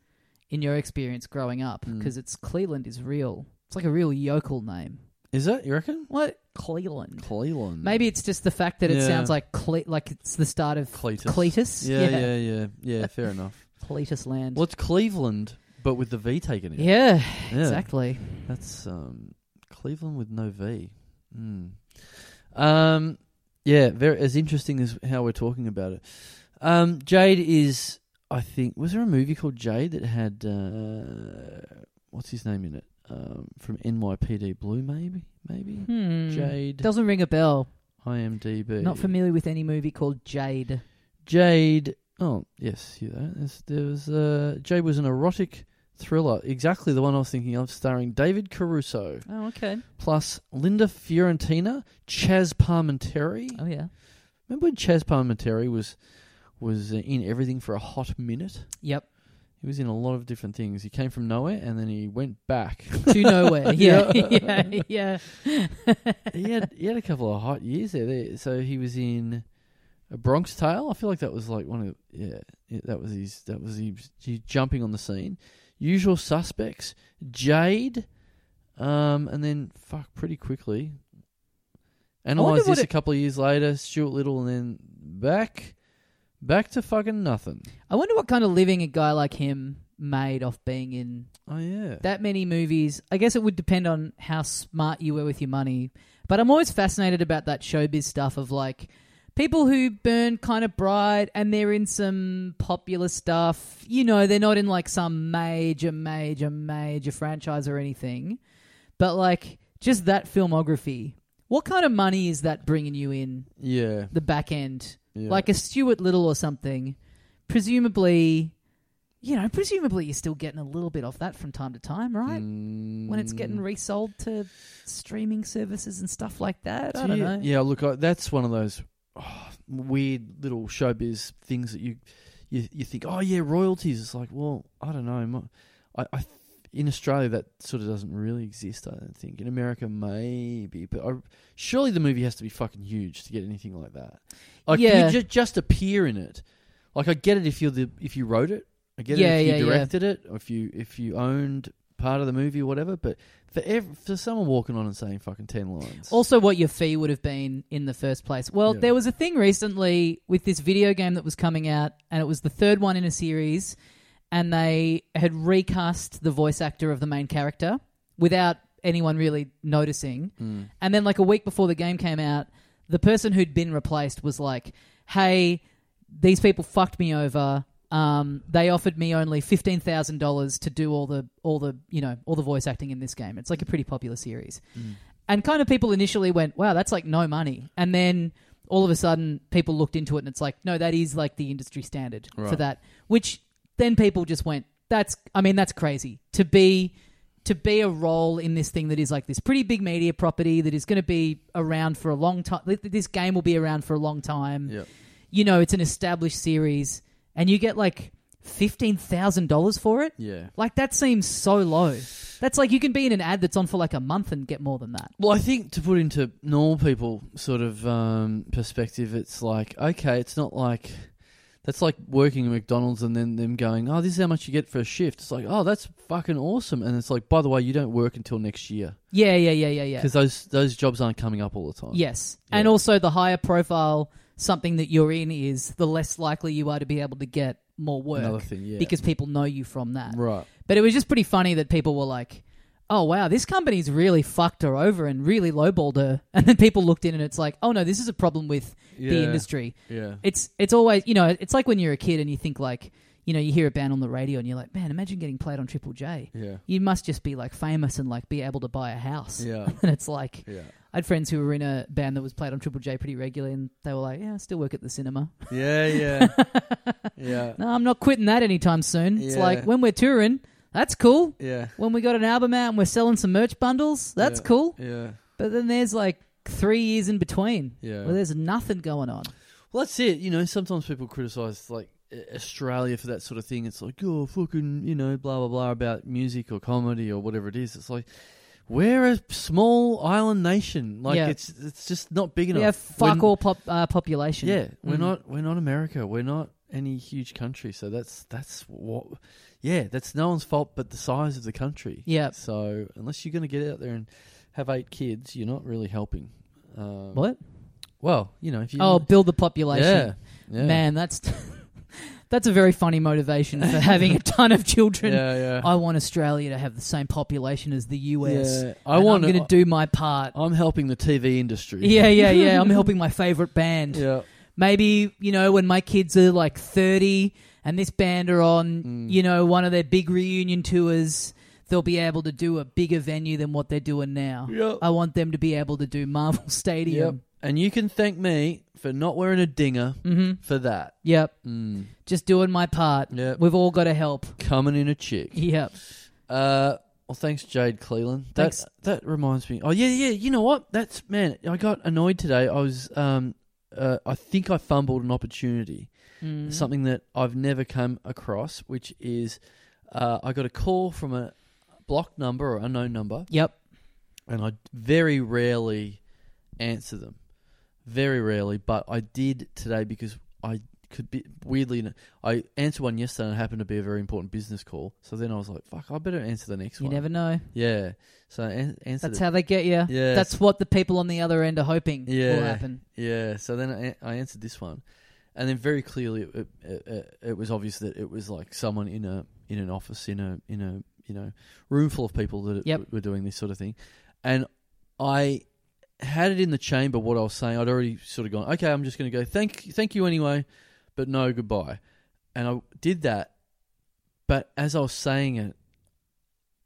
Speaker 1: in your experience growing up
Speaker 3: Mm.
Speaker 1: because it's Cleland is real. It's like a real yokel name.
Speaker 3: Is it? You reckon?
Speaker 1: What Cleland?
Speaker 3: Cleland.
Speaker 1: Maybe it's just the fact that it
Speaker 3: Yeah.
Speaker 1: sounds like Cle- like it's the start of
Speaker 3: Cletus.
Speaker 1: Cletus.
Speaker 3: Yeah, yeah, yeah, yeah.
Speaker 1: <laughs>
Speaker 3: fair enough.
Speaker 1: Cletus land.
Speaker 3: Well, it's Cleveland, but with the V taken in. it.
Speaker 1: yeah,
Speaker 3: Yeah.
Speaker 1: exactly.
Speaker 3: That's um, Cleveland with no V. Hmm. Um, yeah, very as interesting as how we're talking about it. Um, Jade is, I think, was there a movie called Jade that had uh, what's his name in it um, from NYPD Blue? Maybe, maybe
Speaker 1: Hmm.
Speaker 3: Jade
Speaker 1: doesn't ring a bell.
Speaker 3: IMDb.
Speaker 1: Not familiar with any movie called Jade.
Speaker 3: Jade. Oh yes, you know, there's- there was uh, Jade was an erotic thriller, exactly the one I was thinking of, starring David Caruso.
Speaker 1: Oh, okay.
Speaker 3: plus Linda Fiorentina, Chaz Parmenteri.
Speaker 1: Oh yeah.
Speaker 3: Remember when Chaz Parmenteri was was uh, in everything for a hot minute?
Speaker 1: Yep.
Speaker 3: He was in a lot of different things. He came from nowhere and then he went back.
Speaker 1: to
Speaker 3: <laughs>
Speaker 1: nowhere. Yeah, <laughs> yeah,
Speaker 3: Yeah.
Speaker 1: yeah.
Speaker 3: he had he had a couple of hot years there. there. So he was in a Bronx Tale. I feel like that was like one of yeah, yeah that was his that was his, his jumping on the scene. Usual Suspects, Jade, um, and then fuck pretty quickly. Analyze
Speaker 1: what
Speaker 3: this
Speaker 1: it-
Speaker 3: a couple of years later. Stuart Little, and then back, back to fucking nothing.
Speaker 1: I wonder what kind of living a guy like him made off being in
Speaker 3: Oh yeah,
Speaker 1: that many movies. I guess it would depend on how smart you were with your money. But I'm always fascinated about that showbiz stuff of like people who burn kind of bright and they're in some popular stuff. You know, they're not in like some major, major, major franchise or anything. But like just that filmography. What kind of money is that bringing you in
Speaker 3: yeah,
Speaker 1: the back end?
Speaker 3: yeah.
Speaker 1: like a Stuart Little or something, presumably, you know, presumably you're still getting a little bit off that from time to time, right? When it's getting
Speaker 3: Mm.
Speaker 1: resold to streaming services and stuff like that. I
Speaker 3: Do
Speaker 1: don't
Speaker 3: you-
Speaker 1: know.
Speaker 3: Yeah, look, I, that's one of those oh, weird little showbiz things that you, you you think, oh yeah, royalties. It's like, well, I don't know. My- I, I in Australia that sort of doesn't really exist. I don't think in America maybe, but I, surely the movie has to be fucking huge to get anything like that. Like
Speaker 1: Yeah.
Speaker 3: you ju- just appear in it. Like I get it if you're the if you wrote it. I get
Speaker 1: Yeah,
Speaker 3: it if
Speaker 1: yeah,
Speaker 3: you
Speaker 1: yeah.
Speaker 3: directed it, or if you if you owned part of the movie or whatever. But for ev- for someone walking on and saying fucking ten lines,
Speaker 1: Also, what your fee would have been in the first place. Well,
Speaker 3: Yeah.
Speaker 1: there was a thing recently with this video game that was coming out, and it was the third one in a series, and they had recast the voice actor of the main character without anyone really noticing.
Speaker 3: Mm.
Speaker 1: And then, like a week before the game came out, the person who'd been replaced was like, "Hey, these people fucked me over. Um, they offered me only fifteen thousand dollars to do all the all the you know all the voice acting in this game.
Speaker 3: Mm.
Speaker 1: It's like a pretty popular series." And kind of people initially went, "Wow, that's like no money." And then all of a sudden people looked into it and it's like, no, that is like the industry standard for
Speaker 3: Right.
Speaker 1: that. Which then people just went, that's, I mean, that's crazy to be. To be a role in this thing that is like this pretty big media property that is going to be around for a long time. This game will be around for a long time
Speaker 3: Yeah.
Speaker 1: you know it's an established series and you get like $15,000 for it?
Speaker 3: Yeah.
Speaker 1: Like that seems so low. That's like you can be in an ad that's on for like a month and get more than that.
Speaker 3: Well, I think to put into normal people sort of um, perspective, it's like okay, it's not like that's like working at McDonald's and then them going, oh, this is how much you get for a shift. It's like, oh, that's fucking awesome, and it's like, by the way, you don't work until next year
Speaker 1: Yeah, yeah, yeah, yeah, yeah.
Speaker 3: because those those jobs aren't coming up all the time.
Speaker 1: Yes.
Speaker 3: Yeah.
Speaker 1: And also the higher profile something that you're in is, the less likely you are to be able to get more work
Speaker 3: another thing, yeah,
Speaker 1: because people know you from that.
Speaker 3: right,
Speaker 1: But it was just pretty funny that people were like, "Oh wow, this company's really fucked her over and really lowballed her." <laughs> And then people looked in and it's like, "Oh no, this is a problem with the
Speaker 3: Yeah.
Speaker 1: industry."
Speaker 3: yeah,
Speaker 1: it's it's always you know it's like when you're a kid and you think like you know you hear a band on the radio and you're like man imagine getting played on triple j
Speaker 3: yeah,
Speaker 1: you must just be like famous and like be able to buy a house
Speaker 3: yeah,
Speaker 1: <laughs> and it's like
Speaker 3: yeah,
Speaker 1: <laughs> i had friends who were in a band that was played on triple j pretty regularly and they were like yeah i still work at the
Speaker 3: <laughs>
Speaker 1: cinema
Speaker 3: yeah, yeah,
Speaker 1: <laughs>
Speaker 3: yeah,
Speaker 1: no i'm not quitting that anytime soon it's
Speaker 3: Yeah.
Speaker 1: like when we're touring that's cool
Speaker 3: yeah,
Speaker 1: when we got an album out and we're selling some merch bundles that's
Speaker 3: Yeah.
Speaker 1: cool
Speaker 3: yeah.
Speaker 1: but then there's like three years in between
Speaker 3: Yeah.
Speaker 1: where there's nothing going on
Speaker 3: Well, that's it. You know, sometimes people criticise like A- Australia for that sort of thing. It's like, oh, fucking, you know, blah blah blah about music or comedy or whatever it is. It's like we're a small island nation. Like
Speaker 1: Yeah.
Speaker 3: it's it's just not big enough.
Speaker 1: yeah fuck
Speaker 3: We're-
Speaker 1: all pop uh, population
Speaker 3: Yeah, we're
Speaker 1: Mm.
Speaker 3: not we're not America. We're not any huge country. So that's that's what. Yeah, that's no one's fault but the size of the country.
Speaker 1: yeah
Speaker 3: So unless you're going to get out there and have eight kids, you're not really helping. Um,
Speaker 1: what
Speaker 3: Well, you know, if you
Speaker 1: Oh, build the population.
Speaker 3: yeah, yeah.
Speaker 1: Man, that's <laughs> that's a very funny motivation for having a ton of children.
Speaker 3: <laughs> Yeah, yeah.
Speaker 1: I want Australia to have the same population as the US.
Speaker 3: Yeah, I Oh.
Speaker 1: and
Speaker 3: want.
Speaker 1: I'm going to do my part.
Speaker 3: I'm helping the TV industry.
Speaker 1: <laughs> Yeah, yeah, yeah. I'm helping my favorite band.
Speaker 3: yeah,
Speaker 1: Maybe, you know, when my kids are like 30 and this band are on,
Speaker 3: Mm.
Speaker 1: you know, one of their big reunion tours, they'll be able to do a bigger venue than what they're doing now.
Speaker 3: Yep.
Speaker 1: I want them to be able to do Marvel <laughs>
Speaker 3: Yep.
Speaker 1: Stadium.
Speaker 3: And you can thank me for not wearing a dinger
Speaker 1: hmm
Speaker 3: for that.
Speaker 1: Yep.
Speaker 3: Mm.
Speaker 1: Just doing my part.
Speaker 3: Yep.
Speaker 1: We've all got to help.
Speaker 3: Coming in a chick.
Speaker 1: Yep.
Speaker 3: Uh, well, thanks, Jade Cleland. That
Speaker 1: Thanks.
Speaker 3: that reminds me. Oh yeah, yeah. You know what? That's man. I got annoyed today. I was um, uh, I think I fumbled an opportunity.
Speaker 1: Mm.
Speaker 3: something that I've never come across, which is uh, I got a call from a blocked number or unknown number,
Speaker 1: Yep.
Speaker 3: and I very rarely answer them. Very rarely, but I did today because I could be weirdly. I answered one yesterday and it happened to be a very important business call. So then I was like, "Fuck, I better answer the next
Speaker 1: You
Speaker 3: one."
Speaker 1: never know.
Speaker 3: yeah. So I an- answered.
Speaker 1: That's
Speaker 3: it.
Speaker 1: how they get you.
Speaker 3: Yeah.
Speaker 1: That's what the people on the other end are hoping
Speaker 3: Yeah.
Speaker 1: will happen.
Speaker 3: Yeah. So then I, I answered this one, and then very clearly it, it, it, it was obvious that it was like someone in a in an office in a in a you know room full of people that
Speaker 1: Yep.
Speaker 3: were doing this sort of thing, and I had it in the chamber what I was saying. I'd already sort of gone, okay, I'm just going to go. Thank thank you anyway, but no goodbye. And I did that, but as I was saying it.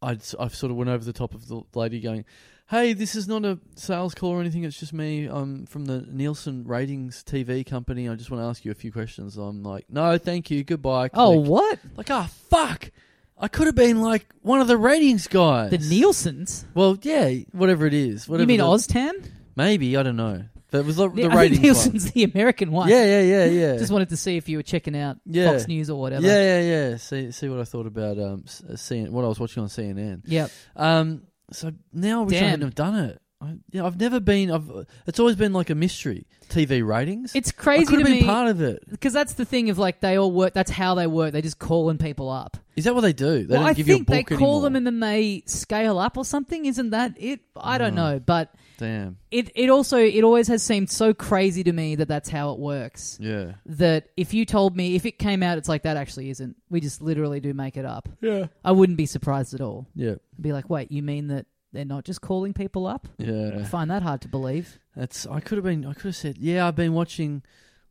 Speaker 3: I'd, s- I've sort of went over the top of the lady going, hey, this is not a sales call or anything. It's just me. I'm from the Nielsen Ratings TV company. I just want to ask you a few questions. I'm like, no, thank you. Goodbye.
Speaker 1: Oh,
Speaker 3: Click.
Speaker 1: what?
Speaker 3: like oh fuck! I could have been like one of the ratings guys.
Speaker 1: The Nielsen's?
Speaker 3: Well, yeah, whatever it is. Whatever
Speaker 1: you mean
Speaker 3: the-
Speaker 1: Oztan?
Speaker 3: Maybe I don't know. That was like the
Speaker 1: I think
Speaker 3: ratings
Speaker 1: Nielsen's <laughs> the American one.
Speaker 3: one. Yeah, yeah, yeah,
Speaker 1: <laughs>
Speaker 3: yeah.
Speaker 1: Just wanted to see if you were checking out
Speaker 3: Yeah.
Speaker 1: Fox News or whatever.
Speaker 3: yeah, yeah, yeah. See, see what I thought about um, s- uh, CN- what I was watching on CNN.
Speaker 1: Yep.
Speaker 3: Um, so now I wish
Speaker 1: Damn.
Speaker 3: I hadn't have done it. I, yeah, I've never been. I've. uh, It's always been like a mystery. TV ratings.
Speaker 1: It's
Speaker 3: I
Speaker 1: crazy
Speaker 3: could
Speaker 1: to
Speaker 3: have been
Speaker 1: me
Speaker 3: part of it.
Speaker 1: because that's the thing of like they all work. That's how they work. They just calling people up.
Speaker 3: Is that what they do? They
Speaker 1: well,
Speaker 3: don't
Speaker 1: I
Speaker 3: give
Speaker 1: think
Speaker 3: you a
Speaker 1: they call
Speaker 3: book anymore.
Speaker 1: them and then they scale up or something. Isn't that it? I don't
Speaker 3: Oh.
Speaker 1: know, but
Speaker 3: Damn.
Speaker 1: it it also it always has seemed so crazy to me that that's how it works.
Speaker 3: Yeah.
Speaker 1: That if you told me if it came out, it's like that actually isn't. We just literally do make it up.
Speaker 3: Yeah.
Speaker 1: I wouldn't be surprised at all.
Speaker 3: Yeah.
Speaker 1: I'd be like, wait, you mean that they're not just calling people up? I
Speaker 3: Yeah.
Speaker 1: find that hard to believe.
Speaker 3: That's. I could have been. I could have said, yeah, I've been watching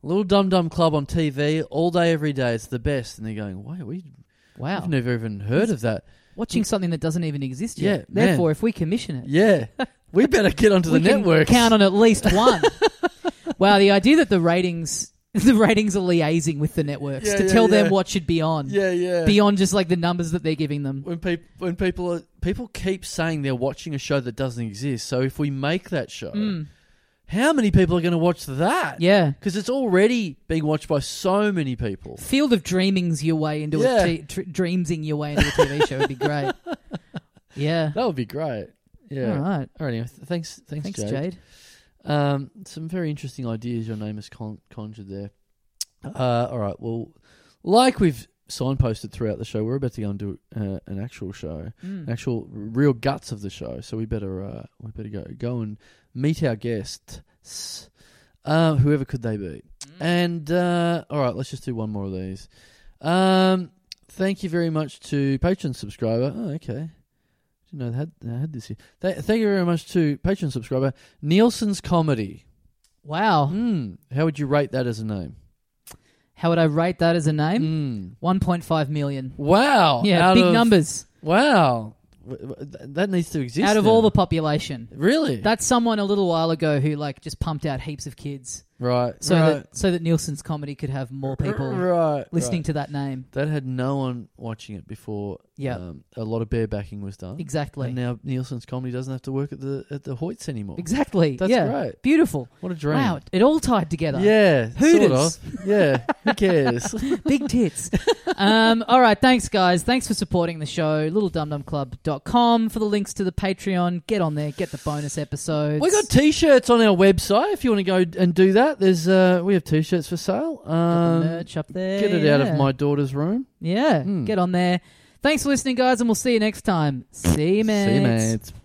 Speaker 3: Little Dum Dum Club on TV all day, every day. It's the best. And they're going, why we?
Speaker 1: Wow,
Speaker 3: I've never even heard of that.
Speaker 1: watching something that doesn't even exist yet.
Speaker 3: Yeah, man.
Speaker 1: Therefore, if we commission it, <laughs>
Speaker 3: Yeah. we better get onto the
Speaker 1: we can
Speaker 3: <laughs> network.
Speaker 1: count on at least one. Wow, the idea that the ratings <laughs> the ratings are liaising with the networks
Speaker 3: Yeah,
Speaker 1: to
Speaker 3: yeah,
Speaker 1: tell them
Speaker 3: yeah.
Speaker 1: what should be on.
Speaker 3: <laughs> Yeah, yeah.
Speaker 1: Beyond just like the numbers that they're giving them.
Speaker 3: when people when people are, people keep saying they're watching a show that doesn't exist. So if we make that show,
Speaker 1: Mm.
Speaker 3: how many people are going to watch that?
Speaker 1: Yeah.
Speaker 3: because it's already being watched by so many
Speaker 1: <laughs>
Speaker 3: people.
Speaker 1: Field of dreamings your way into
Speaker 3: Yeah.
Speaker 1: a t- tr- dreamsing your way into a TV show would be great.
Speaker 3: <laughs>
Speaker 1: Yeah.
Speaker 3: That would be great. Yeah.
Speaker 1: All right.
Speaker 3: All right. Anyway, th- thanks, thanks,
Speaker 1: Thanks,
Speaker 3: Jade.
Speaker 1: Jade.
Speaker 3: Um, some very interesting ideas your name has con- conjured there. Uh, all right. Well, like we've signposted throughout the show, we're about to go and do uh, an actual show,
Speaker 1: Mm.
Speaker 3: an actual r- real guts of the show. So we better uh, we better go go and meet our guests, uh, whoever could they be.
Speaker 1: Mm.
Speaker 3: And uh, all right, let's just do one more of these. Um, thank you very much to Patreon subscriber. Oh, okay. Didn't know they had, they had this here. Th- thank you very much to Patreon subscriber Nielsen's comedy.
Speaker 1: Wow.
Speaker 3: Hmm. How would you rate that as a name?
Speaker 1: How would I rate that as a name?
Speaker 3: Hmm.
Speaker 1: 1.5 million.
Speaker 3: Wow.
Speaker 1: Yeah,
Speaker 3: Out
Speaker 1: big
Speaker 3: of-
Speaker 1: numbers.
Speaker 3: Wow. W- w- th- That needs to exist.
Speaker 1: Out of
Speaker 3: then.
Speaker 1: all the population.
Speaker 3: really
Speaker 1: That's someone a little while ago who like just pumped out heaps of kids
Speaker 3: right.
Speaker 1: so
Speaker 3: right.
Speaker 1: that so that Nielsen's comedy could have more people
Speaker 3: right,
Speaker 1: listening
Speaker 3: right.
Speaker 1: to that name.
Speaker 3: that had no one watching it before.
Speaker 1: Yeah.
Speaker 3: Um, a lot of barebacking was done.
Speaker 1: Exactly.
Speaker 3: And now Nielsen's comedy doesn't have to work at the at the Hoyts anymore.
Speaker 1: Exactly.
Speaker 3: That's
Speaker 1: yeah.
Speaker 3: great.
Speaker 1: Beautiful.
Speaker 3: What a dream.
Speaker 1: Wow, it all tied together.
Speaker 3: Yeah. Sort
Speaker 1: Hooters.
Speaker 3: of. Yeah. Who cares?
Speaker 1: <laughs> Big
Speaker 3: <laughs>
Speaker 1: tits. um, all right, thanks guys. Thanks for supporting the show. LittleDumDumClub.com for the links to the Patreon. Get on there, get the bonus episodes.
Speaker 3: we got t-shirts on our website if you want to go and do that. There's uh we have t-shirts for sale.
Speaker 1: Got
Speaker 3: Um
Speaker 1: the merch up there.
Speaker 3: get it out
Speaker 1: yeah.
Speaker 3: of my daughter's room.
Speaker 1: Yeah,
Speaker 3: Hmm.
Speaker 1: get on there. Thanks for listening, guys, and we'll see you next time. See you, man.
Speaker 3: See you, mates.